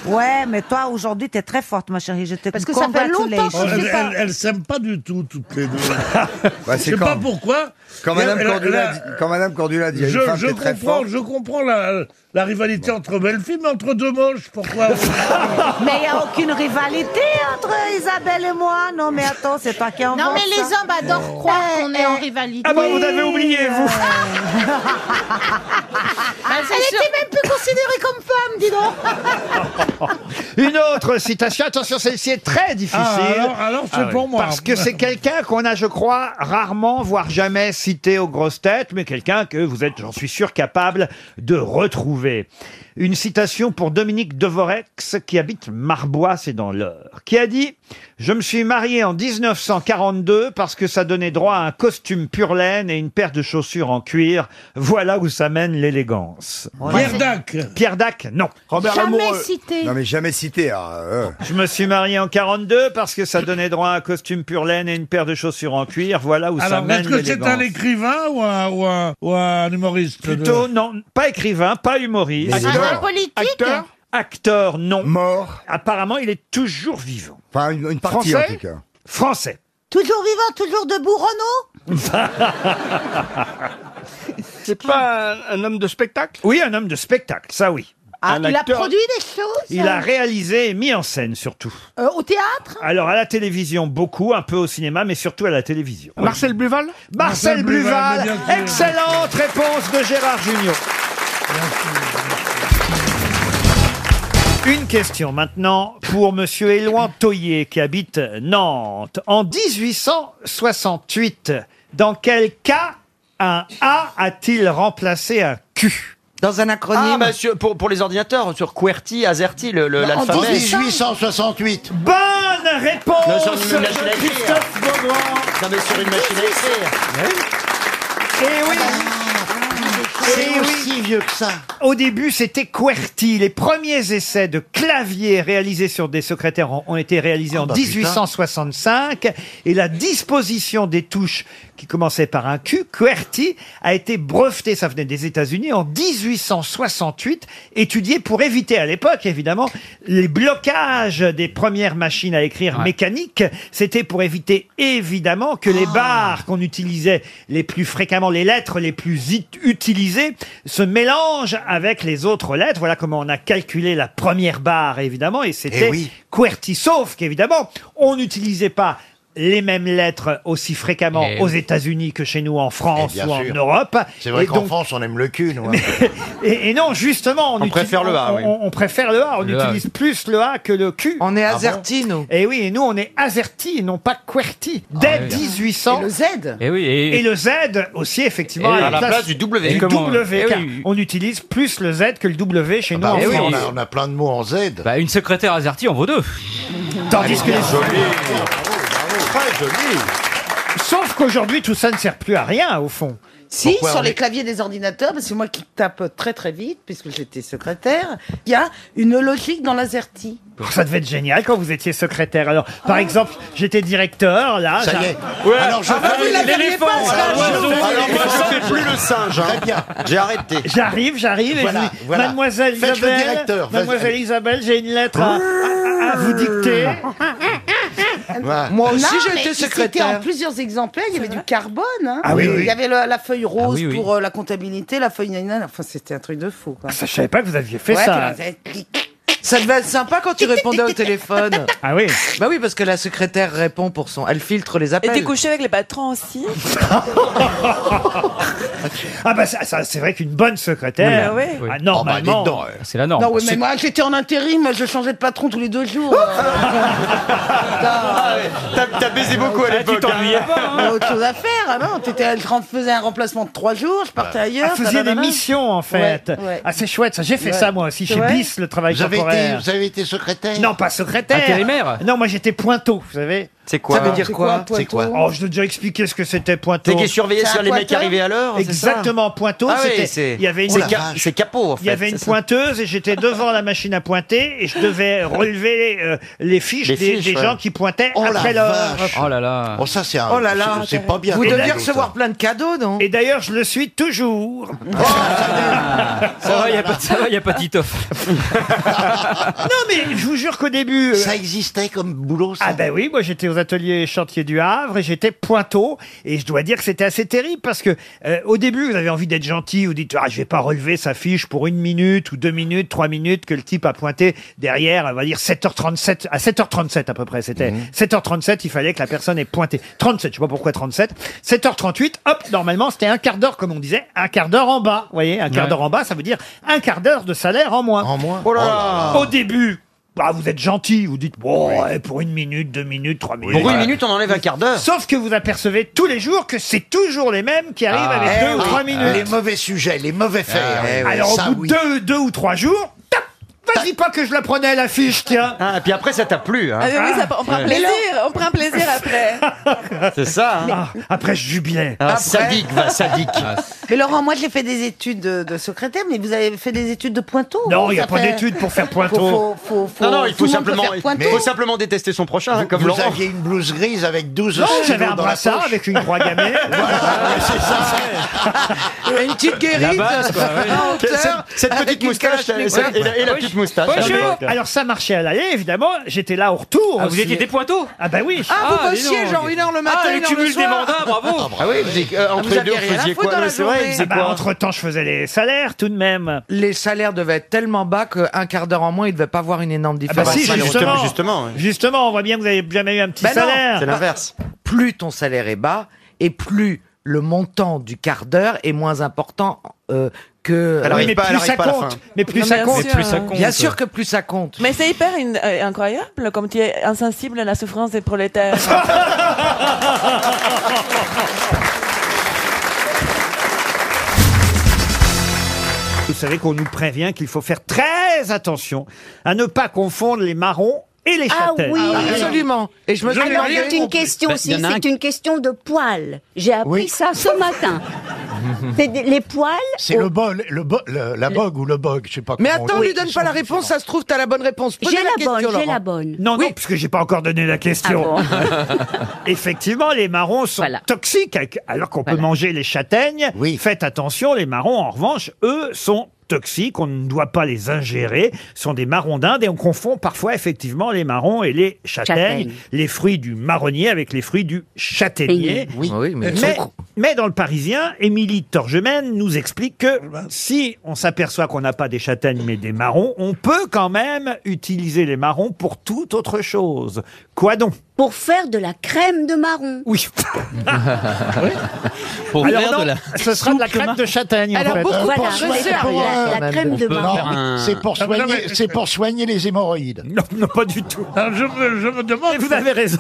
Speaker 3: Ouais, mais toi, aujourd'hui, t'es très forte, ma chérie. Je te
Speaker 12: Parce que ça fait longtemps qu'on
Speaker 16: Elles
Speaker 3: congratulate.
Speaker 16: elle, elle- elle s'aime pas du tout, toutes
Speaker 2: *laughs*
Speaker 16: les deux.
Speaker 5: *laughs* Bah,
Speaker 16: je
Speaker 5: c'est
Speaker 16: sais pas
Speaker 5: quand-
Speaker 16: pourquoi.
Speaker 5: Quand
Speaker 16: Mais
Speaker 5: Madame
Speaker 16: elle-
Speaker 5: Cordula,
Speaker 16: elle-
Speaker 5: dit- quand Madame Cordula dit à une
Speaker 16: je,
Speaker 5: femme
Speaker 16: je
Speaker 5: qui est très
Speaker 16: comprends,
Speaker 5: forte.
Speaker 16: je comprends la, la rivalité entre Belfi mais entre deux moches, pourquoi
Speaker 3: Mais il n'y a aucune rivalité entre Isabelle et moi. Non, mais attends, c'est toi qui en
Speaker 12: Non, mais les hommes bah, adorent croire qu'on est en rivalité.
Speaker 3: Ah bon, vous
Speaker 12: *laughs*
Speaker 3: avez oublié, vous.
Speaker 12: Elle était même plus considérée comme femme, dis donc.
Speaker 1: Une autre citation. Attention, celle-ci est très difficile.
Speaker 16: Ah, alors- alors, c'est pour moi.
Speaker 1: Parce que c'est quelqu'un qu'on a, je crois, rarement, voire jamais cité aux grosses têtes, mais quelqu'un que vous êtes, j'en suis sûr, capable de retrouver. Une citation pour Dominique Devorex, qui habite Marbois, c'est dans l'heure, qui a dit « Je me suis marié en 1942 parce que ça donnait droit à un costume pur laine et une paire de chaussures en cuir. Voilà où ça mène l'élégance. »
Speaker 16: Pierre Dac
Speaker 1: Pierre Dac, non.
Speaker 5: Robert
Speaker 12: Jamais Lamoureux. cité.
Speaker 5: Non mais jamais cité. ah, euh.
Speaker 1: Je me suis marié en 42 parce que ça donnait droit à un costume pur laine et une paire de chaussures en cuir. Voilà où ça
Speaker 16: Alors,
Speaker 1: mène
Speaker 16: est-ce que c'est un
Speaker 1: l'élégance.
Speaker 16: écrivain ou un, ou un, ou un humoriste
Speaker 1: Plutôt, non, pas écrivain, pas humoriste.
Speaker 16: Mais Acteur. un politique
Speaker 1: Acteur Acteur, non. Mort Apparemment, il est toujours vivant.
Speaker 5: Enfin, une, une partie
Speaker 1: Français
Speaker 5: en tout cas.
Speaker 1: Français.
Speaker 3: Toujours vivant, toujours debout, Renaud
Speaker 31: *laughs* C'est pas un, un homme de spectacle
Speaker 1: Oui, un homme de spectacle, ça oui.
Speaker 12: Ah, il a produit des choses
Speaker 1: Il a réalisé et mis en scène surtout.
Speaker 12: Euh, Au théâtre
Speaker 1: Alors à la télévision beaucoup, un peu au cinéma, mais surtout à la télévision.
Speaker 31: Marcel Bluval
Speaker 1: Marcel Bluval, excellente réponse de Gérard Junior. Une question maintenant pour Monsieur Éloin Toyer qui habite Nantes. En 1868, dans quel cas un A a-t-il remplacé un Q
Speaker 23: Dans un acronyme Ah, bah, sur- pour, pour les ordinateurs, sur QWERTY, AZERTY, le- le- l'alphabet.
Speaker 2: 1868.
Speaker 1: Bonne réponse
Speaker 23: Non, sur une
Speaker 1: de
Speaker 23: machine à écrire.
Speaker 1: Christophe Beaugrand.
Speaker 23: Non, mais sur une machine à écrire.
Speaker 1: Eh oui
Speaker 2: Ah.
Speaker 1: Eh
Speaker 2: C'est aussi vieux que ça.
Speaker 1: Au début, c'était QWERTY. Les premiers essais de clavier réalisés sur des secrétaires ont, ont été réalisés en
Speaker 2: bah,
Speaker 1: 1865 et la disposition des touches qui commençait par un Q, QWERTY, a été brevetée, ça venait des États-Unis, en 1868, étudiée pour éviter à l'époque, évidemment, les blocages des premières machines à écrire mécaniques. C'était pour éviter, évidemment, que les barres qu'on utilisait les plus fréquemment, les lettres les plus it- utilisées, se mélangent avec les autres lettres. Voilà comment on a calculé la première barre, évidemment, et c'était
Speaker 2: oui.
Speaker 1: QWERTY. Sauf qu'évidemment, on n'utilisait pas les mêmes lettres aussi fréquemment
Speaker 2: Eh
Speaker 1: aux
Speaker 2: oui.
Speaker 1: États-Unis que chez nous en France
Speaker 2: Eh
Speaker 1: ou
Speaker 2: bien
Speaker 1: en
Speaker 2: sûr.
Speaker 1: Europe.
Speaker 2: C'est vrai
Speaker 1: Et
Speaker 2: qu'en
Speaker 1: donc-
Speaker 2: France, on aime le cul, nous. hein.
Speaker 1: et, et non, justement, on,
Speaker 2: On
Speaker 1: utilise-
Speaker 2: préfère le A,
Speaker 1: on-
Speaker 2: oui.
Speaker 1: on- on préfère le A, on
Speaker 2: Le A,
Speaker 1: utilise plus le A que le Q. On
Speaker 2: Ah
Speaker 1: est azerti, nous. Et oui, et nous, on est azerti, et non pas QWERTY. Dès
Speaker 2: Ah oui.
Speaker 1: 1800. Et le Z.
Speaker 2: Eh oui, et-
Speaker 1: le Z aussi, effectivement.
Speaker 2: Et à la place du W.
Speaker 1: Du
Speaker 2: Et comment-
Speaker 1: W,
Speaker 2: Eh
Speaker 1: car
Speaker 2: oui.
Speaker 1: On utilise plus le Z que le W chez nous
Speaker 2: Bah,
Speaker 1: en
Speaker 2: oui,
Speaker 1: France.
Speaker 2: on, a, on a plein de mots en Z.
Speaker 16: Bah, une secrétaire azerty en vaut deux.
Speaker 1: Tandis que les-
Speaker 2: Très joli.
Speaker 1: Sauf qu'aujourd'hui, tout ça ne sert plus à rien, au fond.
Speaker 12: Si, sur les claviers des ordinateurs, parce que moi qui tape très très vite, puisque j'étais secrétaire, il y a une logique dans l'azerty.
Speaker 1: Ça devait être génial quand vous étiez secrétaire. Alors, par exemple, j'étais directeur, là.
Speaker 2: Ah. Ça y
Speaker 1: j'a-
Speaker 2: est. Alors,
Speaker 1: Ah,
Speaker 2: je
Speaker 1: bah,
Speaker 2: fais l'éléphant. Alors, moi, je fais- alors, moi, je fais plus le singe. hein. J'ai arrêté.
Speaker 1: J'arrive, j'arrive et
Speaker 2: Voilà,
Speaker 1: je dis,
Speaker 2: voilà.
Speaker 1: Mademoiselle
Speaker 2: Faites le
Speaker 1: Isabelle,
Speaker 2: directeur, vas-y.
Speaker 1: Mademoiselle Isabelle, j'ai une lettre à, à- à vous dicter.
Speaker 2: Ah. Moi
Speaker 12: Non, mais C'était en plusieurs exemplaires, il y avait du carbone. hein.
Speaker 1: Ah oui, oui.
Speaker 12: Il y avait le- la feuille rose
Speaker 1: Ah oui, oui.
Speaker 12: pour euh, la comptabilité, la feuille nanana. Enfin, c'était un truc de fou. Quoi.
Speaker 1: Ça, je savais pas que vous aviez fait
Speaker 12: Ouais,
Speaker 1: ça.
Speaker 12: puis là, c'est-
Speaker 6: Ça devait être sympa quand tu répondais au téléphone.
Speaker 1: Ah oui
Speaker 6: Bah oui, parce que la secrétaire répond pour son. Elle filtre les
Speaker 13: Et
Speaker 6: appels.
Speaker 13: t'es couché avec les patrons aussi
Speaker 1: Ah bah ça, ça, c'est vrai qu'une bonne secrétaire.
Speaker 12: Oui, bah oui.
Speaker 1: Ah, normalement.
Speaker 16: Oh bah, dis donc, c'est
Speaker 1: Ah
Speaker 16: la norme.
Speaker 12: Non, oui, mais moi j'étais en intérim, je changeais de patron tous les deux
Speaker 1: Oh,
Speaker 12: jours.
Speaker 43: T'as baisé
Speaker 1: Ah,
Speaker 43: beaucoup à l'époque. hein.
Speaker 1: hein.
Speaker 12: On a autre chose à faire, ah non t'étais- Je rem- faisais un remplacement de trois jours, je partais ailleurs.
Speaker 1: Ah, faisiez des
Speaker 12: nanana.
Speaker 1: missions en fait.
Speaker 12: Ouais, ouais.
Speaker 1: Ah c'est chouette ça. J'ai fait
Speaker 12: Ouais.
Speaker 1: ça moi aussi chez
Speaker 12: Ouais.
Speaker 1: BIS le travail
Speaker 2: Vous avez, été,
Speaker 1: temporaire.
Speaker 2: vous avez été secrétaire
Speaker 1: Non pas secrétaire.
Speaker 43: Ah,
Speaker 2: Intérimaire
Speaker 1: Non moi j'étais pointeau vous savez.
Speaker 2: C'est quoi Ça veut dire C'est quoi, quoi,
Speaker 1: C'est
Speaker 2: C'est quoi
Speaker 1: quoi
Speaker 2: pointeau
Speaker 1: Oh je t'ai déjà expliqué ce que c'était pointeau.
Speaker 43: C'est qui surveillait sur les mecs qui arrivaient à l'heure, c'est ça
Speaker 1: Exactement pointeau.
Speaker 43: Ah oui,
Speaker 1: c'était-
Speaker 43: c'est-
Speaker 1: il y avait une.
Speaker 43: c'est ca- c'est capot, en
Speaker 1: Il y
Speaker 43: fait,
Speaker 1: avait une
Speaker 43: c'est ça.
Speaker 1: pointeuse et j'étais devant la machine à pointer et je
Speaker 43: *laughs*
Speaker 1: devais relever euh, les fiches
Speaker 2: Les
Speaker 1: des
Speaker 2: fiches,
Speaker 1: des
Speaker 2: ouais.
Speaker 1: gens qui pointaient
Speaker 2: Oh la
Speaker 1: après l'heure.
Speaker 2: vache.
Speaker 16: Oh là là.
Speaker 2: Oh, ça, c'est un.
Speaker 6: Oh là là.
Speaker 2: c'est- C'est pas bien.
Speaker 6: Vous
Speaker 2: comme
Speaker 6: deviez
Speaker 2: cadeau, ça.
Speaker 6: recevoir plein de cadeaux, non
Speaker 1: Et d'ailleurs, je le suis toujours.
Speaker 16: Ça va, il n'y a pas de Titoff.
Speaker 1: Non, mais je vous jure qu'au début. euh,
Speaker 2: Ça existait comme boulot, ça
Speaker 1: Ah, ben oui, moi j'étais aux ateliers chantiers du Havre et j'étais pointeau. Et je dois dire que c'était assez terrible parce que euh, au début, vous avez envie d'être gentil, vous dites, ah, je vais pas relever sa fiche pour une minute ou deux minutes, trois minutes que le type a pointé derrière, on va dire 7h37, à 7h37 à peu près, c'était
Speaker 2: Mhm.
Speaker 1: 7h37, il fallait que la personne ait pointé. 37, je sais pas pourquoi 37. 7h38, hop, normalement c'était un quart d'heure, comme on disait, un quart d'heure en bas. Vous voyez, un quart
Speaker 2: Ouais.
Speaker 1: d'heure en bas, ça veut dire un quart d'heure de salaire en moins. En moins.
Speaker 2: Oh là là.
Speaker 1: Au début, bah, vous êtes gentil, vous dites, bon, ouais, pour une minute, deux minutes, trois minutes.
Speaker 43: Pour une
Speaker 1: Ouais.
Speaker 43: minute, on enlève un quart d'heure.
Speaker 1: Sauf que vous apercevez tous les jours que c'est toujours les mêmes qui arrivent
Speaker 2: Ah,
Speaker 1: avec
Speaker 2: eh
Speaker 1: deux ou
Speaker 2: oui.
Speaker 1: trois minutes.
Speaker 2: Les mauvais sujets, les mauvais faits.
Speaker 1: Ah,
Speaker 2: hein.
Speaker 1: Alors,
Speaker 2: Ça,
Speaker 1: au bout
Speaker 2: oui.
Speaker 1: de deux, deux ou trois jours, tap, vas-y pas que je la prenais, la fiche, tiens.
Speaker 43: Ah, et puis après, ça t'a plu. Hein.
Speaker 13: Ah mais oui, ça, on prend un
Speaker 43: Ouais.
Speaker 13: plaisir, on prend un plaisir Ah, après.
Speaker 43: C'est ça. hein.
Speaker 1: Ah, après, je jubilais.
Speaker 43: Ah,
Speaker 12: Après-
Speaker 43: sadique, va, sadique.
Speaker 16: Ah,
Speaker 12: Mais Laurent, moi j'ai fait des études de, de secrétaire, mais vous avez fait des études de pointeau.
Speaker 1: Non,
Speaker 12: hein,
Speaker 1: il n'y a
Speaker 12: ça
Speaker 1: pas
Speaker 12: fait-
Speaker 1: d'études pour faire
Speaker 12: Faut-
Speaker 1: pointeau.
Speaker 12: faut- faut-
Speaker 43: non, non, il
Speaker 12: tout
Speaker 43: faut
Speaker 12: le monde peut
Speaker 43: simplement,
Speaker 12: faire
Speaker 43: il
Speaker 12: pointeau.
Speaker 43: faut simplement détester son prochain, hein, comme
Speaker 2: vous
Speaker 43: Laurent.
Speaker 2: aviez une blouse grise avec 12
Speaker 1: Non,
Speaker 2: stylos
Speaker 1: j'avais un
Speaker 2: dans la
Speaker 1: brassard
Speaker 2: poche.
Speaker 1: avec une croix
Speaker 43: *laughs*
Speaker 6: *laughs*
Speaker 1: gammée. Ah
Speaker 2: Voilà, c'est ça.
Speaker 6: Une petite guérite. euh, en
Speaker 43: Cette-
Speaker 6: hauteur,
Speaker 43: cette petite
Speaker 6: avec une
Speaker 43: moustache,
Speaker 6: Kalachnikov.
Speaker 43: cette- et la- et la petite moustache.
Speaker 1: Bonjour. Alors ça marchait à l'aller, évidemment. J'étais là au retour.
Speaker 16: Ah, vous
Speaker 1: aussi.
Speaker 16: étiez des pointeaux
Speaker 1: Ah bah oui.
Speaker 6: Ah, vous
Speaker 16: Ah, dis
Speaker 6: bossiez
Speaker 16: donc.
Speaker 6: genre une heure le matin,
Speaker 16: Ah,
Speaker 6: une
Speaker 16: le
Speaker 6: heure le
Speaker 16: cumul des
Speaker 6: soir.
Speaker 16: mandats, bravo
Speaker 43: Ah oui, vous faisiez- euh, entre
Speaker 6: Vous
Speaker 43: les deux,
Speaker 6: aviez
Speaker 43: vous
Speaker 6: rien à
Speaker 43: faisiez
Speaker 6: foutre
Speaker 43: quoi
Speaker 6: dans
Speaker 43: Mais
Speaker 6: la
Speaker 43: C'est vrai, vous
Speaker 6: journée.
Speaker 1: Ah
Speaker 43: faisiez
Speaker 1: bah,
Speaker 43: quoi
Speaker 1: entre-temps, je faisais les salaires tout de même.
Speaker 6: Les salaires devaient être tellement bas qu'un quart d'heure en moins, il devait pas avoir une énorme
Speaker 1: Ah bah
Speaker 6: différence.
Speaker 1: si, justement.
Speaker 43: justement, ouais.
Speaker 1: Justement, on voit bien que vous n'avez jamais eu un petit
Speaker 6: Ben non, Bah,
Speaker 1: salaire.
Speaker 43: C'est l'inverse.
Speaker 6: plus ton salaire est bas et plus le montant du quart d'heure est moins important euh, que.
Speaker 43: Elle arrive
Speaker 1: mais
Speaker 43: pas, elle
Speaker 1: plus
Speaker 43: arrive
Speaker 1: ça
Speaker 43: pas à la
Speaker 1: compte.
Speaker 43: fin.
Speaker 1: Mais plus
Speaker 13: Non,
Speaker 1: ça
Speaker 13: mais
Speaker 1: compte.
Speaker 13: bien sûr. Mais plus ça compte.
Speaker 6: Bien sûr que plus ça compte.
Speaker 13: Mais c'est hyper in- euh, incroyable comme tu es insensible à la souffrance des *laughs* prolétaires.
Speaker 1: Vous savez qu'on nous prévient qu'il faut faire très attention à ne pas confondre les marrons et les
Speaker 20: Ah
Speaker 1: châtaignes.
Speaker 20: oui.
Speaker 6: Absolument. Et je me suis
Speaker 20: Alors,
Speaker 6: mariée-
Speaker 20: c'est une question
Speaker 16: Ben,
Speaker 20: aussi,
Speaker 16: y en a un
Speaker 20: c'est
Speaker 16: qui-
Speaker 20: une question de poils. J'ai appris
Speaker 6: Oui.
Speaker 20: ça ce
Speaker 6: *laughs*
Speaker 20: matin. C'est des- les poils.
Speaker 2: *laughs* C'est
Speaker 20: au-
Speaker 16: Oh.
Speaker 2: le bol, le bo- le- la bogue ou le bog, je sais pas
Speaker 6: Mais
Speaker 2: comment on
Speaker 6: attends,
Speaker 2: dit.
Speaker 6: lui donne pas la réponse, ça se trouve, t'as la bonne réponse. Posez
Speaker 20: J'ai la,
Speaker 6: question,
Speaker 20: bonne, j'ai
Speaker 6: Laurent.
Speaker 20: la bonne.
Speaker 1: Non, non, puisque j'ai pas encore donné la question. *laughs* Effectivement, les marrons sont toxiques, avec- alors qu'on peut manger les châtaignes. Faites attention, les marrons, en revanche, eux, sont toxiques, on ne doit pas les ingérer, Ce sont des marrons d'Inde et on confond parfois effectivement les marrons et les châtaignes,
Speaker 20: Châtaignes.
Speaker 1: les fruits du marronnier avec les fruits du
Speaker 20: Châtaignier,
Speaker 1: châtaignier.
Speaker 6: Oui, mais
Speaker 1: Mais Mais dans le Parisien, Émilie Torgemène nous explique que si on s'aperçoit qu'on n'a pas des châtaignes mais des marrons, on peut quand même utiliser les marrons pour toute autre chose. Quoi donc
Speaker 20: Pour faire de la crème de marron.
Speaker 1: Oui.
Speaker 31: Pour
Speaker 1: Alors
Speaker 31: faire
Speaker 1: non,
Speaker 31: de la-
Speaker 1: ce sera de la crème de châtaigne. en fait.
Speaker 20: Voilà, c'est pour
Speaker 1: euh,
Speaker 20: la- la crème de marron.
Speaker 2: C'est pour,
Speaker 1: Ah, mais non,
Speaker 2: soigner-
Speaker 1: mais-
Speaker 2: c'est pour soigner les hémorroïdes.
Speaker 1: Non, pas du tout.
Speaker 2: Ah, je, me, demande.
Speaker 1: vous avez raison.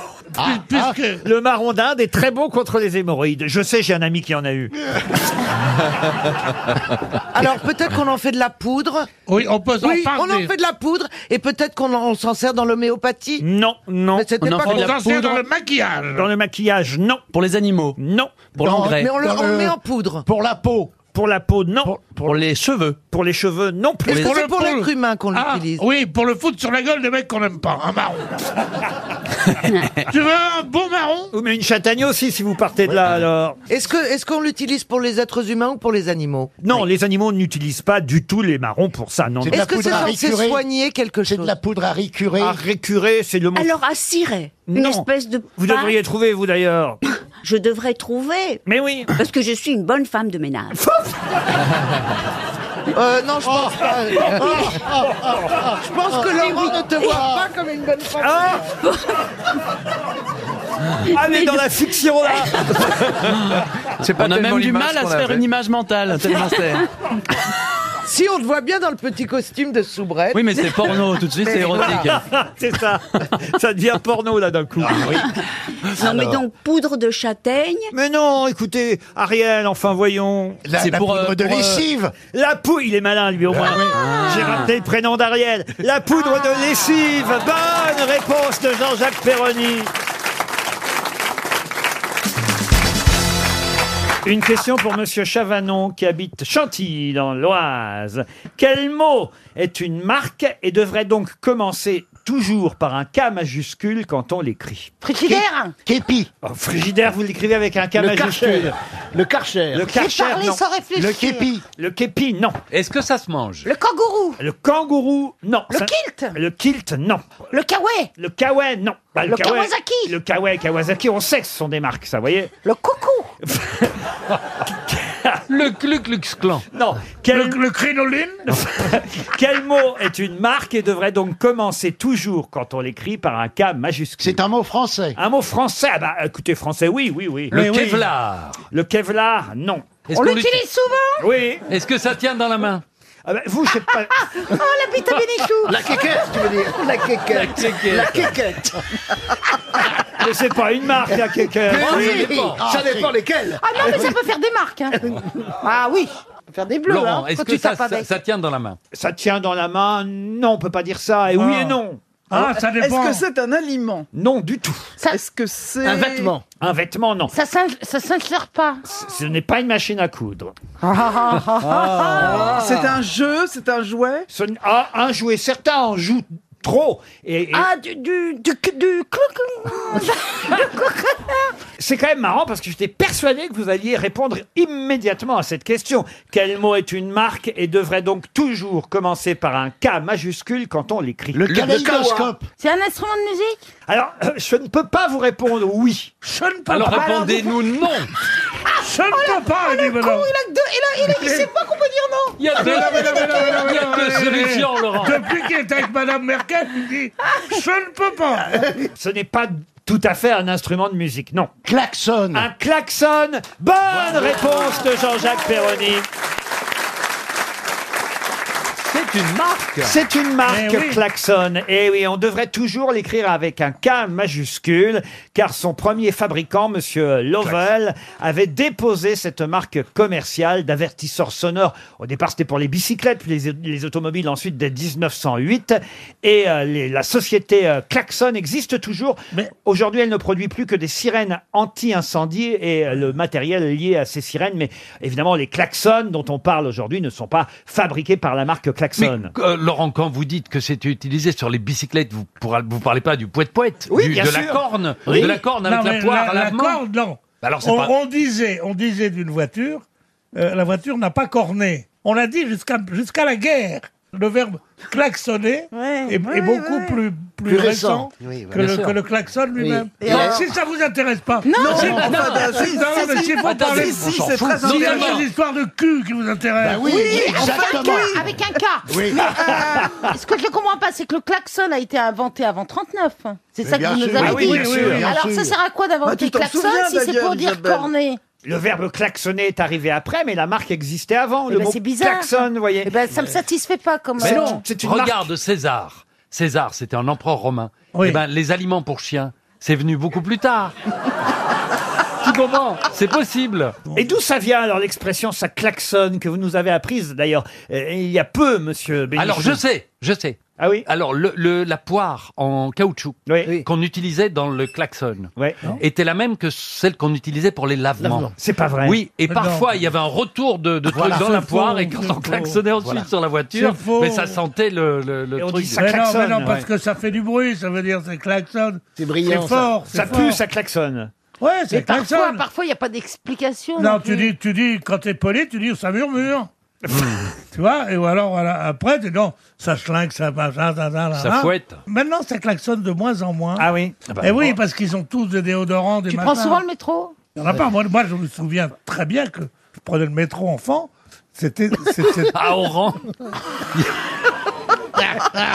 Speaker 1: Le marron d'Inde est très bon contre les hémorroïdes. Je sais, j'ai un ami qui en a eu.
Speaker 6: Alors peut-être qu'on en fait de la poudre.
Speaker 1: Oui, on peut s'en
Speaker 6: Oui,
Speaker 1: faire
Speaker 6: on en
Speaker 1: des-
Speaker 6: fait de la poudre et peut-être qu'on en- on s'en sert dans l'homéopathie.
Speaker 1: Non, non.
Speaker 6: Mais c'était
Speaker 1: On en
Speaker 6: pas
Speaker 1: fait de la
Speaker 6: con.
Speaker 1: On s'en sert dans poudre. le
Speaker 6: maquillage.
Speaker 1: Dans le maquillage, non. Pour les animaux Non.
Speaker 6: Pour Dans- l'engrais. mais on le- on le met en
Speaker 1: poudre. euh, Pour la peau Pour la peau, non. Pour, les cheveux Pour les cheveux, non plus.
Speaker 6: Est-ce que c'est pour l'être humain qu'on
Speaker 16: Ah,
Speaker 6: l'utilise
Speaker 16: oui, pour le foutre sur la gueule des mecs qu'on n'aime pas, un marron.
Speaker 1: *laughs* tu veux un bon marron Ou mais une châtaigne aussi, si vous partez de là, alors.
Speaker 6: Est-ce que est-ce qu'on l'utilise pour les êtres humains ou pour les animaux
Speaker 1: Non, les animaux n'utilisent pas du tout les marrons pour ça, non.
Speaker 6: Est-ce que c'est censé soigner quelque chose C'est de la
Speaker 2: poudre à récurer.
Speaker 43: Ah,
Speaker 1: À récurer, c'est le mot.
Speaker 20: Alors à cirer, une
Speaker 1: Non.
Speaker 20: espèce de.
Speaker 1: *laughs* Vous
Speaker 20: pâte.
Speaker 1: devriez trouver, vous d'ailleurs.
Speaker 20: Je devrais trouver.
Speaker 1: Mais oui.
Speaker 20: Parce que je suis une bonne femme de ménage.
Speaker 6: *laughs* Euh, non, je pense
Speaker 20: *laughs*
Speaker 6: pas. Je pense que Laurent ne te voit pas comme une bonne femme.
Speaker 1: Ah, mais dans la fiction, là
Speaker 31: On a même du mal à se faire une image mentale, tellement c'est.
Speaker 6: *laughs* Si on te voit bien dans le petit costume de soubrette.
Speaker 31: Oui, mais c'est porno, tout de suite, c'est
Speaker 6: Mais
Speaker 31: érotique.
Speaker 6: *laughs*
Speaker 1: c'est
Speaker 2: *laughs*
Speaker 1: ça. Ça devient porno, là, d'un coup.
Speaker 2: Ah
Speaker 20: Non, mais donc poudre de châtaigne.
Speaker 1: Mais non, écoutez, Ariel, enfin voyons.
Speaker 2: La- C'est la pour, poudre euh, de pour, euh, lessive. Ah.
Speaker 1: La poudre, il est malin lui au moins. J'ai raté le prénom d'Ariel. La poudre de lessive. Bonne réponse de Jean-Jacques Perroni. Une question pour Monsieur Chavanon qui habite Chantilly dans l'Oise. Quel mot est une marque et devrait donc commencer toujours par un K majuscule quand on l'écrit
Speaker 12: Frigidaire
Speaker 2: Képi.
Speaker 1: Oh, frigidaire, vous l'écrivez avec un K
Speaker 2: Le
Speaker 1: majuscule.
Speaker 2: karcher. Le karcher.
Speaker 1: Le karcher,
Speaker 12: parlé
Speaker 1: non.
Speaker 12: sans réfléchir.
Speaker 1: Le képi. Le képi, non.
Speaker 31: Est-ce que ça se mange
Speaker 12: Le kangourou
Speaker 1: Le kangourou, non.
Speaker 12: Le
Speaker 1: Ça-
Speaker 12: kilt
Speaker 1: Le kilt, non.
Speaker 12: Le kawaii
Speaker 1: Le kawaii, non. Bah,
Speaker 12: Le
Speaker 1: kawaii-
Speaker 12: kawasaki.
Speaker 1: Le kawaii, kawasaki, on sait que ce sont des marques, ça, vous voyez
Speaker 12: Le coucou
Speaker 1: *laughs*
Speaker 31: Le Klux Klux Klan.
Speaker 1: Non. Le, crinoline *laughs* Quel mot est une marque et devrait donc commencer toujours quand on l'écrit par un K majuscule C'est
Speaker 2: un mot français.
Speaker 1: Un mot français Ah bah écoutez, français, oui, oui, oui.
Speaker 31: Le
Speaker 1: Mais oui.
Speaker 31: Kevlar.
Speaker 1: Le Kevlar, non.
Speaker 31: Est-ce On qu'on l'utilise l'utilise
Speaker 12: souvent
Speaker 1: Oui.
Speaker 31: Est-ce que ça tient dans la main
Speaker 1: Ah bah, vous, je sais pas.
Speaker 12: Oh, la bite à Bénichou
Speaker 2: La quéquette, tu veux dire La quéquette.
Speaker 31: La quéquette.
Speaker 2: La quéquette.
Speaker 1: Mais c'est pas une marque, la
Speaker 31: Euh,
Speaker 1: quéquette.
Speaker 2: Mais
Speaker 1: Oh,
Speaker 2: oui,
Speaker 1: ça dépend.
Speaker 31: Ah,
Speaker 2: ça dépend lesquelles.
Speaker 12: Ah non, mais ça peut faire des marques hein. *laughs* Ah oui Faire des bleus,
Speaker 31: Laurent,
Speaker 12: hein,
Speaker 31: est-ce
Speaker 12: quand
Speaker 31: que
Speaker 12: tu
Speaker 31: ça,
Speaker 12: tapes
Speaker 31: ça,
Speaker 12: avec.
Speaker 31: ça tient dans la main
Speaker 1: Ça tient dans la main Non, on peut pas dire ça. Et oui
Speaker 31: Ah.
Speaker 1: et non.
Speaker 3: Alors, Est-ce que c'est un aliment
Speaker 1: Non, du tout.
Speaker 3: Est-ce que c'est
Speaker 1: Un vêtement, non.
Speaker 12: Ça s'in- ça s'insère pas.
Speaker 1: Ce n'est pas une machine à coudre.
Speaker 12: Ah,
Speaker 1: Ah.
Speaker 3: C'est un jeu, c'est un jouet.
Speaker 1: Ce n- ah, un jouet. Certains en jouent trop. Et, et
Speaker 12: Ah, du, du, du, du
Speaker 1: *laughs* c'est quand même marrant parce que j'étais persuadé que vous alliez répondre immédiatement à cette question. Quel mot est une marque et devrait donc toujours commencer par un K majuscule quand on l'écrit Le
Speaker 2: kaléidoscope.
Speaker 12: C'est un instrument de musique
Speaker 1: Alors, euh, je ne peux pas vous répondre oui.
Speaker 12: Je ne
Speaker 31: Alors répondez-nous non
Speaker 1: Ah,
Speaker 12: Je ne peux pas, il con, il a que deux, il, a, il, a- il sait pas qu'on peut dire non
Speaker 31: Il y a deux, il y a deux
Speaker 16: Euh,
Speaker 31: solutions, Oh, Laurent
Speaker 16: Depuis qu'il est avec Madame Merkel, il dit Je ne peux pas
Speaker 1: *laughs* Ce n'est pas tout à fait un instrument de musique, non.
Speaker 2: Klaxon.
Speaker 1: Un klaxon. Bonne réponse de Jean-Jacques Perroni.
Speaker 31: C'est une marque
Speaker 1: C'est une marque
Speaker 31: Mais oui.
Speaker 1: klaxon. Et oui, on devrait toujours l'écrire avec un K majuscule, car son premier fabricant, Monsieur Lovell, avait déposé cette marque commerciale d'avertisseurs sonores. Au départ, c'était pour les bicyclettes, puis les, les automobiles ensuite dès 1908. Et euh, les- la société euh, Klaxon existe toujours. Aujourd'hui, elle ne produit plus que des sirènes anti-incendie et euh, le matériel lié à ces sirènes. Mais évidemment, les klaxons dont on parle aujourd'hui ne sont pas fabriqués par la marque Klaxon.
Speaker 31: Euh, Laurent, quand vous dites que c'est utilisé sur les bicyclettes, vous ne vous parlez pas du poète-poète
Speaker 16: Oui,
Speaker 31: du-
Speaker 16: bien
Speaker 31: De la
Speaker 16: sûr.
Speaker 31: corne
Speaker 16: Oui.
Speaker 31: De la corne avec
Speaker 16: Non,
Speaker 31: la
Speaker 16: mais
Speaker 31: poire à
Speaker 16: La,
Speaker 31: la main
Speaker 16: corne, non.
Speaker 31: Bah alors, c'est
Speaker 16: on,
Speaker 31: pas-
Speaker 16: on disait, on disait d'une voiture, euh, la voiture n'a pas corné. On l'a dit jusqu'à jusqu'à la guerre. le verbe klaxonner est, est
Speaker 44: Ouais,
Speaker 16: beaucoup
Speaker 44: ouais.
Speaker 16: plus, plus,
Speaker 44: Plus
Speaker 16: récent,
Speaker 44: récent. Oui, bah,
Speaker 16: que,
Speaker 44: bien
Speaker 16: le,
Speaker 44: sûr.
Speaker 16: que le klaxon
Speaker 44: Oui.
Speaker 16: lui-même.
Speaker 44: Et
Speaker 16: Non,
Speaker 44: alors
Speaker 16: si ça vous intéresse pas.
Speaker 44: Non,
Speaker 16: si,
Speaker 44: non, enfin,
Speaker 16: si,
Speaker 44: si,
Speaker 16: non,
Speaker 44: si,
Speaker 16: mais
Speaker 44: si,
Speaker 16: si,
Speaker 44: si,
Speaker 16: faut
Speaker 44: attendez,
Speaker 16: parler.
Speaker 44: si, si, c'est très
Speaker 16: Non, mais
Speaker 44: intéressant.
Speaker 16: les histoires de cul qui vous
Speaker 12: Euh,
Speaker 16: intéressent.
Speaker 44: Bah oui, Oui,
Speaker 12: avec un
Speaker 44: exactement.
Speaker 12: K, avec un K.
Speaker 44: Oui.
Speaker 12: Mais, euh, ce que je ne comprends pas, c'est que le klaxon a été inventé avant 39. C'est
Speaker 1: Mais
Speaker 12: ça que
Speaker 1: bien
Speaker 12: vous nous
Speaker 1: sûr,
Speaker 12: avez
Speaker 1: ah oui,
Speaker 12: dit.
Speaker 1: bien sûr, bien
Speaker 12: Alors
Speaker 1: sûr.
Speaker 12: ça sert à quoi
Speaker 1: Bah,
Speaker 12: d'inventer
Speaker 1: tu t'en
Speaker 12: klaxon
Speaker 1: souviens,
Speaker 12: si c'est
Speaker 1: Daniel,
Speaker 12: pour dire
Speaker 1: Isabelle.
Speaker 12: cornet
Speaker 1: Le verbe klaxonner est arrivé après, mais la marque existait avant.
Speaker 12: Eh
Speaker 1: le
Speaker 12: ben,
Speaker 1: mot
Speaker 12: c'est bizarre. Eh ben,
Speaker 1: klaxon, vous voyez.
Speaker 12: Ça me satisfait pas comme
Speaker 1: Mais
Speaker 12: euh,
Speaker 1: non, c'est une
Speaker 31: Regarde César. César, c'était un empereur romain. Eh ben, les aliments pour chiens, c'est venu beaucoup plus tard. tu comprends C'est possible.
Speaker 1: Et d'où ça vient alors l'expression ça klaxonne que vous nous avez apprise d'ailleurs euh, il y a peu, monsieur Bénichou.
Speaker 31: Alors, je sais, je sais.
Speaker 1: Ah oui
Speaker 31: Alors, le, le- la poire en caoutchouc qu'on utilisait dans le klaxon était la même que celle qu'on utilisait pour les lavements.
Speaker 1: Lavement. C'est pas vrai.
Speaker 31: Oui, et
Speaker 1: Non.
Speaker 31: parfois, il y avait un retour de, de trucs
Speaker 1: Voilà.
Speaker 31: dans la
Speaker 1: C'est
Speaker 31: poire
Speaker 1: faux,
Speaker 31: et quand
Speaker 1: c'est
Speaker 31: on
Speaker 1: faux.
Speaker 31: klaxonnait ensuite
Speaker 1: Voilà.
Speaker 31: sur la voiture,
Speaker 16: C'est faux.
Speaker 31: mais ça sentait le, le, le truc.
Speaker 16: mais non, mais non, parce que ça fait du bruit, ça veut dire c'est klaxon. C'est
Speaker 1: brillant,
Speaker 16: C'est fort.
Speaker 1: ça. Ça pue, ça klaxonne.
Speaker 16: Ouais, c'est
Speaker 12: Mais parfois,
Speaker 16: klaxon.
Speaker 12: parfois, il n'y a pas d'explication.
Speaker 16: Non,
Speaker 12: plus.
Speaker 16: tu dis, tu dis, quand t'es poli, tu dis ça
Speaker 1: *laughs*
Speaker 16: murmure. tu vois, et ou alors voilà, après, tu dis non, ça chlingue, ça machin, ça, ça,
Speaker 31: Ça
Speaker 16: là.
Speaker 31: fouette.
Speaker 16: Maintenant, ça klaxonne de moins en moins.
Speaker 1: Ah oui
Speaker 31: Ah bah,
Speaker 16: Et oui, parce qu'ils ont tous des déodorants, des
Speaker 12: Tu
Speaker 16: machins.
Speaker 12: prends souvent le métro
Speaker 16: Il y en a pas. Moi, moi, je me souviens très bien que je prenais le métro enfant. C'était.
Speaker 1: *laughs*
Speaker 16: c'était-
Speaker 1: Ah,
Speaker 31: À
Speaker 16: *laughs*
Speaker 31: Oran.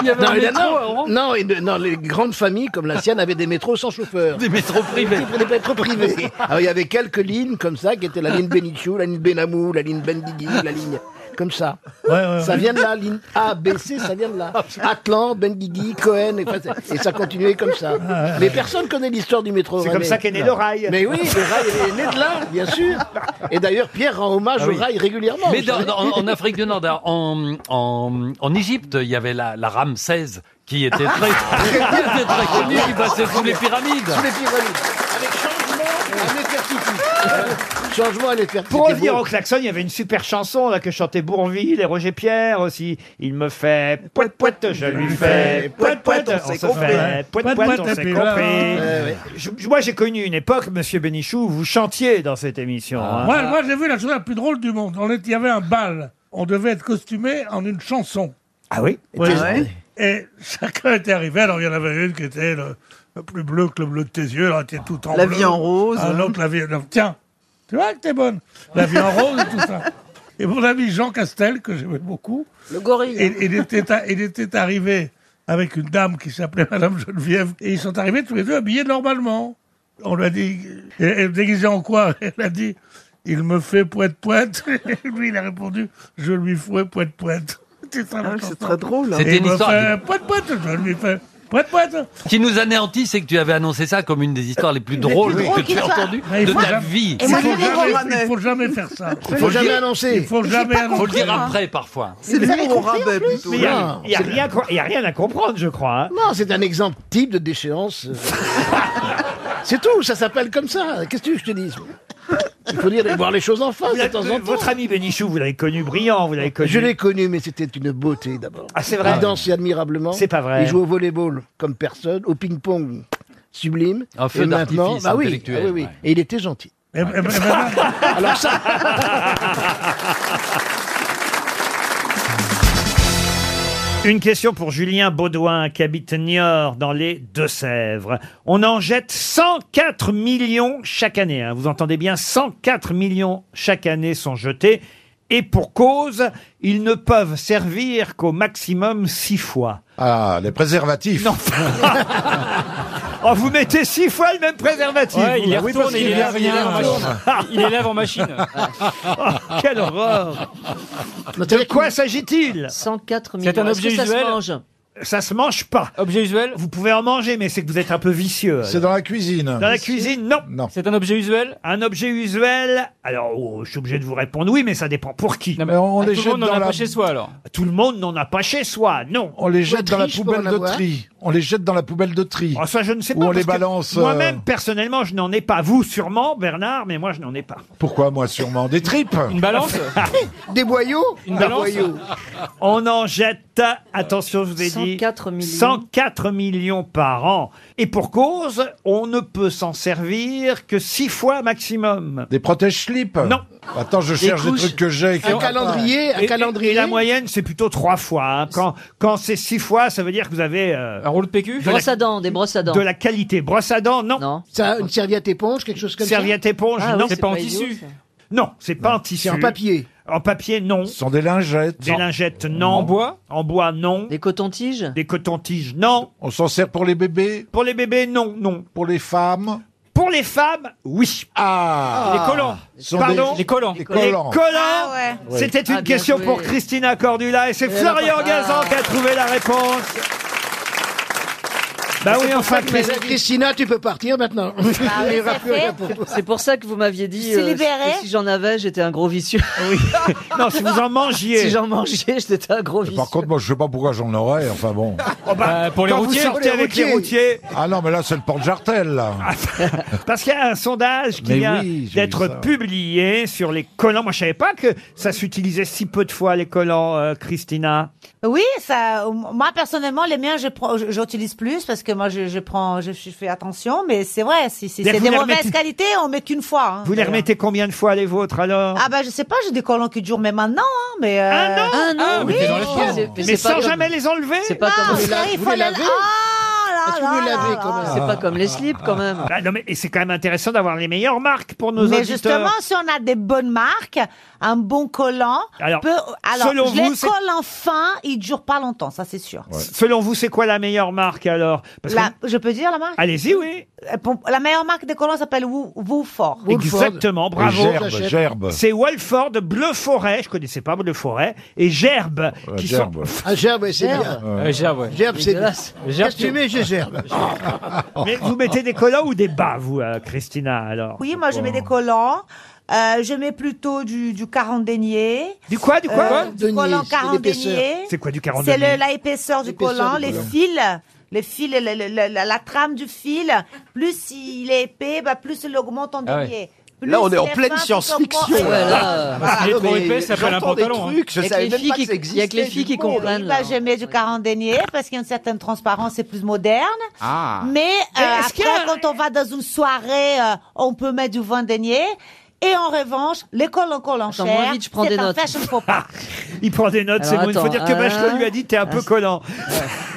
Speaker 2: Il y avait
Speaker 16: Non,
Speaker 2: un
Speaker 16: il y en a
Speaker 2: métro,
Speaker 16: un,
Speaker 2: non, et de- non, les grandes familles comme la sienne avaient des métros sans chauffeur.
Speaker 31: Des métros privés.
Speaker 2: Des métros
Speaker 1: *laughs*
Speaker 2: privés. Alors il y avait quelques lignes comme ça, qui étaient la ligne Benichou, la ligne Benamou, la ligne Bendigui, la ligne comme ça.
Speaker 16: Ouais, ouais,
Speaker 2: ça
Speaker 16: ouais.
Speaker 2: vient de là, ligne A, B, C, ça vient de là. Atlan, Bendigui, Cohen, et, enfin, c'est- et ça continuait comme ça. Mais personne connaît l'histoire du métro.
Speaker 1: Ah. C'est
Speaker 2: rennais.
Speaker 1: comme ça qu'est né
Speaker 2: Non.
Speaker 1: le rail.
Speaker 2: Mais oui, le rail est né de là, bien sûr. Et d'ailleurs, Pierre rend hommage
Speaker 31: Ah oui.
Speaker 2: au rail régulièrement.
Speaker 31: Mais
Speaker 2: vous
Speaker 31: dans-
Speaker 2: savez.
Speaker 31: dans- en Afrique du Nord, en, en, en Égypte, il y avait la, la rame 16 qui était très, *laughs* qui était très connue, qui passait sous les pyramides.
Speaker 2: Sous les pyramides. Avec changement à Nefertiti. Changement à Nefertiti.
Speaker 1: Pour revenir
Speaker 2: Beau.
Speaker 1: au klaxon, il y avait une super chanson là que chantait Bourville et Roger Pierre aussi. Il me fait poète poète, je lui fais poète poète, on s'est compris. Poète poète, on
Speaker 16: et
Speaker 1: s'est
Speaker 16: puis voilà.
Speaker 1: compris.
Speaker 16: Ouais, ouais.
Speaker 1: Je- je- Moi, j'ai connu une époque, Monsieur Bénichou, où vous chantiez dans cette émission. hein.
Speaker 16: Ah. Moi, moi, j'ai vu la chose la plus drôle du monde. On est- Il y avait un bal. On devait être costumé en une chanson.
Speaker 1: Ah oui
Speaker 16: Ouais, ouais. Et chacun était arrivé. Alors, il y en avait une qui était le, le plus bleu que le bleu de tes yeux. Alors, elle était tout en
Speaker 3: La
Speaker 16: bleu.
Speaker 3: vie en rose.
Speaker 16: Ah, l'autre, la vie. non, tiens, tu vois que t'es bonne. La vie en rose et tout ça. Et mon ami Jean Castel, que j'aimais beaucoup.
Speaker 45: Le gorille.
Speaker 16: il, il était, à- il était arrivé avec une dame qui s'appelait *laughs* Madame Geneviève. Et ils sont arrivés tous les deux habillés normalement. On lui a dit. Et, et déguisé en quoi *laughs* Elle a dit Il me fait poète poète. *laughs* Et lui, il a répondu Je lui fouais poète *laughs* poète. C'était ça, la
Speaker 3: Ah oui, c'est
Speaker 16: chanson.
Speaker 3: très drôle, hein.
Speaker 16: Et
Speaker 31: C'était
Speaker 16: il
Speaker 31: une
Speaker 16: me
Speaker 31: histoire
Speaker 16: fait poète poète. Je lui fais poète poète.
Speaker 31: Ce qui nous anéantit, c'est que tu avais annoncé ça comme une des histoires les plus drôles
Speaker 16: Oui.
Speaker 31: que tu as entendues
Speaker 16: Mais Ah, il
Speaker 31: de
Speaker 16: faut
Speaker 31: ta
Speaker 16: jamais-
Speaker 31: vie.
Speaker 16: Il faut, jamais, il faut jamais faire ça.
Speaker 31: Il faut jamais annoncer.
Speaker 16: Il faut
Speaker 31: Mais
Speaker 16: jamais
Speaker 31: Faut
Speaker 16: annoncer.
Speaker 31: le dire après parfois.
Speaker 3: C'est l'humour au rabais plutôt. hein.
Speaker 1: Mais il n'y a, il y a rien à cro- il y a rien à comprendre, je crois. hein.
Speaker 2: Non, c'est un exemple type de déchéance. euh.
Speaker 1: *laughs*
Speaker 2: c'est tout, ça s'appelle comme ça. Qu'est-ce que tu veux que je te dise Il faut dire, voir les choses en face
Speaker 1: Vous
Speaker 2: de
Speaker 1: êtes-
Speaker 2: temps en temps.
Speaker 1: Votre ami Bénichou, vous l'avez connu brillant, vous l'avez connu.
Speaker 2: Je l'ai connu, mais c'était une beauté d'abord.
Speaker 1: Ah, c'est vrai
Speaker 2: Il dansait admirablement.
Speaker 1: C'est pas vrai.
Speaker 2: Il jouait au volleyball comme personne, au ping-pong sublime.
Speaker 31: Un feu
Speaker 2: Et maintenant-
Speaker 31: d'artifice
Speaker 2: bah oui,
Speaker 31: intellectuel,
Speaker 2: ah oui, oui.
Speaker 31: ouais.
Speaker 2: Et il était gentil. Alors ça.
Speaker 1: Une question pour Julien Baudouin qui habite Niort dans les Deux-Sèvres. On en jette 104 millions chaque année. hein. Vous entendez bien, 104 millions chaque année sont jetés. Et pour cause, ils ne peuvent servir qu'au maximum six fois.
Speaker 15: Ah, les préservatifs. *laughs* Non.
Speaker 1: Oh, vous mettez six fois le même préservatif Ah
Speaker 8: Ouais, il les
Speaker 1: vous.
Speaker 8: retourne et il les lave- il les lave en
Speaker 1: *laughs*
Speaker 8: machine. Il les lave en machine.
Speaker 16: *laughs*
Speaker 1: Oh, quelle horreur De quoi s'agit-il
Speaker 46: 104
Speaker 8: C'est un millions. Est-ce objet que ça se usuel mange
Speaker 1: Ça se mange pas.
Speaker 8: Objet usuel
Speaker 1: Vous pouvez en manger, mais c'est que vous êtes un peu vicieux.
Speaker 15: C'est dans la cuisine.
Speaker 1: Euh, Dans la cuisine, non.
Speaker 8: C'est un objet usuel
Speaker 1: Un objet usuel. Alors, oh, je suis obligé de vous répondre oui, mais ça dépend pour qui.
Speaker 15: on Ah, les tout le
Speaker 8: jette monde n'en dans a la- pas chez soi, alors.
Speaker 1: Tout le monde n'en a pas chez soi, non.
Speaker 15: On les jette dans la poubelle de tri.
Speaker 1: On les jette dans la poubelle de tri. Ah, ça, je ne sais
Speaker 15: Ou
Speaker 1: pas.
Speaker 15: on les
Speaker 1: parce que
Speaker 15: balance, euh,
Speaker 1: Moi-même, personnellement, je n'en ai pas. Vous, sûrement, Bernard, mais moi, je n'en ai pas.
Speaker 15: Pourquoi moi sûrement Des tripes *laughs*
Speaker 1: Une balance
Speaker 5: Des boyaux
Speaker 1: Des boyaux. On en jette, attention, je vous ai dit,
Speaker 27: 104 millions.
Speaker 1: 104 millions par an. Et pour cause, on ne peut s'en servir que 6 fois maximum. Des protèges-slip Non.
Speaker 15: Attends, je cherche des
Speaker 1: couches.
Speaker 15: trucs que j'ai. que-
Speaker 1: Et- et- et la moyenne, c'est plutôt 3 fois. hein. Quand, quand c'est 6 fois, ça veut dire que vous avez... Un rouleau de PQ
Speaker 27: Brosse à dents, des brosses à dents.
Speaker 1: De la qualité. Brosse à dents, non.
Speaker 6: Ça, une serviette éponge, quelque chose comme
Speaker 1: Serviette
Speaker 6: ça
Speaker 1: éponge,
Speaker 6: Ah oui,
Speaker 1: non.
Speaker 6: idiot, ça.
Speaker 1: Non, c'est pas en tissu.
Speaker 6: C'est en papier.
Speaker 1: En papier, non. Ce sont des lingettes. Des lingettes, non. En bois En bois, non. Des cotons-tiges Des cotons-tiges, non. On s'en sert pour les bébés Pour les bébés, non, non. Pour les femmes Pour les femmes, oui. Ah
Speaker 2: Les collants. Ce sont
Speaker 1: Pardon
Speaker 2: des- les collants.
Speaker 1: Les
Speaker 2: Les
Speaker 1: collants,
Speaker 2: collants. Ah ouais.
Speaker 1: C'était une
Speaker 2: Ah, bien
Speaker 1: question
Speaker 2: joué.
Speaker 1: pour Christina Cordula et c'est
Speaker 2: Et elle a
Speaker 1: Florian
Speaker 2: pas-
Speaker 1: Gazan
Speaker 2: Ah.
Speaker 1: qui a trouvé la réponse.
Speaker 6: Bah
Speaker 1: Bah oui, enfin,
Speaker 6: mais
Speaker 1: Christi-
Speaker 6: Christina, tu peux partir maintenant.
Speaker 2: Ah,
Speaker 12: Ah
Speaker 6: *laughs*
Speaker 27: Ah,
Speaker 6: Il y aura plus rien pour toi.
Speaker 27: C'est pour ça que vous m'aviez dit
Speaker 6: C'est
Speaker 27: euh,
Speaker 6: libéré
Speaker 27: que si j'en avais, j'étais un gros vicieux.
Speaker 1: Oui. non, si vous en mangiez.
Speaker 27: *laughs* Si j'en mangeais, j'étais un gros vicieux.
Speaker 15: Par contre, moi, je sais pas pourquoi j'en aurais. Enfin bon.
Speaker 2: Oh, bah,
Speaker 1: pour les quand vous routiers sortez Pour les avec les routiers.
Speaker 15: Ah non, mais là, c'est le porte-jartel, là.
Speaker 1: *laughs* Parce qu'il y a un sondage qui
Speaker 15: Mais
Speaker 1: vient
Speaker 15: oui, j'ai vu ça.
Speaker 1: d'être publié sur les collants. Moi, je savais pas que ça s'utilisait si peu de fois, les collants, euh, Christina.
Speaker 3: Oui, ça. euh, Moi personnellement, les miens, je prends, je- j'utilise plus parce que moi, je, je prends, je, je fais attention. Mais c'est vrai, si, si
Speaker 1: Mais
Speaker 3: c'est
Speaker 1: vous
Speaker 3: des
Speaker 1: les
Speaker 3: mauvaises
Speaker 1: remettez-
Speaker 3: qualités, on met qu'une fois. hein.
Speaker 1: Vous les remettez combien de fois, les vôtres, alors
Speaker 3: Ah bah je sais pas, j'ai des collants qui durent même un an, hein, mais euh...
Speaker 1: Un an
Speaker 3: un
Speaker 1: Ah, mais
Speaker 3: oui.
Speaker 1: t'es dans les formes. Mais sans jamais les enlever
Speaker 27: C'est pas comme
Speaker 3: Ah,
Speaker 27: les Ah,
Speaker 3: il faut les laver.
Speaker 27: Est-ce que vous les lavez quand même C'est
Speaker 3: Ah.
Speaker 27: pas comme les slips quand même.
Speaker 1: Ah non, mais et c'est quand même intéressant d'avoir les meilleures marques pour nos
Speaker 3: mais
Speaker 1: auditeurs.
Speaker 3: justement, si on a des bonnes marques, un bon collant
Speaker 1: Alors,
Speaker 3: peut. Alors,
Speaker 1: selon
Speaker 3: je les
Speaker 1: vous, c'est-
Speaker 3: collants fins, ils durent pas longtemps, ça c'est sûr.
Speaker 1: Selon vous, c'est quoi la meilleure marque, alors Parce que-
Speaker 3: La- Je peux dire la marque
Speaker 1: Allez-y, oui.
Speaker 3: Euh, pour- La meilleure marque de collants s'appelle Woo- Wooford.
Speaker 1: Exactement, bravo.
Speaker 15: Et Gerbe, Gerbe.
Speaker 1: C'est Walford, Bleu Forêt, je connaissais pas Bleu Forêt, et Gerbe. qui
Speaker 15: Gerbe,
Speaker 1: sont-
Speaker 15: ouais.
Speaker 6: Ah, gerbe, ouais, c'est
Speaker 1: Gerbe.
Speaker 6: bien.
Speaker 1: Ouais, gerbe, ouais.
Speaker 6: Gerbe, c'est bien.
Speaker 1: Dégueulasse. Gerbe,
Speaker 6: Qu'est-ce que tu
Speaker 1: c'est-
Speaker 6: mets Je gerbe.
Speaker 1: *laughs*
Speaker 6: *laughs*
Speaker 1: Mais vous mettez des collants ou des bas, vous, euh, Christina, alors
Speaker 3: Oui, moi je mets des collants. Euh, je mets plutôt du, du carandainier.
Speaker 1: Du quoi, du quoi
Speaker 3: Du collant carandainier.
Speaker 1: C'est quoi du
Speaker 3: C'est
Speaker 1: carandainier
Speaker 3: le- la épaisseur du
Speaker 1: L'épaisseur
Speaker 3: collant,
Speaker 1: du
Speaker 3: les
Speaker 1: collant.
Speaker 3: fils, les fils, le- le- le- la, la trame du fil. Plus il est épais, bah, plus il augmente en
Speaker 2: Ah ouais.
Speaker 3: denier. Plus
Speaker 2: Là, on est en
Speaker 3: il
Speaker 2: pleine
Speaker 3: fin, plus
Speaker 2: science-fiction.
Speaker 3: il augmente-
Speaker 2: Ouais, là. Ah,
Speaker 3: Voilà.
Speaker 2: il est trop épais, ça s'appelle un
Speaker 3: J'entends des
Speaker 2: pantalon, hein.
Speaker 3: trucs, je
Speaker 2: Y a que
Speaker 3: savais
Speaker 2: les
Speaker 3: même
Speaker 2: filles
Speaker 3: pas
Speaker 2: qui-
Speaker 3: ça
Speaker 2: y a que les
Speaker 3: existait,
Speaker 2: filles qui
Speaker 3: du coup.
Speaker 2: comprennent,
Speaker 3: Oui,
Speaker 2: là.
Speaker 3: bah, je mets du carandainier parce qu'il y a une certaine transparence, c'est plus moderne.
Speaker 2: Ah.
Speaker 3: Mais euh,
Speaker 2: Mais est-ce
Speaker 3: après, quand on va dans une soirée, euh, on peut mettre du vendenier. Et en revanche, les collants collants
Speaker 27: Attends,
Speaker 3: chers,
Speaker 27: moi, vite, je prends des
Speaker 3: c'est un
Speaker 27: notes.
Speaker 3: fashion faux pas.
Speaker 1: *laughs* Il prend des notes, c'est
Speaker 27: Alors,
Speaker 1: bon. Il faut
Speaker 27: attends, hein.
Speaker 1: dire que
Speaker 27: un,
Speaker 1: Bachelot lui a dit t'es un peu collant. *laughs*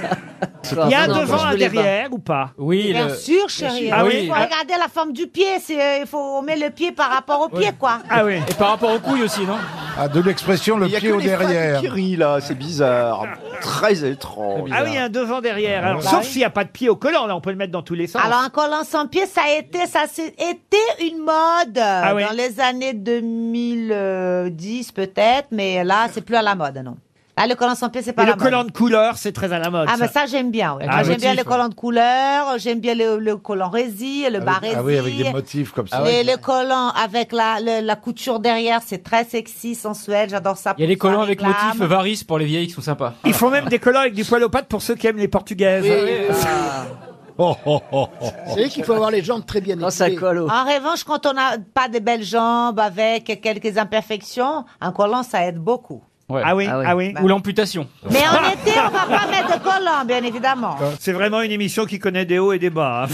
Speaker 1: Il y a un
Speaker 27: Non, non,
Speaker 1: devant,
Speaker 27: je
Speaker 1: un
Speaker 27: voulais pas.
Speaker 1: derrière ou pas
Speaker 27: Oui,
Speaker 3: Bien sûr, chérie.
Speaker 1: Ah
Speaker 3: Il
Speaker 1: oui
Speaker 3: faut regarder la forme du pied. C'est, euh, il faut, on met le pied par rapport au pied, quoi.
Speaker 1: Ah oui.
Speaker 2: Et par rapport aux couilles aussi, non
Speaker 15: Ah, de l'expression le
Speaker 2: Il y a
Speaker 15: pied
Speaker 2: que
Speaker 15: au
Speaker 2: les femmes
Speaker 15: derrière.
Speaker 2: qui rient, là, c'est bizarre. Très étrange.
Speaker 1: Ah oui, un devant derrière. Alors,
Speaker 2: Bah
Speaker 1: sauf
Speaker 2: oui.
Speaker 1: s'il n'y a pas de pied au collant, là, on peut le mettre dans tous les sens.
Speaker 3: *laughs* Alors, un collant sans pied, ça a été, ça c'était une mode euh,
Speaker 1: Ah oui.
Speaker 3: dans les années 2010 peut-être, mais là, c'est plus à la mode, non. Là, le collant sans pied, c'est pas
Speaker 1: Et
Speaker 3: la
Speaker 1: le collant
Speaker 3: mode.
Speaker 1: de couleur, c'est très à la mode.
Speaker 3: Ah, mais ça, j'aime bien. ouais.
Speaker 1: Avec
Speaker 3: Moi,
Speaker 21: Ah,
Speaker 1: un
Speaker 3: j'aime bien
Speaker 1: motif,
Speaker 3: les collants de couleur, j'aime bien le, le collant résille, le bas
Speaker 15: Ah oui, avec des
Speaker 3: résille.
Speaker 15: motifs comme ça. Ah
Speaker 3: Les, les collants avec la, le- la couture derrière, c'est très sexy, sensuel, j'adore ça.
Speaker 21: Il y a des
Speaker 3: pour ça,
Speaker 21: collants avec
Speaker 3: réclame.
Speaker 21: motif varice pour les vieilles qui sont sympas.
Speaker 1: Ils font même des collants avec du poil aux pattes pour ceux qui aiment les portugaises.
Speaker 21: Ah.
Speaker 15: Oh, oh, oh, oh.
Speaker 6: C'est vrai qu'il faut avoir les jambes très bien épilées. ça colle
Speaker 1: Ah
Speaker 3: En revanche, quand on n'a pas de belles jambes avec quelques imperfections, un collant, ça aide beaucoup.
Speaker 1: Ah oui, ah oui.
Speaker 21: Ou l'amputation.
Speaker 3: Mais
Speaker 21: *laughs*
Speaker 3: en été, on va pas mettre de collant, bien évidemment.
Speaker 21: *laughs*
Speaker 1: C'est vraiment une émission qui connaît des hauts et des bas. hein.